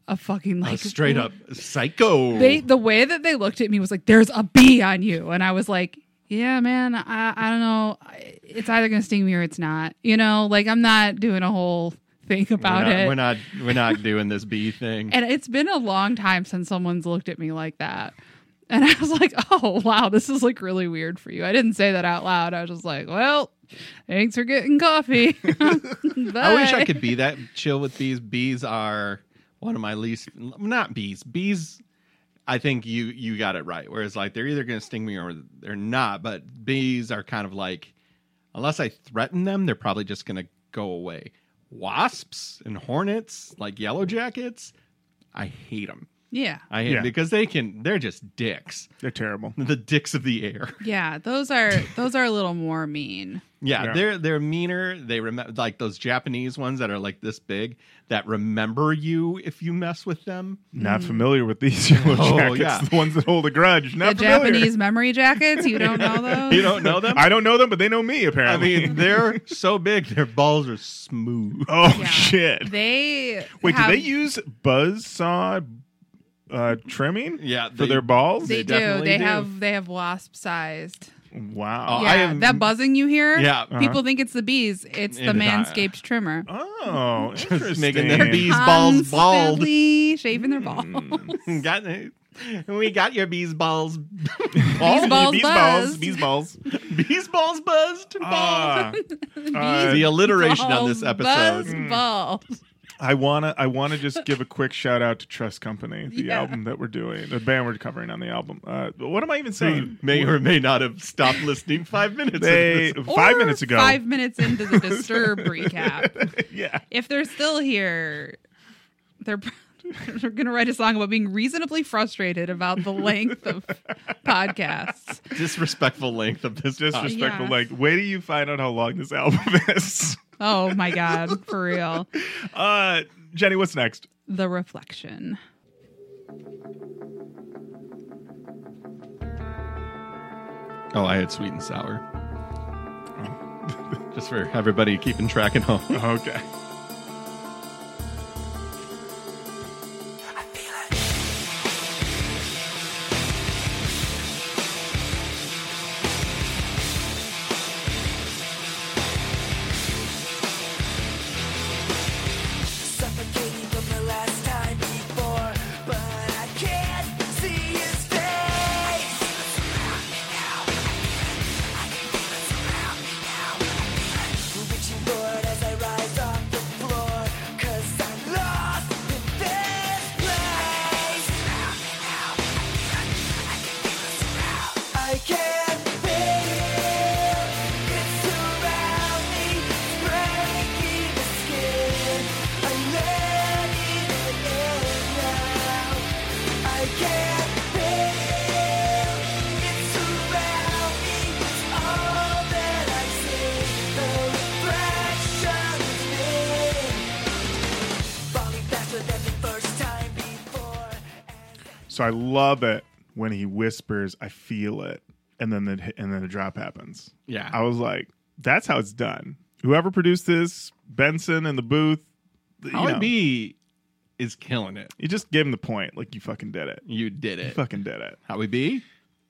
Speaker 2: a fucking
Speaker 3: A
Speaker 2: like
Speaker 3: straight up psycho.
Speaker 2: They the way that they looked at me was like, "There's a bee on you," and I was like, "Yeah, man, I I don't know. I- It's either gonna sting me or it's not. You know, like I'm not doing a whole thing
Speaker 3: we're
Speaker 2: about
Speaker 3: not,
Speaker 2: it.
Speaker 3: We're not. We're not doing this
Speaker 2: <laughs>
Speaker 3: bee thing.
Speaker 2: And it's been a long time since someone's looked at me like that. And <laughs> I was like, oh, wow, this is like really weird for you. I didn't say that out loud. I was just like, well, thanks for getting coffee. <laughs>
Speaker 3: <laughs> I wish I
Speaker 2: Bye.
Speaker 3: could be that chill with bees. Bees are one of my least. Not bees. Bees. I think you you got it right. Whereas like they're either going to sting me or they're not. But bees are kind of like, unless I threaten them, they're probably just going to go away. Wasps and hornets, like yellow jackets, I hate them.
Speaker 2: Yeah.
Speaker 3: I hate 'em
Speaker 1: Yeah.
Speaker 3: because they can. They're just dicks.
Speaker 1: They're terrible.
Speaker 3: The dicks of the air.
Speaker 2: Yeah. Those are those are a little more mean.
Speaker 3: Yeah,
Speaker 1: Yeah.
Speaker 3: they're they're meaner. They remember like those Japanese ones that are like this big that remember you if you mess with them.
Speaker 1: Not familiar with these <laughs> yellow
Speaker 3: Hmm. Oh,
Speaker 1: jackets,
Speaker 3: yeah.
Speaker 1: the ones that hold a grudge.
Speaker 2: The
Speaker 1: Not familiar.
Speaker 2: Japanese memory jackets, you don't know those?
Speaker 3: <laughs> You don't know them. I,
Speaker 1: I don't know them, but they know me apparently.
Speaker 3: mean, they're so big. Their balls are smooth.
Speaker 1: <laughs> oh
Speaker 2: Yeah.
Speaker 1: shit!
Speaker 2: They
Speaker 1: Wait,
Speaker 2: have-
Speaker 1: do they use buzz saw uh, trimming?
Speaker 3: Yeah,
Speaker 1: for
Speaker 3: they-
Speaker 1: their balls.
Speaker 2: They,
Speaker 3: They
Speaker 2: do.
Speaker 3: definitely
Speaker 2: They
Speaker 3: do.
Speaker 2: have they have wasp sized.
Speaker 1: wow.
Speaker 3: Oh,
Speaker 2: yeah,
Speaker 3: I am-
Speaker 2: that buzzing you hear.
Speaker 3: Yeah.
Speaker 1: Uh-huh.
Speaker 2: people think it's the bees. It's the
Speaker 3: It is not.
Speaker 2: manscaped trimmer.
Speaker 1: Oh,
Speaker 3: uh, <laughs> Just
Speaker 1: interesting.
Speaker 3: making
Speaker 2: <laughs>
Speaker 3: their bees balls bald. Hmm.
Speaker 2: Constantly shaving their balls. <laughs>
Speaker 3: <laughs> Got it. We got your bees <laughs> balls.
Speaker 1: Balls,
Speaker 2: balls
Speaker 1: bees balls,
Speaker 2: buzzed.
Speaker 1: bees
Speaker 2: <laughs>
Speaker 1: balls.
Speaker 3: bees balls buzzed. Balls.
Speaker 1: Ah. Uh,
Speaker 3: the alliteration on this
Speaker 2: Balls,
Speaker 3: episode.
Speaker 2: buzz,
Speaker 3: Hmm.
Speaker 2: balls.
Speaker 1: I wanna, I wanna just give a quick shout out to Trust Company, the
Speaker 2: Yeah.
Speaker 1: album that we're doing, the band we're covering on the album. Uh, what am I even saying?
Speaker 3: May or may not have stopped listening five minutes. <laughs>
Speaker 1: They
Speaker 3: into this.
Speaker 1: five
Speaker 2: Or
Speaker 1: minutes ago.
Speaker 2: Five minutes into the
Speaker 3: <laughs>
Speaker 2: disturb recap.
Speaker 1: yeah.
Speaker 2: If they're still here, they're <laughs> they're gonna write a song about being reasonably frustrated about the length of podcasts.
Speaker 3: disrespectful length of this. podcast.
Speaker 1: Disrespectful.
Speaker 2: Yeah.
Speaker 1: Like, wait till you find out how long this album <laughs> is.
Speaker 2: Oh my god, for real.
Speaker 1: Uh, Jenny, what's next?
Speaker 2: The reflection.
Speaker 3: Oh, I had sweet and sour. <laughs> Just for everybody keeping track at home.
Speaker 1: Okay.
Speaker 4: I feel it. Suffocating from the last time before, but I can't see his face. Reaching forward as I rise off the floor, 'cause I'm lost in this place. I can't feel it's around me, breaking the skin. I'm letting it in now. I can't feel it's around me, it's all that I see. The reflection of me, falling faster than the first time before. And
Speaker 1: So I love it when he whispers, "I feel it," and then the and then the drop happens.
Speaker 3: Yeah.
Speaker 1: I was like, "That's how it's done." Whoever produced this, Benson in the booth, th- you, know,
Speaker 3: Holly B is killing it.
Speaker 1: you just gave him the point. Like you fucking did it.
Speaker 3: You did
Speaker 1: You
Speaker 3: it.
Speaker 1: fucking did it.
Speaker 3: Howie B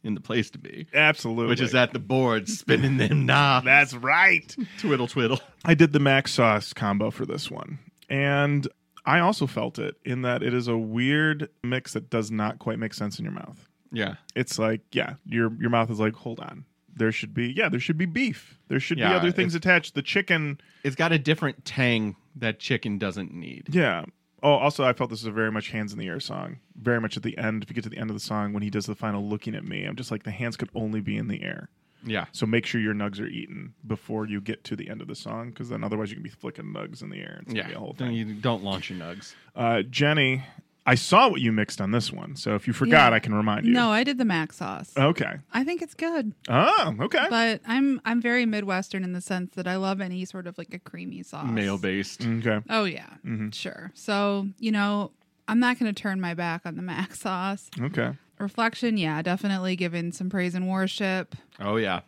Speaker 3: in the place to be,
Speaker 1: Absolutely.
Speaker 3: which is at the board
Speaker 1: <laughs>
Speaker 3: spinning them knobs.
Speaker 1: That's right.
Speaker 3: twiddle twiddle.
Speaker 1: I did the mac sauce combo for this one, and I also felt it in that it is a weird mix that does not quite make sense in your mouth.
Speaker 3: Yeah.
Speaker 1: it's like yeah your your mouth is like hold on there should be yeah there should be beef there should be
Speaker 3: Yeah,
Speaker 1: other things attached the chicken
Speaker 3: It's got a different tang that chicken doesn't need.
Speaker 1: yeah Oh, also, I felt this is a very much hands in the air song. Very much at the end. If you get to the end of the song, when he does the final looking at me, I'm just like, the hands could only be in the air.
Speaker 3: Yeah.
Speaker 1: So make sure your nugs are eaten before you get to the end of the song, because then otherwise you can be flicking nugs in the air. It's gonna
Speaker 3: Yeah.
Speaker 1: be a whole
Speaker 3: Don't,
Speaker 1: thing.
Speaker 3: you, don't launch your nugs.
Speaker 1: Uh, Jenny, I saw what you mixed on this one, so if you forgot,
Speaker 2: Yeah.
Speaker 1: I can remind you.
Speaker 2: No, I did the mac sauce.
Speaker 1: Okay.
Speaker 2: I think it's good,
Speaker 1: Oh, okay.
Speaker 2: but I'm I'm very Midwestern in the sense that I love any sort of like a creamy sauce.
Speaker 3: Mayo based.
Speaker 1: okay.
Speaker 2: Oh yeah, sure. So you know, I'm not going to turn my back on the mac <laughs> sauce.
Speaker 1: Okay.
Speaker 2: Reflection, yeah, definitely given some praise and worship.
Speaker 3: Oh yeah.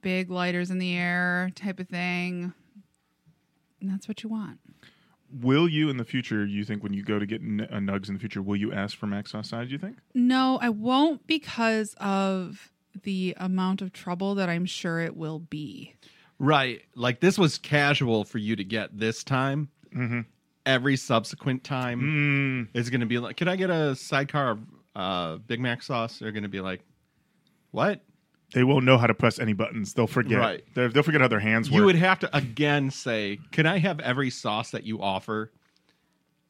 Speaker 2: Big lighters in the air type of thing. And that's what you want.
Speaker 1: Will you in the future? You think when you go to get n- uh, nugs in the future, will you ask for mac sauce side? You think?
Speaker 2: No, I won't because of the amount of trouble that I'm sure it will be.
Speaker 3: Right. Like this was casual for you to get this time. Every subsequent time
Speaker 1: Mm-hmm. Mm,
Speaker 3: is going to be like, can I get a sidecar of uh, Big Mac sauce? They're going to be like, what?
Speaker 1: they won't know how to press any buttons. They'll forget.
Speaker 3: Right.
Speaker 1: They're, they'll forget how their hands work.
Speaker 3: You would have to again say, can I have every sauce that you offer?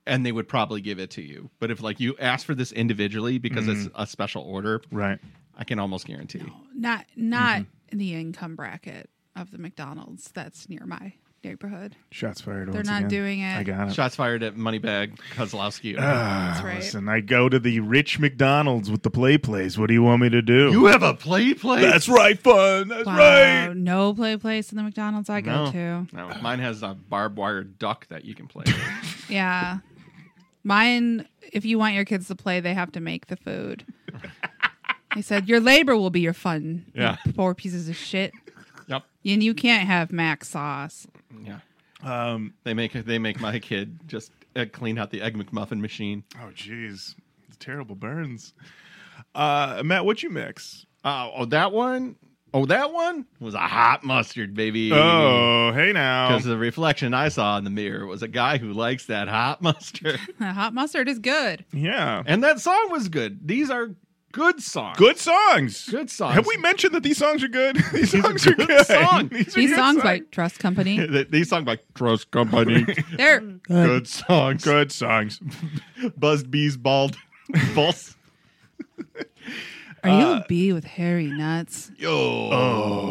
Speaker 3: And they would probably give it to you. But if like you ask for this individually because it's
Speaker 1: Mm.
Speaker 3: a special order,
Speaker 1: right.
Speaker 3: I can almost guarantee.
Speaker 2: Not not
Speaker 1: Mm-hmm.
Speaker 2: in the income bracket of the McDonald's that's near my neighborhood.
Speaker 1: Shots fired.
Speaker 2: They're
Speaker 1: once
Speaker 2: not
Speaker 1: again.
Speaker 2: doing it.
Speaker 1: I got it.
Speaker 3: Shots fired at Moneybag Kozlowski.
Speaker 1: Ah,
Speaker 2: That's right.
Speaker 1: Listen, I go to the rich McDonald's with the play plays. What do you want me to do?
Speaker 3: you have a play play?
Speaker 1: That's right, fun. That's
Speaker 2: Wow,
Speaker 1: right.
Speaker 2: no play place in the McDonald's I go to.
Speaker 3: No, mine has a barbed wire duck that you can play. <laughs> with.
Speaker 2: Yeah. Mine, if you want your kids to play, they have to make
Speaker 1: <laughs>
Speaker 2: the food. they said, Your labor will be your fun. you
Speaker 3: Yeah.
Speaker 2: Poor pieces of shit.
Speaker 3: yep.
Speaker 2: And you can't have mac sauce. <laughs>
Speaker 3: Yeah.
Speaker 1: Um,
Speaker 3: They make they make my kid just uh, clean out the egg McMuffin machine.
Speaker 1: oh, jeez, It's terrible burns. Uh, Matt, what you mix?
Speaker 3: Uh, oh, that one. Oh, that one was a hot mustard, baby.
Speaker 1: Oh, hey now.
Speaker 3: Because the reflection I saw in the mirror was a guy who likes that hot <laughs> mustard.
Speaker 2: Hot mustard is good.
Speaker 1: Yeah,
Speaker 3: and that song was good. These are good songs.
Speaker 1: good songs.
Speaker 3: Good songs.
Speaker 1: Have we mentioned that these songs are good? <laughs> these
Speaker 3: are
Speaker 1: songs are
Speaker 3: good
Speaker 1: good.
Speaker 3: <laughs> songs.
Speaker 1: These, are
Speaker 2: These
Speaker 1: good
Speaker 2: songs by Trust Company,
Speaker 3: Th- These songs by Trust <laughs> Company.
Speaker 2: they're
Speaker 3: good
Speaker 1: <laughs>
Speaker 3: songs.
Speaker 1: good songs.
Speaker 3: Buzz Bees <laughs> bald. Balls.
Speaker 1: Uh,
Speaker 2: Are you a bee with hairy nuts?
Speaker 3: Yo. Oh.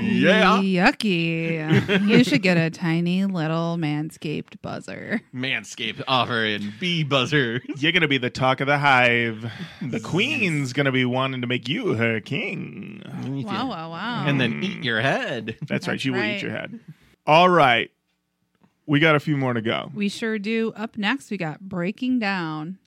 Speaker 3: Yeah.
Speaker 2: Yucky. you should get a tiny little manscaped buzzer.
Speaker 3: Manscaped offer and bee buzzer.
Speaker 1: You're gonna be the talk of the hive.
Speaker 3: <laughs>
Speaker 1: The queen's gonna be wanting to make you her king.
Speaker 2: Wow, wow, wow.
Speaker 3: And then eat your head.
Speaker 1: That's, right.
Speaker 2: That's
Speaker 1: She will
Speaker 2: right.
Speaker 1: eat your head. All right, we got a few more to go.
Speaker 2: we sure do. Up next, we got Breaking Down.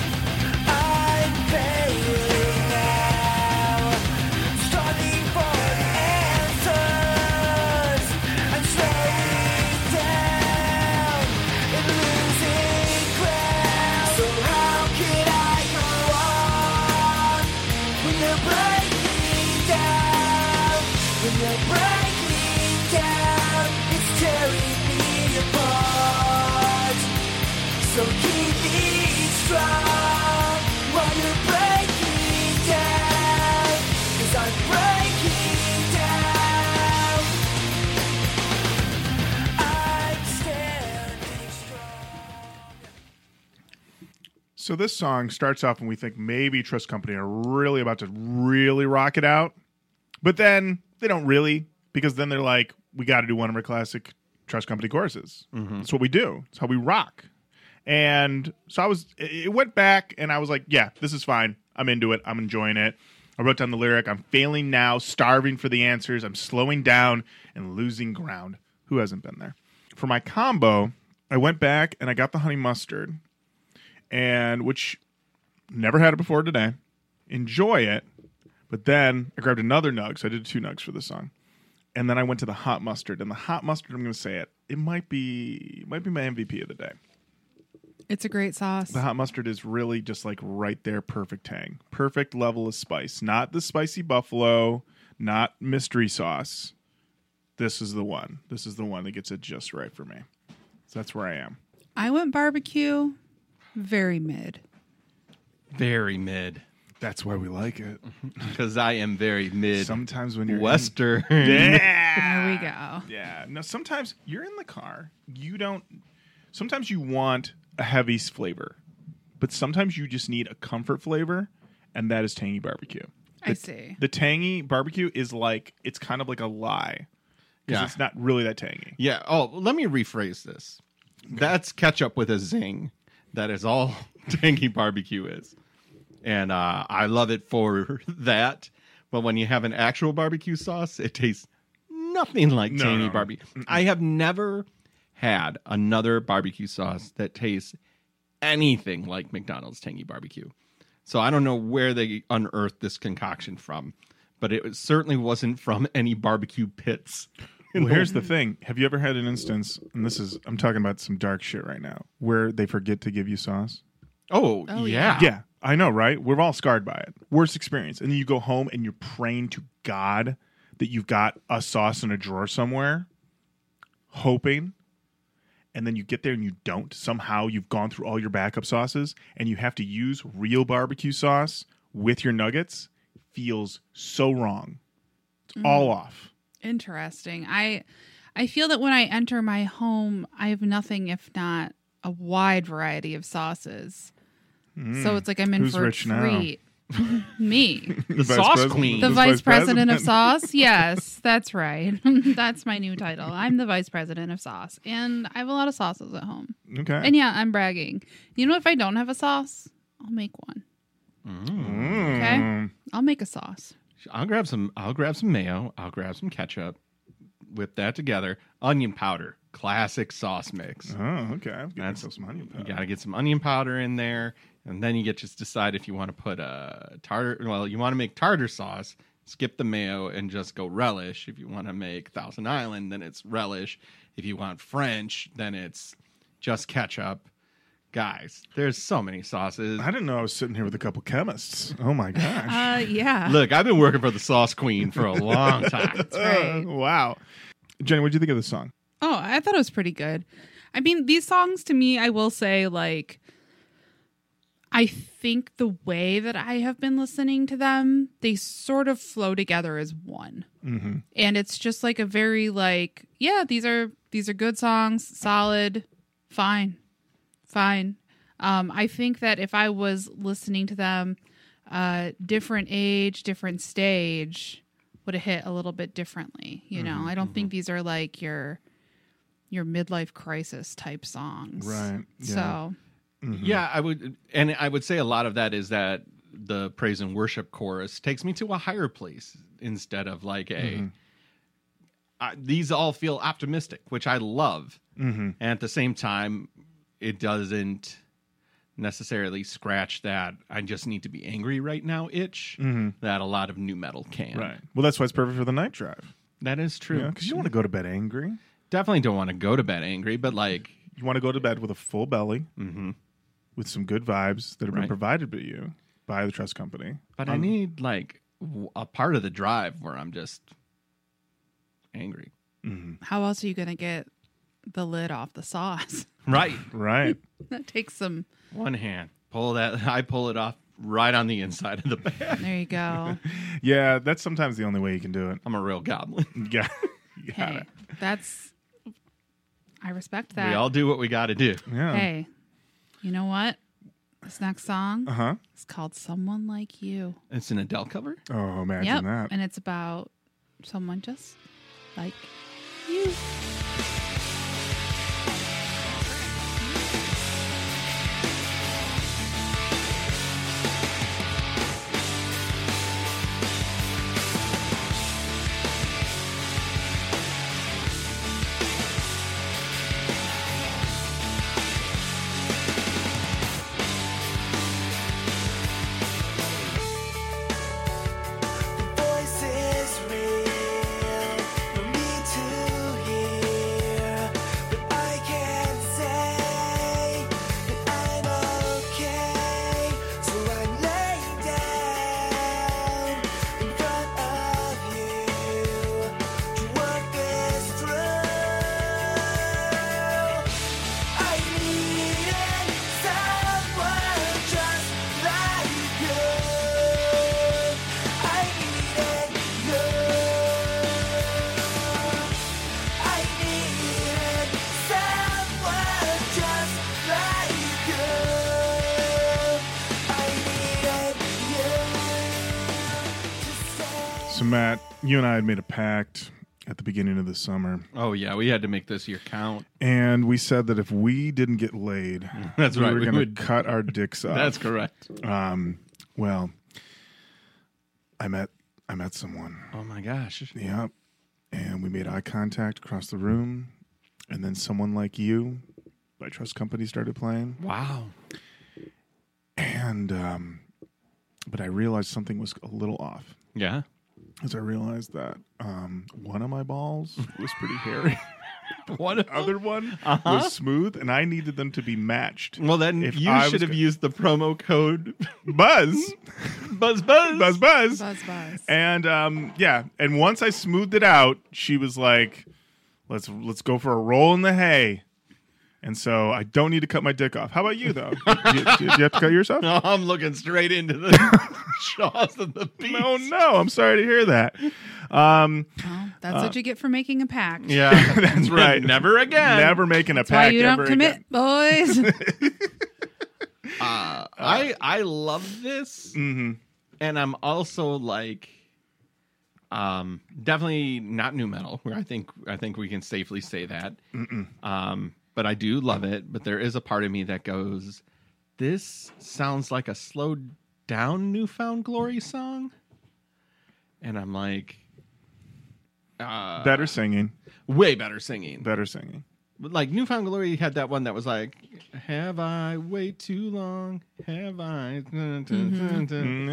Speaker 4: I'm failing now, starting for the answers. I'm slowing down and losing ground. So how can I go on when they're breaking down? When they're breaking down, it's tearing me apart. So keep it strong while you're breaking down. Cause I'm breaking down. I'm standing strong.
Speaker 1: So this song starts off, and we think maybe Trust Company are really about to really rock it out, but then they don't really because then they're like, we got to do one of our classic Trust Company choruses. That's what we do. It's how we rock. And so I was, it it went back, and I was like, yeah, this is fine. I'm into it. I'm enjoying it. I wrote down the lyric. I'm failing now, starving for the answers. I'm slowing down and losing ground. Who hasn't been there? For my combo, I went back and I got the honey mustard and which never had it before today. Enjoy it. But then I grabbed another nug, so I did two nugs for this song. And then I went to the hot mustard. And the hot mustard, I'm gonna say it, it might be it might be my MVP of the day.
Speaker 2: It's a great sauce.
Speaker 1: The hot mustard is really just like right there, perfect tang, perfect level of spice. Not the spicy buffalo, not mystery sauce. This is the one. This is the one that gets it just right for me. So that's where I am.
Speaker 2: I went barbecue, very mid.
Speaker 3: Very mid.
Speaker 1: That's why we like it.
Speaker 3: Because I am very mid.
Speaker 1: Sometimes when you're
Speaker 3: Western.
Speaker 1: in-
Speaker 2: There
Speaker 1: yeah,
Speaker 2: we
Speaker 3: Ah.
Speaker 2: go.
Speaker 1: Yeah. No, sometimes you're in the car. You don't. Sometimes you want a heavy s- flavor, but sometimes you just need a comfort flavor, and that is tangy barbecue.
Speaker 2: I see.
Speaker 1: The tangy barbecue is like it's kind of like a lie because
Speaker 3: Yeah.
Speaker 1: it's not really that tangy.
Speaker 3: Yeah. Oh, let me rephrase this. That's ketchup with a zing. That is all <laughs> tangy barbecue is. And uh, I love it for <laughs> that. But when you have an actual barbecue sauce, it tastes nothing like
Speaker 1: No,
Speaker 3: tangy
Speaker 1: no.
Speaker 3: barbecue. I have never had another barbecue sauce that tastes anything like McDonald's tangy barbecue. So I don't know where they unearthed this concoction from, but it certainly wasn't from <laughs> any barbecue pits.
Speaker 1: Well, here's the thing: Have you ever had an instance? And this is I'm talking about some dark shit right now, where they forget to give you sauce.
Speaker 3: Oh,
Speaker 2: Oh,
Speaker 3: yeah.
Speaker 1: Yeah, I know, right? We're all scarred by it. Worst experience, and then you go home and you're praying to God that you've got a sauce in a drawer somewhere, hoping. And then you get there and you don't. Somehow you've gone through all your backup sauces and you have to use real barbecue sauce with your nuggets. Feels so wrong. It's
Speaker 2: Mm-hmm.
Speaker 1: all off.
Speaker 2: Interesting. I I feel that when I enter my home, I have nothing if not a wide variety of sauces. So it's like I'm in
Speaker 1: Hmm. Who's
Speaker 2: for a
Speaker 1: rich now?
Speaker 2: treat. <laughs> Me,
Speaker 3: The sauce
Speaker 1: president-
Speaker 3: queen.
Speaker 2: the
Speaker 1: Who's
Speaker 2: vice president of sauce. Yes, that's right. <laughs> that's my new title. I'm the vice president of sauce, and I have a lot of sauces at home.
Speaker 1: Okay.
Speaker 2: And yeah, I'm bragging. You know, if I don't have a sauce, I'll make one. Okay,
Speaker 1: Mm.
Speaker 2: I'll make a <laughs> sauce.
Speaker 3: I'll grab some. I'll grab some mayo. I'll grab some ketchup. Whip that together. Onion powder, classic sauce mix.
Speaker 1: Oh, okay. I've got
Speaker 3: That's-
Speaker 1: myself some onion
Speaker 3: You
Speaker 1: powder.
Speaker 3: got to get some onion powder in there, and then you get just decide if you want to put a tartar. Well, you want to make tartar sauce. Skip the mayo and just go relish. If you want to make Thousand Island, then it's relish. If you want French, then it's just ketchup. Guys, there's so many sauces.
Speaker 1: I didn't know I was sitting here with a couple chemists. Oh my gosh.
Speaker 2: <laughs> Uh, yeah.
Speaker 3: Look, I've been working for the sauce queen for a long time.
Speaker 1: <laughs>
Speaker 2: That's right.
Speaker 1: Uh, wow. Jenny, what do you think of this song?
Speaker 2: Oh, I thought it was pretty good. I mean, these songs to me, I will say, like, I think the way that I have been listening to them, they sort of flow together as one.
Speaker 1: Mm-hmm.
Speaker 2: And it's just like a very like, yeah, these are these are good songs, solid, fine, fine. Um, I think that if I was listening to them, uh, different age, different stage, would have hit a little bit differently. You know,
Speaker 1: Mm-hmm,
Speaker 2: I don't think these are like your your midlife crisis type songs,
Speaker 1: Right, yeah.
Speaker 2: So
Speaker 1: Mm-hmm.
Speaker 3: Yeah, I would, and I would say a lot of that is that the praise and worship chorus takes me to a higher place instead of like a.
Speaker 1: Mm-hmm.
Speaker 3: I- these all feel optimistic, which I love,
Speaker 1: Mm-hmm.
Speaker 3: and at the same time, it doesn't necessarily scratch that I just need to be angry right now itch
Speaker 1: Mhm.
Speaker 3: that a lot of new metal can.
Speaker 1: Right. Well, that's why it's perfect for the night drive.
Speaker 3: that is true.
Speaker 1: Yeah, because you don't want to go to bed angry.
Speaker 3: Definitely don't want to go to bed angry, but like,
Speaker 1: You want to go to bed with a full belly,
Speaker 3: mhm.
Speaker 1: with some good vibes that have been
Speaker 3: Right.
Speaker 1: provided by you by the trust company.
Speaker 3: but I
Speaker 1: Um,
Speaker 3: need like w- a part of the drive where I'm just angry.
Speaker 2: how else are you gonna get the lid off the sauce? <laughs>
Speaker 3: Right.
Speaker 1: Right.
Speaker 2: that takes some.
Speaker 3: One hand. Pull that. <laughs> I pull it off right on the inside of the bag. <laughs>
Speaker 2: There you go.
Speaker 1: <laughs> yeah, that's sometimes the only way you can do it.
Speaker 3: I'm a real goblin.
Speaker 1: Yeah. <laughs> You got
Speaker 2: hey,
Speaker 1: it.
Speaker 2: that's I respect that.
Speaker 3: We all do what we got to do.
Speaker 1: Yeah.
Speaker 2: hey, you know what? This next song
Speaker 1: Uh huh.
Speaker 2: is called "Someone Like You."
Speaker 3: It's an Adele cover.
Speaker 1: Oh, imagine
Speaker 2: yep,
Speaker 1: that.
Speaker 2: and it's about someone just like you.
Speaker 4: voice is real for me to hear.
Speaker 1: Matt, you and I had made a pact at the beginning of the summer,
Speaker 3: Oh yeah, we had to make this year count.
Speaker 1: and we said that if we didn't get laid,
Speaker 3: <laughs> That's
Speaker 1: we
Speaker 3: right,
Speaker 1: were
Speaker 3: we
Speaker 1: going to
Speaker 3: would-
Speaker 1: cut our
Speaker 3: <laughs>
Speaker 1: dicks off.
Speaker 3: That's correct.
Speaker 1: Um, well, I met I met someone.
Speaker 3: Oh my gosh.
Speaker 1: Yep. And we made eye contact across the room, and then someone like you by Trust Company started playing.
Speaker 3: Wow.
Speaker 1: And um, but I realized something was a little off. <laughs>
Speaker 3: Yeah.
Speaker 1: As I realized that um, one of my
Speaker 3: <laughs>
Speaker 1: balls was pretty hairy,
Speaker 3: What?
Speaker 1: the other one
Speaker 3: Uh-huh.
Speaker 1: was smooth, and I needed them to be matched.
Speaker 3: Well, then
Speaker 1: If
Speaker 3: you
Speaker 1: I was
Speaker 3: should have
Speaker 1: go-
Speaker 3: used the promo code <laughs>
Speaker 1: Buzz,
Speaker 3: Buzz Buzz.
Speaker 1: buzz, buzz.
Speaker 2: Buzz, buzz.
Speaker 1: And um, yeah, and once I smoothed it out, she was like, "Let's let's go for a roll in the hay." And so I don't need to cut my dick off. How about you
Speaker 3: <laughs>
Speaker 1: though? do, you, do you have to cut yourself?
Speaker 3: No, I'm looking straight into the <laughs> jaws of the beast.
Speaker 1: Oh no, I'm sorry to hear that. <laughs> Um,
Speaker 2: Well, that's what you get for making a pact.
Speaker 3: Yeah,
Speaker 1: that's <laughs> right.
Speaker 3: Never again.
Speaker 1: never making a
Speaker 2: That's why
Speaker 1: pact
Speaker 2: you don't
Speaker 1: ever
Speaker 2: commit,
Speaker 1: again. <laughs>
Speaker 2: boys.
Speaker 3: Uh, I I love this,
Speaker 1: Mhm.
Speaker 3: and I'm also like, um, definitely not new metal. Where I think I think we can safely say that. Um, but I do love it. But there is a part of me that goes, this sounds like a slowed down Newfound Glory song, and I'm like, uh,
Speaker 1: Better singing,
Speaker 3: way better singing.
Speaker 1: better singing.
Speaker 3: But, like Newfound Glory had that one that was like, "Have I waited too long? Have I?" dun, dun,
Speaker 1: Mm-hmm.
Speaker 3: dun,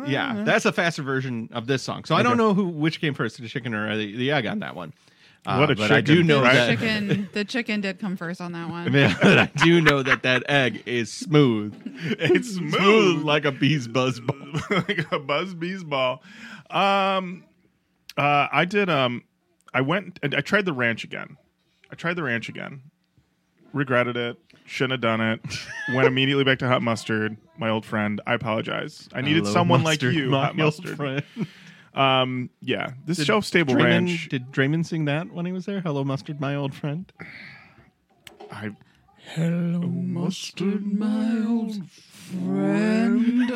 Speaker 3: dun." Yeah, that's a faster version of this song. So I don't
Speaker 1: Okay.
Speaker 3: know who which came first, the chicken or the, the egg on that one. Uh,
Speaker 1: What a
Speaker 3: but I do
Speaker 1: chicken,
Speaker 3: know
Speaker 1: right?
Speaker 3: that.
Speaker 2: chicken. The chicken did come first on that one.
Speaker 3: <laughs> Yeah, but I do know that that egg is smooth.
Speaker 1: <laughs> It's
Speaker 3: Smooth
Speaker 1: smooth
Speaker 3: like a bee's buzz. bu-
Speaker 1: <laughs> like a Buzz Bees ball. Um, uh, I did. Um, I went. I, I tried the ranch again. I tried the ranch again. Regretted it. Shouldn't have done <laughs> it. went immediately back to hot mustard. My old friend. I apologize. I needed
Speaker 3: Hello,
Speaker 1: someone
Speaker 3: mustard,
Speaker 1: like you.
Speaker 3: my
Speaker 1: Hot
Speaker 3: old
Speaker 1: mustard. <laughs>
Speaker 3: friend.
Speaker 1: Um, yeah. This shelf stable
Speaker 3: Draymond-
Speaker 1: ranch.
Speaker 3: Did Draymond sing that when he was there? Hello, mustard, my old friend.
Speaker 1: I Oh,
Speaker 2: Hello, mustard, my old friend.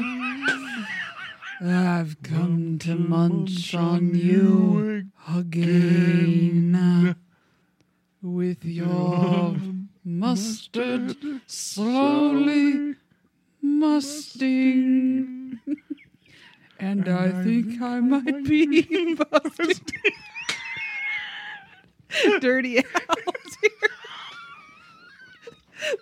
Speaker 2: I've come to munch on you again with your mustard slowly musting. And I think I might <laughs> be busted. Dirty out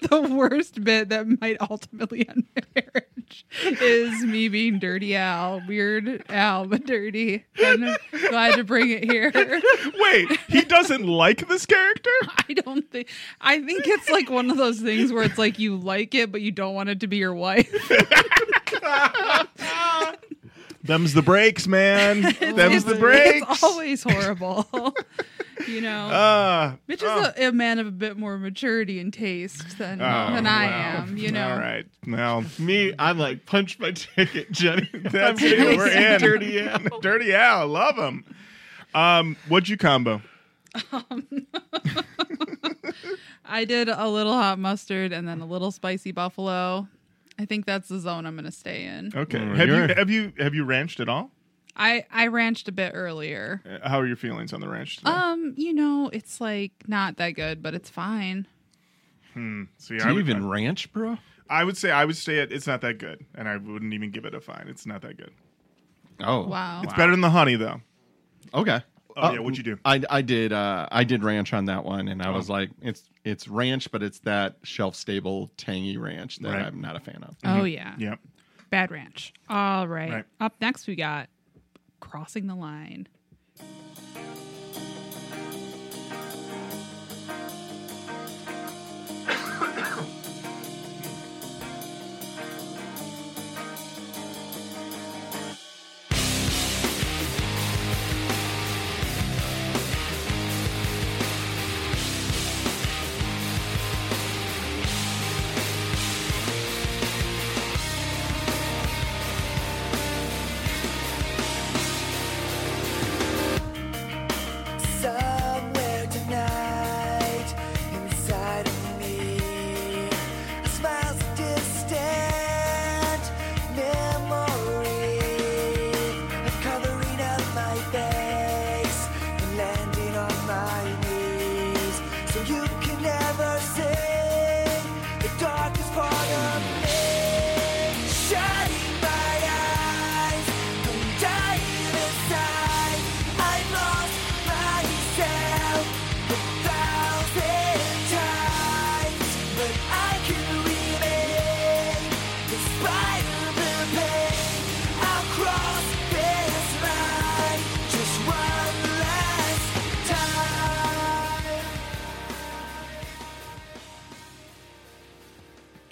Speaker 2: the worst bit that might ultimately end my marriage is me being dirty Al, weird Al, but dirty. And I'm glad to bring it here.
Speaker 1: wait. He <laughs> doesn't like this character.
Speaker 2: <laughs> I don't think. I think it's like one of those things where it's like you like it, but you don't want it to be
Speaker 1: <laughs>
Speaker 2: your wife.
Speaker 1: Them's the breaks,
Speaker 2: <laughs>
Speaker 1: man. Them's
Speaker 2: It's-
Speaker 1: the breaks.
Speaker 2: It's always horrible. <laughs> you know,
Speaker 1: uh,
Speaker 2: Mitch is a, a man of a bit more maturity and taste than
Speaker 1: Oh,
Speaker 2: than I
Speaker 1: wow.
Speaker 2: am. You know,
Speaker 1: All right. Well,
Speaker 3: Me, I'm like punch my ticket, Jenny. <laughs>
Speaker 1: That's
Speaker 3: I'm
Speaker 1: it.
Speaker 3: gonna
Speaker 1: We're
Speaker 3: say
Speaker 1: in.
Speaker 3: Dirty
Speaker 1: <laughs>
Speaker 3: Al.
Speaker 1: Dirty Al, love him. Um, what'd you combo?
Speaker 2: I did a little hot mustard and then a little spicy buffalo. I think that's the zone I'm going to stay in.
Speaker 1: Okay.
Speaker 3: Mm,
Speaker 1: have you
Speaker 3: you're-
Speaker 1: have you have you ranched at all?
Speaker 2: I I ranched a bit earlier.
Speaker 1: Uh, How are your feelings on the ranch today?
Speaker 2: Um, you know, it's like not that good, but it's fine.
Speaker 1: See,
Speaker 3: Do
Speaker 1: I
Speaker 3: you
Speaker 1: would,
Speaker 3: even ranch, bro?
Speaker 1: I would say I would stay at it's not that good, and I wouldn't even give it a fine. It's not that good.
Speaker 3: Oh
Speaker 2: Wow.
Speaker 1: It's better than the honey though.
Speaker 3: Okay.
Speaker 1: Oh, yeah, what'd you do?
Speaker 3: I I did uh I did ranch on that one, and I was like, it's it's ranch, but it's that shelf stable tangy ranch that
Speaker 1: Right.
Speaker 3: I'm not a fan of.
Speaker 1: Mm-hmm.
Speaker 2: Oh yeah.
Speaker 1: Yep.
Speaker 2: Bad ranch. All right.
Speaker 1: Right.
Speaker 2: Up next we got crossing the line.
Speaker 5: Crossing the line.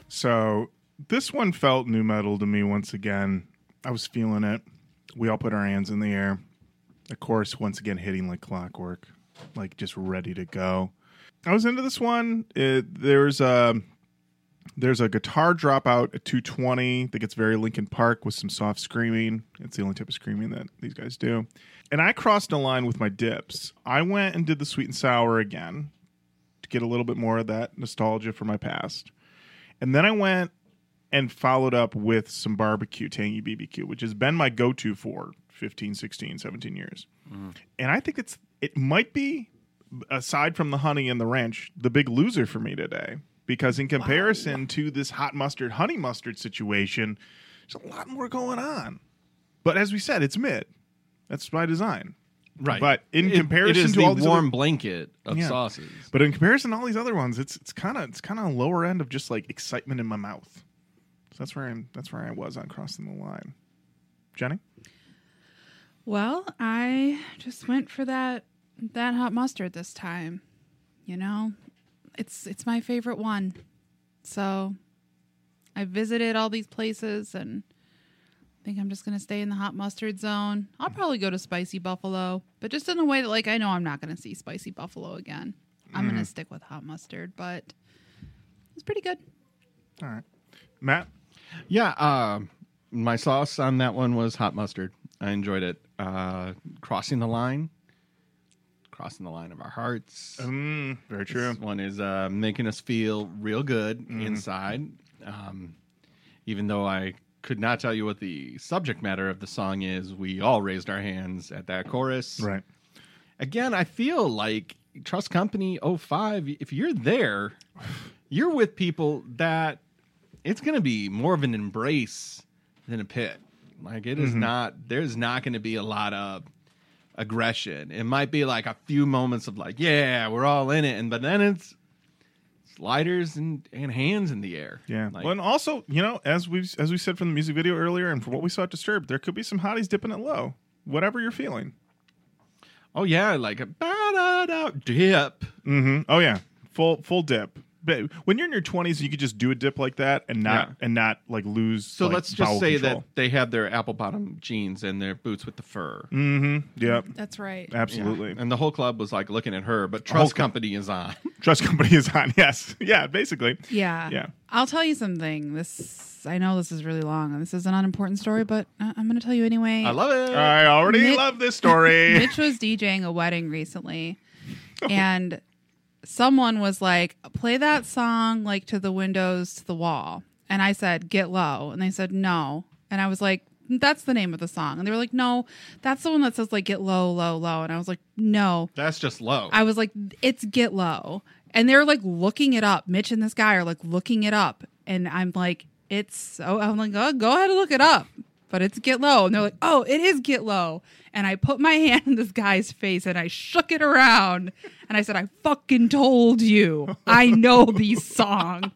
Speaker 1: So this one felt new metal to me once again. I was feeling it. We all put our hands in the air. Of course, once again hitting like clockwork, like just ready to go. I was into this one. It, there's a there's a guitar dropout at 220 that gets very Linkin Park with some soft screaming. It's the only type of screaming that these guys do. And I crossed a line with my dips. I went and did the sweet and sour again to get a little bit more of that nostalgia for my past. And then I went and followed up with some barbecue tangy BBQ, which has been my go to for 15, 16, 17 years. And I think it's it might be aside from the honey and the ranch, the big loser for me today because in comparison to this hot mustard honey mustard situation, there's a lot more going on. But as we said, it's mid. That's by design.
Speaker 3: Right.
Speaker 1: But in
Speaker 3: It-
Speaker 1: comparison
Speaker 3: it is
Speaker 1: to
Speaker 3: the
Speaker 1: all these
Speaker 3: warm
Speaker 1: other-
Speaker 3: blanket of
Speaker 1: Yeah.
Speaker 3: sauces.
Speaker 1: But in comparison to all these other ones, it's it's kind of it's kind of lower end of just like excitement in my mouth. So that's where I'm. That's where I was on crossing the line. Jenny,
Speaker 2: Well, I just went for that that hot mustard this time. You know, it's it's my favorite one. So I visited all these places and I think I'm just going to stay in the hot mustard zone. I'll probably go to spicy buffalo, but just in a way that like I know I'm not going to see spicy buffalo again. I'm going to stick with hot mustard, but it's pretty good.
Speaker 1: all right, Matt.
Speaker 3: Yeah, uh, my sauce on that one was hot mustard. I enjoyed it. Uh, crossing the line, crossing the line of our hearts.
Speaker 1: Mm, very true. Mm-hmm.
Speaker 3: This one is uh, making us feel real good inside. Um, even though I could not tell you what the subject matter of the song is, we all raised our hands at that chorus.
Speaker 1: Right.
Speaker 3: Again, I feel like Trust Company 05, if you're there, you're with people that it's going to be more of an embrace than a pit. Like, it
Speaker 1: Mm-hmm.
Speaker 3: is not, there's not going to be a lot of aggression. It might be like a few moments of like, yeah, we're all in it, and but then it's sliders and, and hands in the air.
Speaker 1: Yeah.
Speaker 3: Like,
Speaker 1: well, and also, you know, as we have as we said from the music video earlier, and from what we saw at Disturbed, there could be some hotties dipping it low. Whatever you're feeling.
Speaker 3: oh yeah, like a ba-da-da dip.
Speaker 1: Mm-hmm. Oh yeah, full full dip. But when you're in your 20s, you could just do a dip like that and not
Speaker 3: Yeah.
Speaker 1: and not like lose.
Speaker 3: So let's just say that they have their apple bottom jeans and their boots with the fur.
Speaker 1: Mm-hmm. Yep.
Speaker 2: That's right.
Speaker 1: Absolutely.
Speaker 3: And the whole club was like looking at her, but
Speaker 1: whole
Speaker 3: Trust
Speaker 1: club.
Speaker 3: Company is on.
Speaker 1: Trust company is on. <laughs> Yes. Yeah. Basically.
Speaker 2: Yeah.
Speaker 1: Yeah.
Speaker 2: I'll tell you something. This I know this is really long and this is an unimportant story, but I- I'm going to tell you anyway.
Speaker 3: I love it.
Speaker 1: I already
Speaker 2: Mitch-
Speaker 1: love this
Speaker 3: <laughs>
Speaker 1: story.
Speaker 2: Mitch was DJing a wedding recently,
Speaker 3: Oh.
Speaker 2: and someone was like, "Play that song like to the windows to the wall." And I said, "Get low," and they said, "No," and I was like. That's the name of the song. And they were like, no, that's the one that says, like, get low, low, low. And I was like, no,
Speaker 3: That's just low.
Speaker 2: I was like, it's Get Low. And they're like looking it up. Mitch and this guy are like looking it up. And I'm like, it's, oh, I'm like, oh, go ahead and look it up. But it's Get Low. And they're like, oh, it is Get Low. And I put my <laughs> hand in this guy's face and I shook it around. And I said, I fucking told you. I know these songs.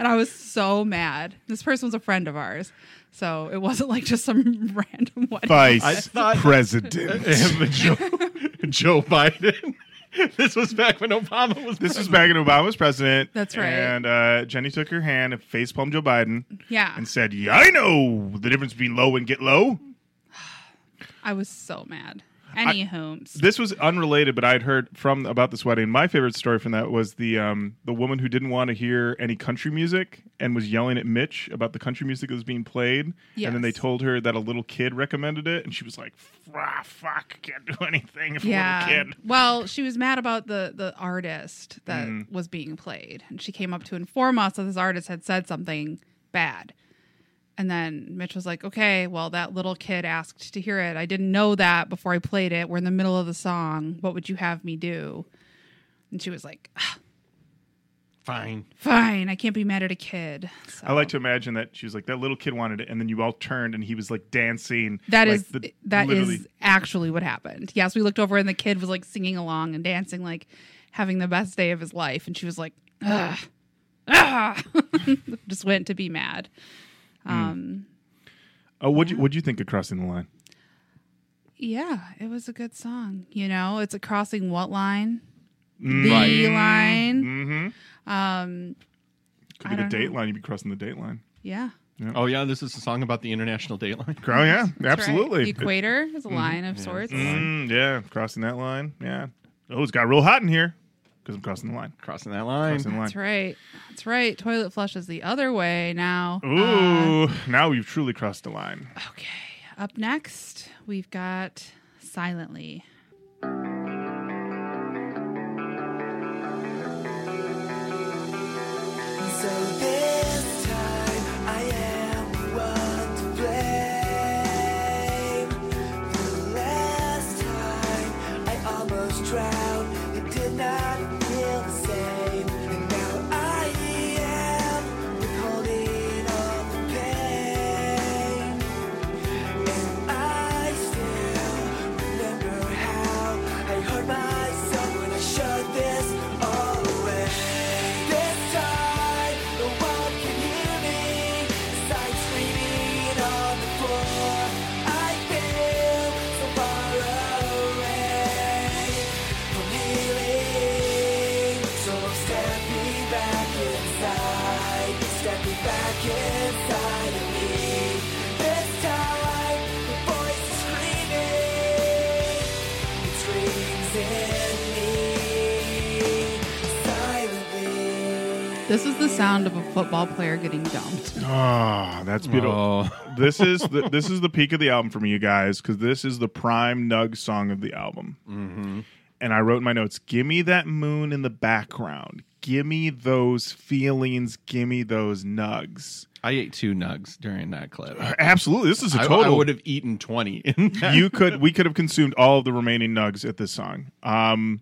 Speaker 2: And I was so mad. This person was a friend of ours. So it wasn't like just some <laughs> random one.
Speaker 3: I
Speaker 1: Vice
Speaker 3: thought- <laughs>
Speaker 1: President.
Speaker 3: Joe, <laughs> Joe Biden. <laughs> this was back when Obama was.
Speaker 1: this was
Speaker 3: president.
Speaker 1: back when Obama was president.
Speaker 2: That's right.
Speaker 1: And uh, Jenny took her hand and facepalmed Joe Biden
Speaker 3: Ah.
Speaker 2: Yeah.
Speaker 1: and said, "Yeah, I know the difference between low and get low."
Speaker 2: I was so mad. Any homes.
Speaker 1: This was unrelated, but I'd heard from about this wedding. My favorite story from that was the um, the woman who didn't want to hear any country music and was yelling at Mitch about the country music that was being played. And then they
Speaker 2: Yes.
Speaker 1: told her that a little kid recommended it, and she was like, "Ah, fuck, can't do <laughs> anything if a little kid."
Speaker 2: Well, she was mad about the the artist that
Speaker 1: Mm-hmm.
Speaker 2: was being played, and she came up to inform us that this artist had said something bad. And then Mitch was like, "Okay, well, that little kid asked to hear it. I didn't know that before I played it. We're in the middle of the song. What would you have me do?" And she was like, "Ah,
Speaker 3: Fine.
Speaker 2: "Fine, I can't be mad at a kid." So
Speaker 1: I like to imagine that she was like, "That little kid wanted it," and then you all turned, and he was like dancing.
Speaker 2: That
Speaker 1: like,
Speaker 2: is
Speaker 1: the-
Speaker 2: that
Speaker 1: literally-
Speaker 2: is actually what happened. Yes, we looked over and the kid was like singing along and dancing, like having the best day of his life, and she was like, "Ugh, ah," <laughs> just went to be mad. Um,
Speaker 1: Oh, what you what you think of crossing the line?
Speaker 2: yeah, it was a good song. You know, it's a crossing what line,
Speaker 1: Mm.
Speaker 2: the
Speaker 3: Right.
Speaker 2: line.
Speaker 1: Mm-hmm.
Speaker 2: Um,
Speaker 1: Could
Speaker 2: I
Speaker 1: be the
Speaker 2: don't know.
Speaker 1: dateline. line. You'd be crossing the dateline. line.
Speaker 2: Yeah.
Speaker 3: Oh yeah, this is a song about the international dateline.
Speaker 1: Oh yeah,
Speaker 2: That's right.
Speaker 1: absolutely. Mm-hmm.
Speaker 2: The equator is a line of sorts.
Speaker 1: Mm, yeah, crossing that line. Yeah. Oh, it's got real hot in here because I'm crossing the line.
Speaker 3: Crossing that line.
Speaker 1: Crossing the line.
Speaker 2: That's right. That's right. Toilet flushes the other way now. Uh,
Speaker 1: Ooh, now we've truly crossed the line.
Speaker 2: okay. Up next, we've got Silently.
Speaker 4: So this time I am the one to blame. The last time I almost drowned, it did not feel the same. And now I am withholding all the pain. And I still remember how I hurt myself when I shut this all away. This time, no one can hear me. As I'm screaming on the floor, I feel so far away from healing. So I'm stepping back inside, stepping back inside of me. This time, the voice is screaming. It screams in me silently.
Speaker 2: This is the sound of a football player getting dumped.
Speaker 1: Ah, that's beautiful.
Speaker 3: Oh,
Speaker 1: This is the, this is the peak of the album for me, you guys, because this is the prime Nug song of the album.
Speaker 3: Mhm.
Speaker 1: And I wrote in my notes: "Give me that moon in the background. Give me those feelings. Give me those nugs."
Speaker 3: I ate two nugs during that clip.
Speaker 1: Absolutely, this is a
Speaker 3: I,
Speaker 1: total.
Speaker 3: I would have eaten twenty. <laughs> In that.
Speaker 1: you could we could have consumed all of the remaining nugs at this song. Um,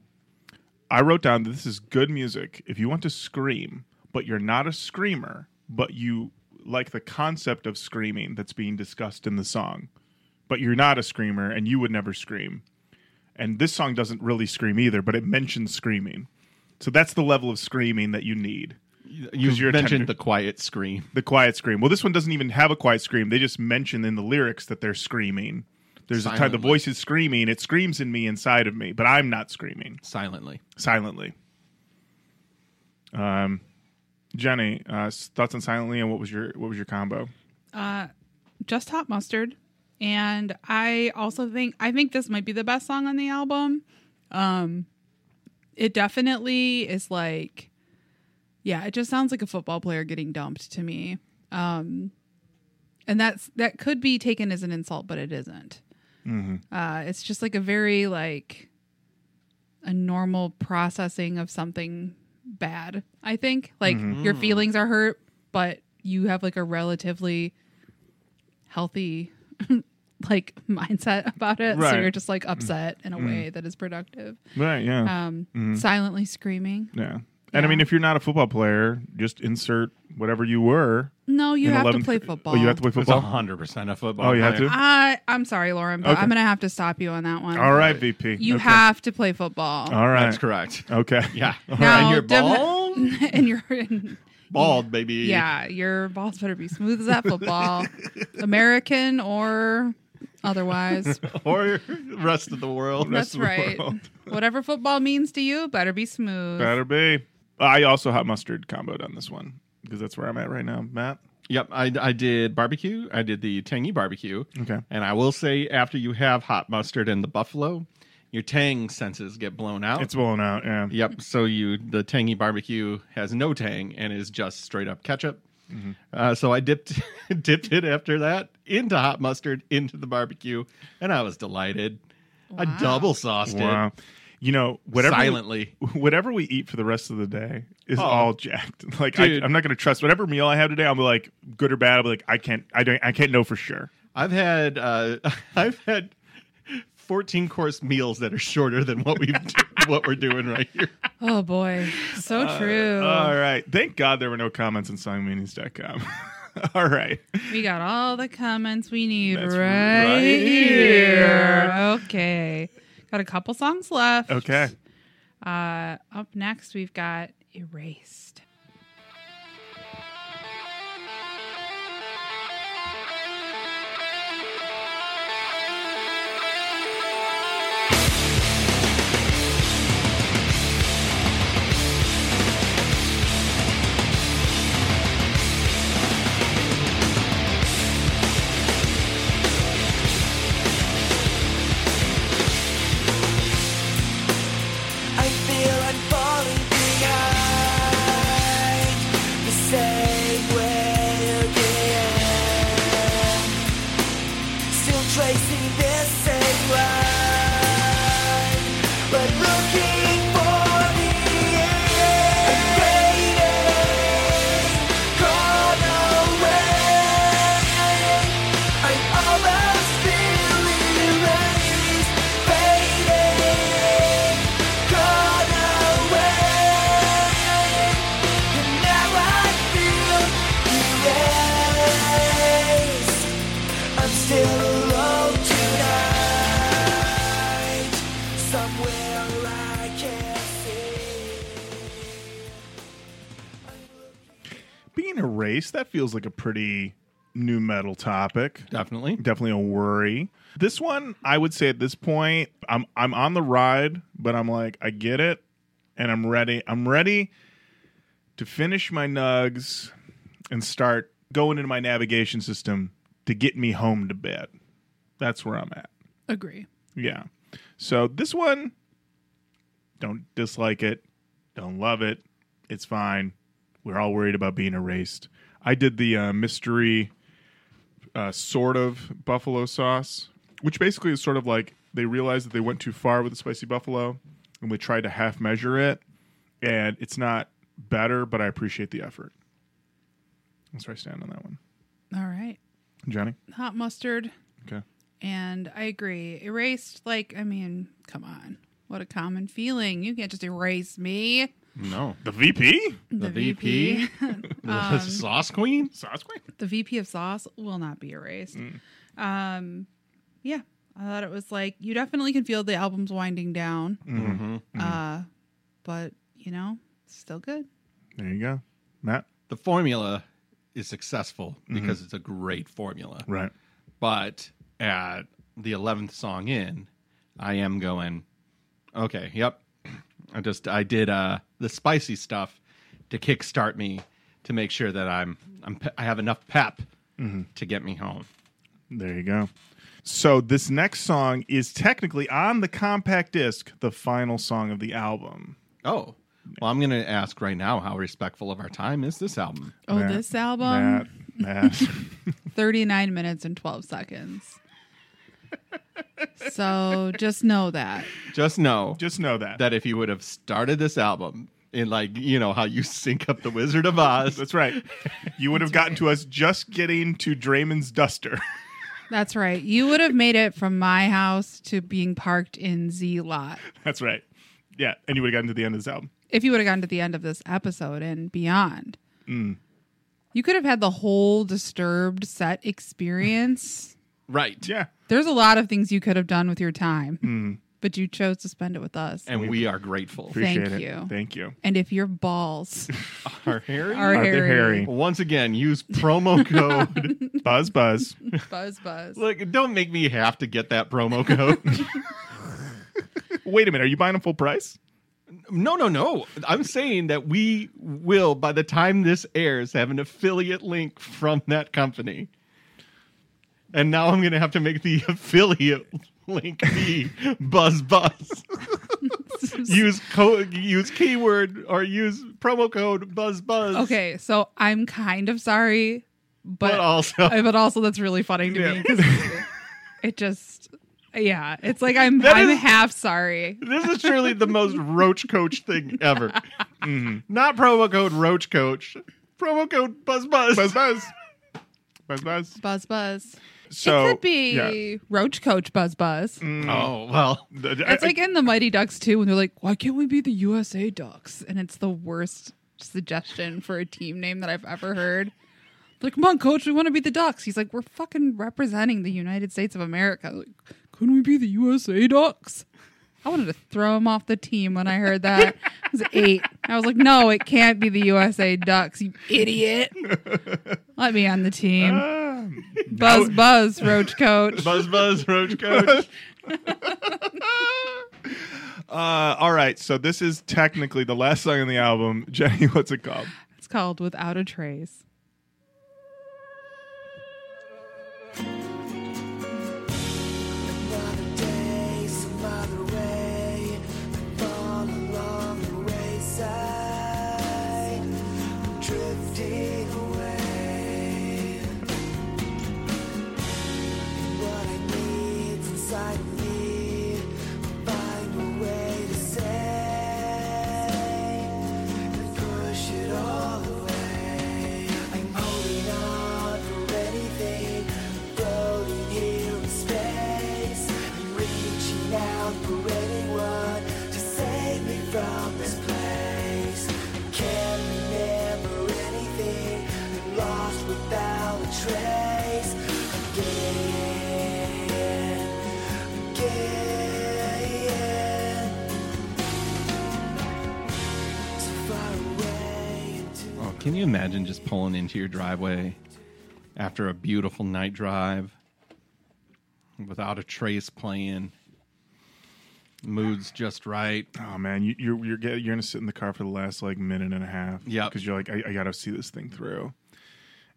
Speaker 1: I wrote down that this is good music. If you want to scream, but you're not a screamer, but you like the concept of screaming that's being discussed in the song, but you're not a screamer and you would never scream. And this song doesn't really scream either, but it mentions screaming. So that's the level of screaming that you need.
Speaker 3: You
Speaker 1: 'Cause you're a
Speaker 3: mentioned
Speaker 1: tender.
Speaker 3: the quiet scream.
Speaker 1: The quiet scream. Well, this one doesn't even have a quiet scream. They just mention in the lyrics that they're screaming. There's a time the
Speaker 3: Silently.
Speaker 1: voice is screaming. It screams in me inside of me, but I'm not screaming
Speaker 3: silently.
Speaker 1: silently. Um, Jenny, uh, s- thoughts on silently, and what was your what was your combo?
Speaker 2: Just hot mustard. And I also think I think this might be the best song on the album. Um it definitely is like yeah, it just sounds like a football player getting dumped to me. Um and that's that could be taken as an insult, but it isn't. Uh it's just like a very like a normal processing of something bad, I think. Like your feelings are hurt, but you have like a relatively healthy <laughs> like mindset about it. So
Speaker 1: Right.
Speaker 2: you're just like upset in a way that is productive.
Speaker 1: Right. Yeah.
Speaker 2: Um,
Speaker 1: Mm-hmm.
Speaker 2: silently screaming.
Speaker 1: yeah. And I mean,
Speaker 2: yeah.
Speaker 1: if you're not a football player, just insert whatever you were.
Speaker 2: No, you
Speaker 1: in
Speaker 2: have to
Speaker 1: 11th
Speaker 2: play
Speaker 1: gr-
Speaker 2: football.
Speaker 1: Oh, you have to play
Speaker 3: It's
Speaker 1: football.
Speaker 3: hundred percent a football.
Speaker 1: Oh, you have
Speaker 3: player.
Speaker 1: to.
Speaker 2: I, I'm sorry, Lauren, but
Speaker 1: Okay.
Speaker 2: I'm gonna have to stop you on that one.
Speaker 1: All right, VP.
Speaker 2: You
Speaker 1: Okay.
Speaker 2: have to play football. <laughs>
Speaker 1: All right. Uh,
Speaker 3: That's correct.
Speaker 1: Okay.
Speaker 3: Yeah.
Speaker 2: Now,
Speaker 3: and you're
Speaker 2: defi-
Speaker 3: bald,
Speaker 2: <laughs> and you're
Speaker 1: <laughs>
Speaker 2: in,
Speaker 3: bald baby.
Speaker 2: yeah, your balls better be smooth as that
Speaker 1: <laughs>
Speaker 2: football, American or
Speaker 1: <laughs>
Speaker 2: otherwise.
Speaker 3: <laughs> or rest of the world.
Speaker 2: That's
Speaker 1: of the
Speaker 2: right.
Speaker 1: world.
Speaker 2: <laughs> Whatever football means to you, better be smooth.
Speaker 1: Better be. I also hot mustard comboed on this one because that's where I'm at right now, Matt.
Speaker 3: Yep, I, I did barbecue. I did the tangy barbecue.
Speaker 1: Okay.
Speaker 3: And I will say, after you have hot mustard and the buffalo, your tang senses get blown out.
Speaker 1: It's blown out. Yeah.
Speaker 3: yep. So you the tangy barbecue has no tang and is just straight up ketchup.
Speaker 1: Mm-hmm.
Speaker 3: Uh, so I dipped <laughs> dipped it after that into hot mustard into the barbecue, and I was delighted. I
Speaker 2: Wow.
Speaker 3: double sauced
Speaker 1: Wow. You know,
Speaker 3: it
Speaker 1: whatever
Speaker 3: silently.
Speaker 1: whatever we eat for the rest of the day is
Speaker 3: Oh.
Speaker 1: all jacked. <laughs> Like I,
Speaker 3: Dude.
Speaker 1: I'm not going to trust whatever meal I have today. I'll be like good or bad. I'll be like I can't. I don't. I can't know for sure.
Speaker 3: I've had uh, <laughs> I've had fourteen course meals that are shorter than what
Speaker 1: <laughs>
Speaker 3: we what we're doing right here.
Speaker 2: Oh boy, so true.
Speaker 1: All right. Thank God there were no comments on songmeanings.com. <laughs> all right.
Speaker 2: We got all the comments we need
Speaker 1: That's
Speaker 2: right,
Speaker 1: right
Speaker 2: here.
Speaker 1: here.
Speaker 2: Okay. Got a couple songs left.
Speaker 1: Okay.
Speaker 2: Uh, up next, we've got Erased.
Speaker 4: I
Speaker 1: being a race, that feels like a pretty new metal topic.
Speaker 3: Definitely.
Speaker 1: Definitely a worry. This one, I would say at this point, I'm I'm on the ride, but I'm like, I get it, and I'm ready. I'm ready to finish my nugs and start going into my navigation system to get me home to bed. That's where I'm at.
Speaker 2: Agree.
Speaker 1: Yeah. So this one, don't dislike it, don't love it. It's fine. We're all worried about being erased. I did the uh, mystery uh, sort of buffalo sauce, which basically is sort of like they realized that they went too far with the spicy buffalo and they tried to half measure it. And it's not better, but I appreciate the effort. That's where I stand on that one.
Speaker 2: All right.
Speaker 1: Johnny?
Speaker 2: Hot mustard.
Speaker 1: Okay.
Speaker 2: And I agree. Erased, like, I mean, come on. What a common feeling. You can't just erase me.
Speaker 3: No.
Speaker 1: The VP?
Speaker 3: The VP? <laughs> The sauce queen?
Speaker 1: Sauce queen?
Speaker 2: <laughs> the VP of Sauce will not be erased.
Speaker 3: Mm.
Speaker 2: Um, yeah, I thought it was like you definitely can feel the album's winding down,
Speaker 3: Mm-hmm.
Speaker 2: uh, but you know, still good.
Speaker 1: There you go. Matt?
Speaker 3: The formula is successful because it's a great formula.
Speaker 1: Right.
Speaker 3: But at the 11th song in, I am going, okay, yep. I just, I did uh, the spicy stuff to kickstart me to make sure that I'm, I'm pe- I have enough pep to get me home.
Speaker 1: There you go. So this next song is technically on the compact disc, the final song of the album.
Speaker 3: Oh, well, I'm going to ask right now how respectful of our time is this album?
Speaker 2: Oh,
Speaker 1: Matt,
Speaker 2: this album,
Speaker 1: Matt, Matt.
Speaker 2: 39 minutes and 12 seconds. so just know that.
Speaker 3: Just know
Speaker 1: <laughs> Just know that.
Speaker 3: that if you would have started this album in, like, you know, how you sync up The Wizard of
Speaker 1: <laughs>
Speaker 3: Oz,
Speaker 1: That's right. You would have gotten to us just getting to Draymond's duster. <laughs>
Speaker 2: That's right. You would have made it from my house to being parked in Z lot
Speaker 1: That's right. Yeah, and you would have gotten to the end of this album.
Speaker 2: if you would have gotten to the end of this episode and beyond. You could have had the whole disturbed set experience.
Speaker 3: right.
Speaker 1: Yeah.
Speaker 2: There's a lot of things you could have done with your time, but you chose to spend it with us.
Speaker 3: And we are grateful.
Speaker 1: Appreciate it.
Speaker 2: Thank you.
Speaker 1: Thank you.
Speaker 2: And if your balls
Speaker 3: Our Harry?
Speaker 2: are
Speaker 1: Are they
Speaker 2: hairy,
Speaker 1: hairy?
Speaker 3: Once again, use promo code.
Speaker 1: Buzz
Speaker 2: <laughs>
Speaker 1: buzz.
Speaker 2: buzz buzz.
Speaker 3: Look, don't make me have to get that promo code.
Speaker 1: Wait a minute, are you buying them full
Speaker 2: <laughs>
Speaker 1: price?
Speaker 3: no, no, no. I'm saying that we will, by the time this airs, have an affiliate link from that company. And now I'm going to have to make the <laughs> affiliate link be Buzz Buzz. use code, use keyword, or use promo code Buzz Buzz.
Speaker 2: okay, so I'm kind of sorry, but
Speaker 3: But also, <laughs>
Speaker 2: uh, but also that's really funny to me. 'cause It just, yeah, it's like I'm
Speaker 3: That
Speaker 2: I'm
Speaker 3: is-
Speaker 2: half sorry.
Speaker 3: This is truly the most roach coach thing ever. Mm-hmm. Not promo code roach coach, promo code buzz buzz.
Speaker 1: Buzz buzz. Buzz buzz.
Speaker 2: Buzz buzz.
Speaker 1: So
Speaker 2: it could be
Speaker 1: yeah.
Speaker 2: Roach Coach Buzz Buzz.
Speaker 3: Oh well,
Speaker 1: Th- th-
Speaker 2: That's
Speaker 1: I-
Speaker 2: like in the Mighty Ducks too, when they're like, "Why can't we be the USA Ducks?" And it's the worst suggestion for a team name that I've ever heard. Like, come on, coach, we want to be the Ducks. He's like, "We're fucking representing the United States of America." Like, couldn't we be the USA Ducks? I wanted to throw him off the team when I heard that. I was eight. I was like, "No, it can't be the USA Ducks, you idiot." Let me on the team.
Speaker 1: Ah,
Speaker 2: Buzz, buzz, Roach Coach.
Speaker 3: buzz buzz
Speaker 1: <laughs>
Speaker 3: roach coach.
Speaker 1: Uh, all right, so this is technically the last song on the album. <laughs> Jenny, what's it called?
Speaker 2: It's called Without a Trace.
Speaker 4: Another day, some other way. I fall along the wayside. I'm drifting away. What I need's inside of me. I'll find a way to say and push it all away. I'm holding on for anything. But
Speaker 3: Oh, Can you imagine just pulling into your driveway after a beautiful night drive without a trace playing? Mood's just right.
Speaker 1: Oh man, you, you're you're get, you're gonna sit in the car for the last like minute and a half.
Speaker 3: Yep.
Speaker 1: because you're like, I, I gotta see this thing through.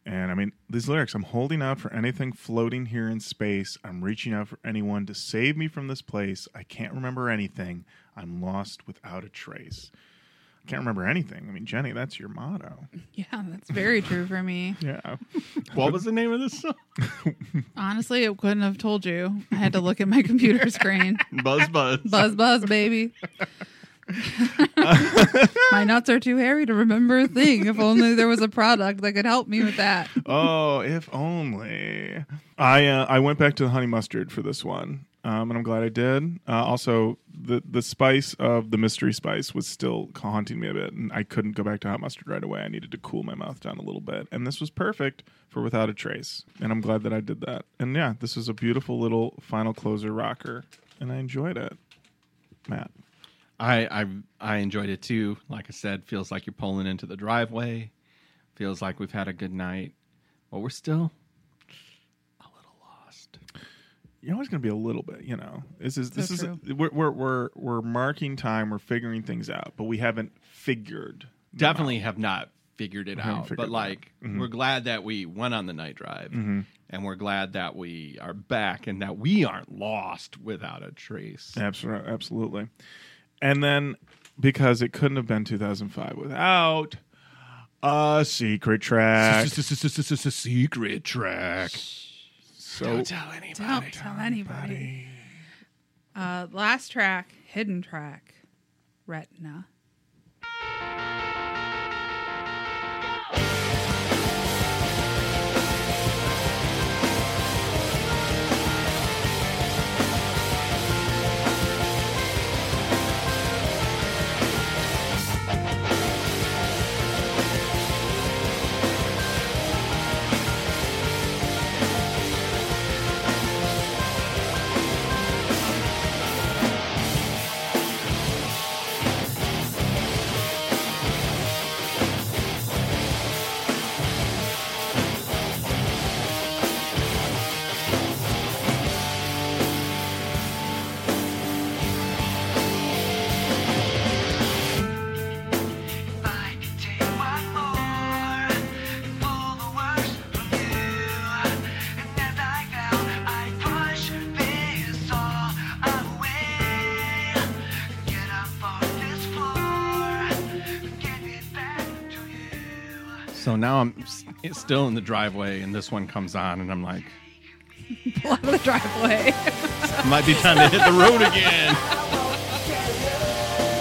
Speaker 1: And I mean, these lyrics. I'm holding out for anything floating here in space. I'm reaching out for anyone to save me from this place. I can't remember anything. I'm lost without a trace. I can't remember anything. I mean, Jenny, that's your motto.
Speaker 2: Yeah, that's very true for me.
Speaker 1: Yeah.
Speaker 3: What was the name of
Speaker 1: <laughs>
Speaker 3: this song?
Speaker 2: Honestly, it couldn't have told you. I had to look at my computer <laughs> screen.
Speaker 3: Buzz Buzz.
Speaker 2: Buzz, buzz, <laughs> baby. my nuts are too hairy to remember a thing. If only there was a product that could help me with that.
Speaker 1: oh, if only. I uh, I went back to the honey mustard for this one, um, and I'm glad I did. Uh, also, the the spice of the mystery spice was still haunting me a bit, and I couldn't go back to hot mustard right away. I needed to cool my mouth down a little bit, and this was perfect for without a trace. And I'm glad that I did that. And yeah, this was a beautiful little final closer rocker, and I enjoyed it. Matt,
Speaker 3: I, I I enjoyed it too. Like I said, feels like you're pulling into the driveway. Feels like we've had a good night, but we're still a little lost.
Speaker 1: you're always going to be a little bit, you know. This is this
Speaker 2: true.
Speaker 1: is we're, we're we're we're marking time, we're figuring things out, but we haven't figured. them
Speaker 3: Definitely have not figured it
Speaker 1: haven't
Speaker 3: out,
Speaker 1: figured
Speaker 3: but
Speaker 1: it out. Mm-hmm.
Speaker 3: like we're glad that we went on the night drive, and we're glad that we are back and that we aren't lost without a trace.
Speaker 1: out. Absolutely, absolutely. And then because it couldn't have been 2005 without a secret track.
Speaker 3: Secret track.
Speaker 1: so
Speaker 3: Tell anybody.
Speaker 2: Don't tell anybody. Uh, last track, hidden track, Retina.
Speaker 4: I can take one more, all the worst from you. And as I fell, I push this all away. Get up off this floor, give it back to you.
Speaker 3: So now I'm s- still in the driveway, and this one comes on, and I'm like,
Speaker 2: <laughs> Pull out of the driveway.
Speaker 3: might be time to hit the road again.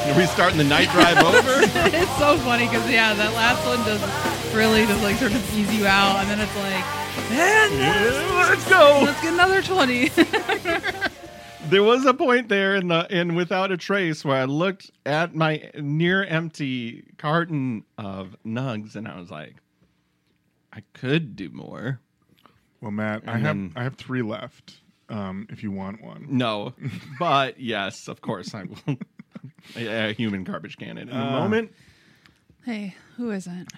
Speaker 3: Are we starting the night drive over?
Speaker 2: it's so funny because yeah, that last one just really just like sort of ease you out, and then it's like, man,
Speaker 3: <laughs> Let's go.
Speaker 2: let's get another twenty. <laughs>
Speaker 3: There was a point there in the in without a trace where I looked at my near empty carton of nugs, and I was like, I could do more.
Speaker 1: well, Matt, I
Speaker 3: And
Speaker 1: have
Speaker 3: then-
Speaker 1: I have three left. Um, if you want one,
Speaker 3: <laughs> No, but yes, of course I will. a human garbage can it in a
Speaker 1: Uh,
Speaker 3: moment.
Speaker 2: hey, who isn't?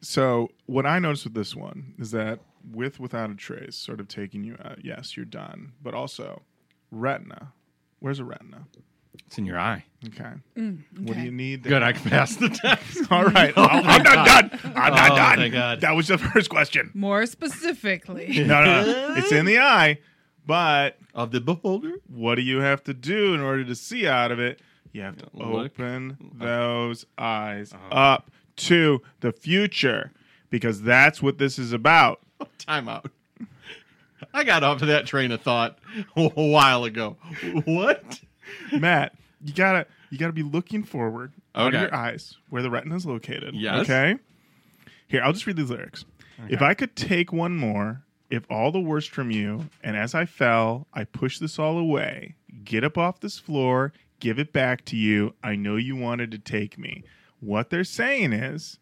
Speaker 1: so what I noticed with this one is that with without a trace, sort of taking you out. Yes, you're done, but also retina. Where's a retina?
Speaker 3: It's in your eye.
Speaker 1: Okay. What do
Speaker 2: okay.
Speaker 1: you need?
Speaker 3: Good, I can pass the
Speaker 1: <laughs>
Speaker 3: test.
Speaker 1: All right. I'm not done. I'm not
Speaker 3: Oh,
Speaker 1: done.
Speaker 3: thank God.
Speaker 1: That was the first question.
Speaker 2: More
Speaker 3: <laughs>
Speaker 2: specifically,
Speaker 1: No, no, no. it's in the eye, but
Speaker 3: <laughs> of the beholder.
Speaker 1: what do you have to do in order to see out of it? You have to
Speaker 3: Look. Uh, uh-huh.
Speaker 1: open those eyes up to the future because that's what this is about.
Speaker 3: Time out. I got off of that train of thought a while ago. What?
Speaker 1: Matt, you gotta you gotta be looking forward out of
Speaker 3: Okay.
Speaker 1: your eyes where the retina is located.
Speaker 3: Yes.
Speaker 1: Okay. Here, I'll just read these lyrics. If I could take one more, if all the worst from you, and as I fell, I push this all away. Get up off this floor, give it back to you. I know you wanted to take me. What they're saying is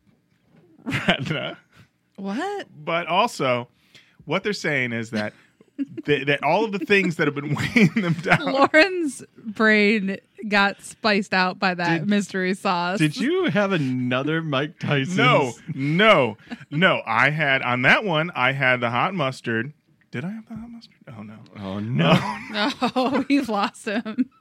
Speaker 1: <laughs> retina.
Speaker 2: what?
Speaker 1: But also, what they're saying is that <laughs> that, that all of the things that have been <laughs> weighing them down.
Speaker 3: Uh,
Speaker 2: Lauren's brain got spiced out by that
Speaker 3: Did-
Speaker 2: mystery sauce.
Speaker 3: Did you have another Mike Tyson?
Speaker 1: No, no, no. I had on that one. I had the hot mustard. Did I have the hot mustard? Oh no.
Speaker 3: Oh no.
Speaker 2: <laughs> Oh, we've lost him. <laughs>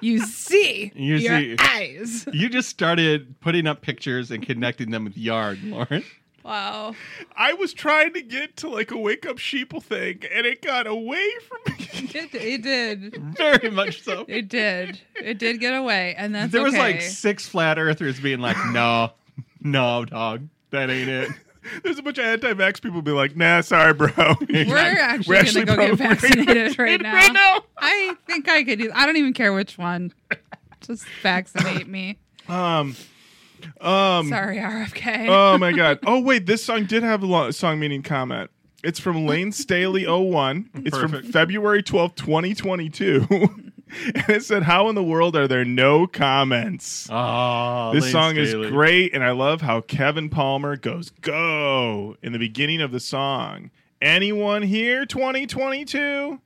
Speaker 2: You see
Speaker 3: You
Speaker 2: your
Speaker 3: see.
Speaker 2: eyes.
Speaker 3: You just started putting up pictures and connecting them with yard, Lauren.
Speaker 2: Wow.
Speaker 1: I was trying to get to like a wake up sheeple thing, and it got away from me. <laughs>
Speaker 2: It, it did.
Speaker 3: Very much so.
Speaker 2: It did. It did get away. And that's
Speaker 3: There was like
Speaker 2: okay.
Speaker 3: six flat earthers being like, "No, no, dog, that ain't it."
Speaker 1: There's a bunch of anti-vax people be like, "Nah, sorry, bro." <laughs>
Speaker 2: We're actually, gonna go get
Speaker 1: probably- <laughs>
Speaker 2: vaccinated right now.
Speaker 1: Right now.
Speaker 2: I think I could. Either, I don't even care which one. Just vaccinate
Speaker 3: <laughs>
Speaker 2: me.
Speaker 1: Um, um,
Speaker 2: Sorry, RFK.
Speaker 3: uh,
Speaker 1: oh my god. Oh wait, this song did have a lo- song meaning comment. It's from Lane Staley 01. It's from
Speaker 3: Perfect.
Speaker 1: February 12th, 2022. <laughs> and it said, "How in the world are there no comments?"
Speaker 3: Oh,
Speaker 1: this
Speaker 3: Lane
Speaker 1: song
Speaker 3: Staley.
Speaker 1: is great, and I love how Kevin Palmer goes "Go" in the beginning of the song. Anyone here 2022?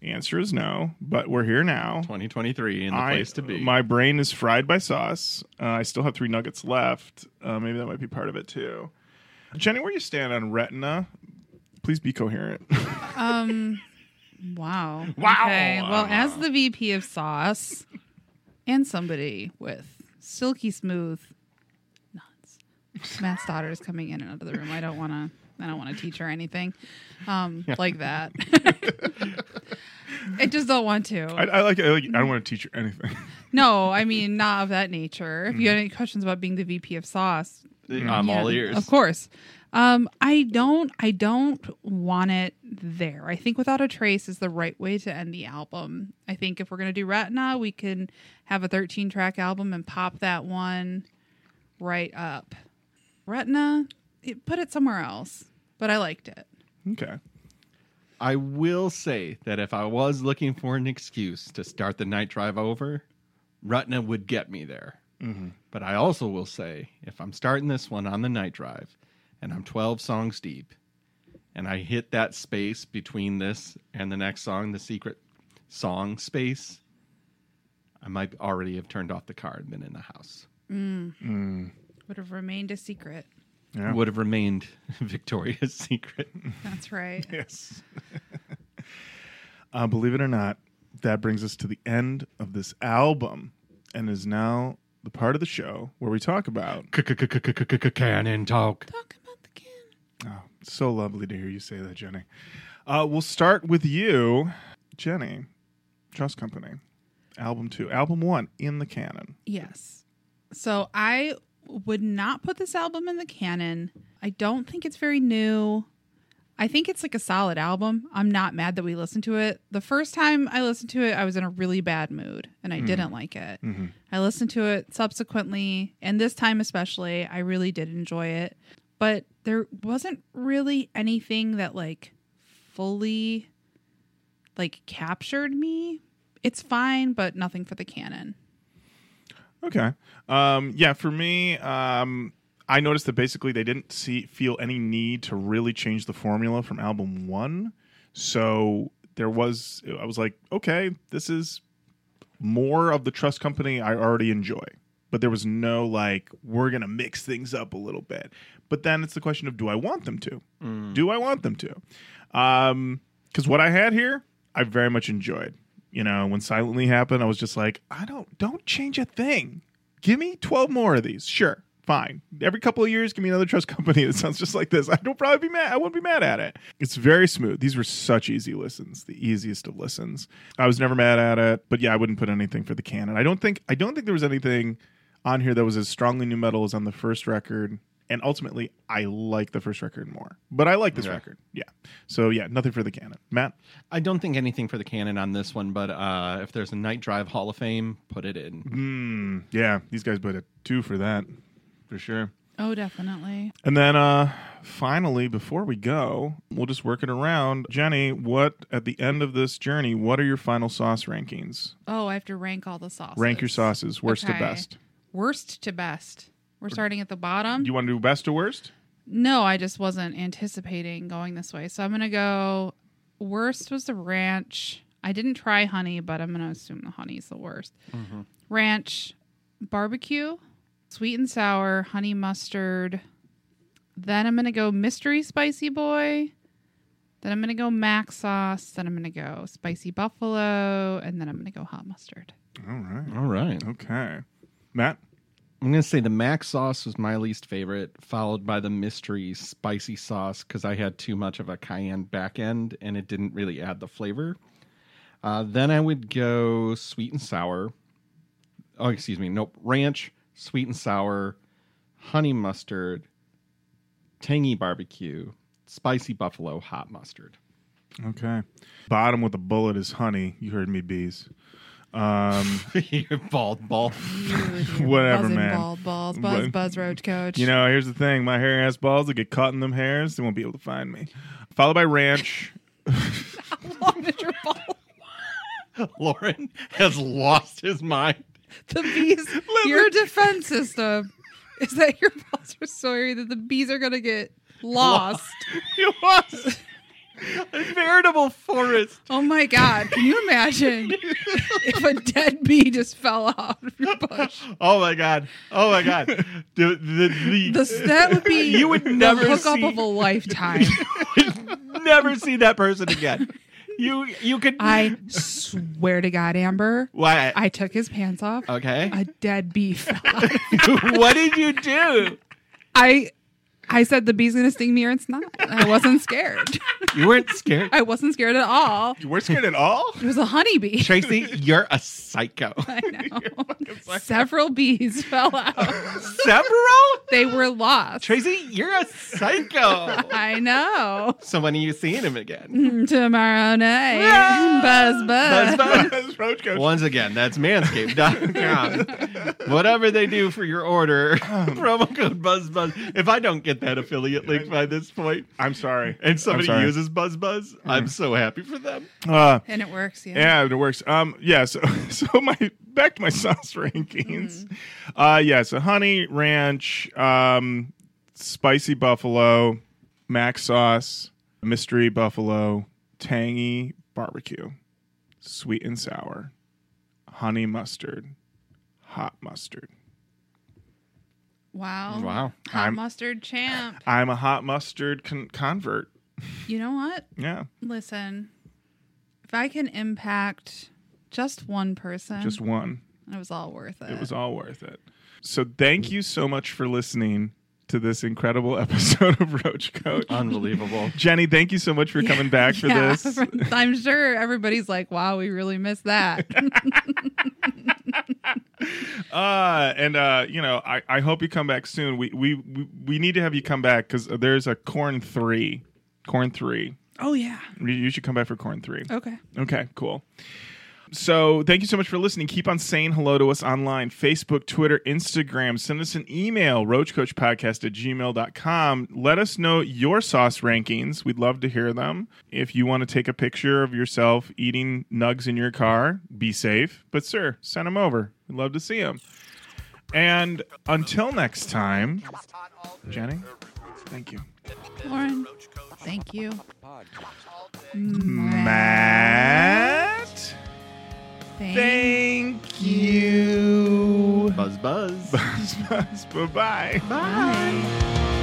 Speaker 1: The answer is no, but we're here now.
Speaker 3: 2023 and the
Speaker 1: I-
Speaker 3: place to be.
Speaker 1: My brain is fried by sauce. Uh, I still have three nuggets left. Uh, maybe that might be part of it too. Jenny, where you stand on retina? Please be coherent.
Speaker 2: Um. Wow.
Speaker 1: Wow.
Speaker 2: Okay. Well, as the VP of Sauce, and somebody with silky smooth nuts, Matt's daughter is coming in and out of the room. I don't want to. I don't want to teach her anything, um, like that. <laughs> I just don't want to.
Speaker 1: I, I like. I, like, I don't want to teach you anything. <laughs>
Speaker 2: no, I mean not of that nature. If
Speaker 1: Mm-hmm.
Speaker 2: you had any questions about being the VP of Sauce,
Speaker 3: I'm
Speaker 2: Yeah,
Speaker 3: all ears.
Speaker 2: Of course. Um, I don't I don't want it there. I think without a trace is the right way to end the album. I think if we're gonna do Retina, we can have a 13 track album and pop that one right up. Retina, it, put it somewhere else. But I liked it.
Speaker 1: Okay.
Speaker 3: I will say that if I was looking for an excuse to start the night drive over, Rutna would get me there. But I also will say if I'm starting this one on the night drive and I'm 12 songs deep and I hit that space between this and the next song, the secret song space, I might already have turned off the car and been in the house.
Speaker 2: Would have remained a secret.
Speaker 1: Yeah.
Speaker 3: Would have remained <laughs> Victoria's Secret.
Speaker 2: That's
Speaker 3: <laughs>
Speaker 2: right.
Speaker 1: Yes. uh, believe it or not, that brings us to the end of this album, and is now the part of the show where we talk about.
Speaker 3: Cannon talk.
Speaker 2: Talk about the can.
Speaker 1: Oh, so lovely to hear you say that, Jenny. Uh, we'll start with you, Jenny. Trust Company, album two, album one in the canon.
Speaker 2: Yes. So I would not put this album in the canon. I don't think it's very new. I think it's like a solid album. I'm not mad that we listened to it. The first time I listened to it, I was in a really bad mood and I didn't like it. I listened to it subsequently, and this time especially, I really did enjoy it. But there wasn't really anything that like fully like captured me. It's fine, but nothing for the canon.
Speaker 1: Okay. Um, yeah, for me, um, I noticed that basically they didn't see feel any need to really change the formula from album one. So there was, I was like, okay, this is more of the Trust Company I already enjoy. But there was no like, we're gonna mix things up a little bit. But then it's the question of, do I want them to? Do I want them to? Because what I had here, I very much enjoyed. You know, when silently happened, I was just like, I don't don't change a thing. Give me twelve more of these. Sure, fine. Every couple of years, give me another trust <laughs> company that sounds just like this. I don't probably be mad. I won't be mad at it. It's very smooth. These were such easy listens, the easiest of listens. I was never mad at it, but yeah, I wouldn't put anything for the canon. I don't think I don't think there was anything on here that was as strongly new metal as on the first record. And ultimately, I like the first record more, but I like this
Speaker 3: Yeah.
Speaker 1: record. Yeah. So yeah, nothing for the canon. Matt.
Speaker 3: I don't think anything for the canon on this one, but uh, if there's a Night Drive Hall of Fame, put it in.
Speaker 1: Mm, yeah, these guys put a two for that, for sure.
Speaker 2: Oh, definitely.
Speaker 1: And then uh finally, before we go, we'll just work it around. Jenny, what at the end of this journey, what are your final sauce rankings?
Speaker 2: Oh, I have to rank all the sauces.
Speaker 1: Rank your sauces, worst
Speaker 2: Okay.
Speaker 1: to best.
Speaker 2: Worst to best. We're starting at the bottom.
Speaker 1: Do you want to do best to worst?
Speaker 2: no, I just wasn't anticipating going this way. So I'm going to go worst was the ranch. I didn't try honey, but I'm gonna assume the honey's the worst.
Speaker 1: Mm-hmm.
Speaker 2: Ranch, barbecue, sweet and sour, honey mustard. Then I'm gonna go mystery spicy boy. Then I'm gonna go mac sauce. Then I'm gonna go spicy buffalo, and then I'm gonna go hot mustard.
Speaker 1: All right.
Speaker 3: All right.
Speaker 1: Okay. Matt.
Speaker 3: I'm gonna say the mac sauce was my least favorite, followed by the mystery spicy sauce because I had too much of a cayenne back end and it didn't really add the flavor. Uh, then I would go sweet and sour. Oh, excuse me, nope, ranch, sweet and sour, honey mustard, tangy barbecue, spicy buffalo hot mustard. <laughs>
Speaker 1: Okay. Bottom with a bullet is honey. You heard me, bees. Um,
Speaker 3: bald, bald.
Speaker 1: Whatever, man.
Speaker 2: Bald balls, buzz,
Speaker 1: What-
Speaker 2: buzz, roach coach.
Speaker 1: you know, here's the thing: my hairy ass balls will get caught in them hairs. They won't be able to find me. Followed by ranch. <coughs>
Speaker 2: <laughs> long as your ball.
Speaker 3: Lauren has lost his mind. <laughs>
Speaker 2: The bees, your defense system is that your balls are so hairy that the bees are gonna get lost.
Speaker 3: You lost a veritable forest.
Speaker 2: Oh my god! Can you imagine if a dead bee just fell out of your bush?
Speaker 3: Oh my god! Oh my god! The the, the,
Speaker 2: The, that would be
Speaker 3: You would never
Speaker 2: the hookup
Speaker 3: see-
Speaker 2: of a lifetime.
Speaker 3: never see that person again. You you could
Speaker 2: I swear to God, Amber,
Speaker 3: why
Speaker 2: I took his pants off.
Speaker 3: okay. <laughs>
Speaker 2: A dead bee fell out.
Speaker 3: what did you do?
Speaker 2: I, I said the bee's gonna sting me, or it's not. I wasn't scared.
Speaker 3: You weren't scared,
Speaker 2: I wasn't scared at all.
Speaker 1: You weren't scared at all.
Speaker 2: It was a honeybee.
Speaker 3: Tracy. You're a psycho.
Speaker 2: <laughs> I
Speaker 1: <laughs>
Speaker 2: know. Several bees <laughs> fell out.
Speaker 3: Several
Speaker 2: they were lost.
Speaker 3: Tracy, you're a psycho.
Speaker 2: I know. <laughs>
Speaker 3: So when are you seeing him again?
Speaker 2: Tomorrow night. Buzz, buzz.
Speaker 3: Buzz, buzz.
Speaker 1: Roach coach.
Speaker 3: <laughs> Once again, that's manscaped.com. Whatever they do for your order, <laughs> promo code Buzz Buzz. If I don't get that affiliate link by this point,
Speaker 1: I'm sorry.
Speaker 3: and somebody
Speaker 1: I'm sorry.
Speaker 3: uses Buzz Buzz, I'm so happy for them.
Speaker 1: Uh,
Speaker 2: And it works, yeah.
Speaker 1: Yeah, it works. Um, yeah. So, <laughs> so my back to my sauce <laughs> rankings. Uh, yeah. So honey ranch, um, spicy buffalo, mac sauce, mystery buffalo, tangy barbecue, sweet and sour, honey mustard, hot mustard.
Speaker 2: Wow.
Speaker 3: Wow.
Speaker 2: Hot
Speaker 1: I'm-
Speaker 2: mustard champ.
Speaker 1: I'm a hot mustard con- convert.
Speaker 2: You know what?
Speaker 1: Yeah,
Speaker 2: Listen, if I can impact just one person,
Speaker 1: just one.
Speaker 2: it was all worth it.
Speaker 1: It was all worth it. So thank you so much for listening to this incredible <laughs> episode of Roach Coach.
Speaker 3: Unbelievable.
Speaker 1: Jenny, thank you so much for coming
Speaker 2: <laughs>
Speaker 1: back for
Speaker 2: Yeah,
Speaker 1: this.
Speaker 2: I'm sure everybody's like, wow, we really missed that.
Speaker 1: <laughs>
Speaker 2: <laughs>
Speaker 1: Uh, and uh, you know, I, I hope you come back soon. We we we, we need to have you come back because there's a corn three, corn three.
Speaker 2: oh, yeah.
Speaker 1: You- You should come back for corn three.
Speaker 2: Okay.
Speaker 1: Okay, cool. So, thank you so much for listening. Keep on saying hello to us online Facebook, Twitter, Instagram. Send us an email, roachcoachpodcast at gmail.com. Let us know your sauce rankings. We'd love to hear them. If you want to take a picture of yourself eating nugs in your car, be safe. But, sir, send them over. We'd love to see them. And until next time, Jenny, thank you.
Speaker 2: Lauren, thank you.
Speaker 1: Matt,
Speaker 2: Thank
Speaker 1: thank you.
Speaker 3: <laughs> Buzz Buzz.
Speaker 1: Buzz, buzz. Bye-bye.
Speaker 2: Bye.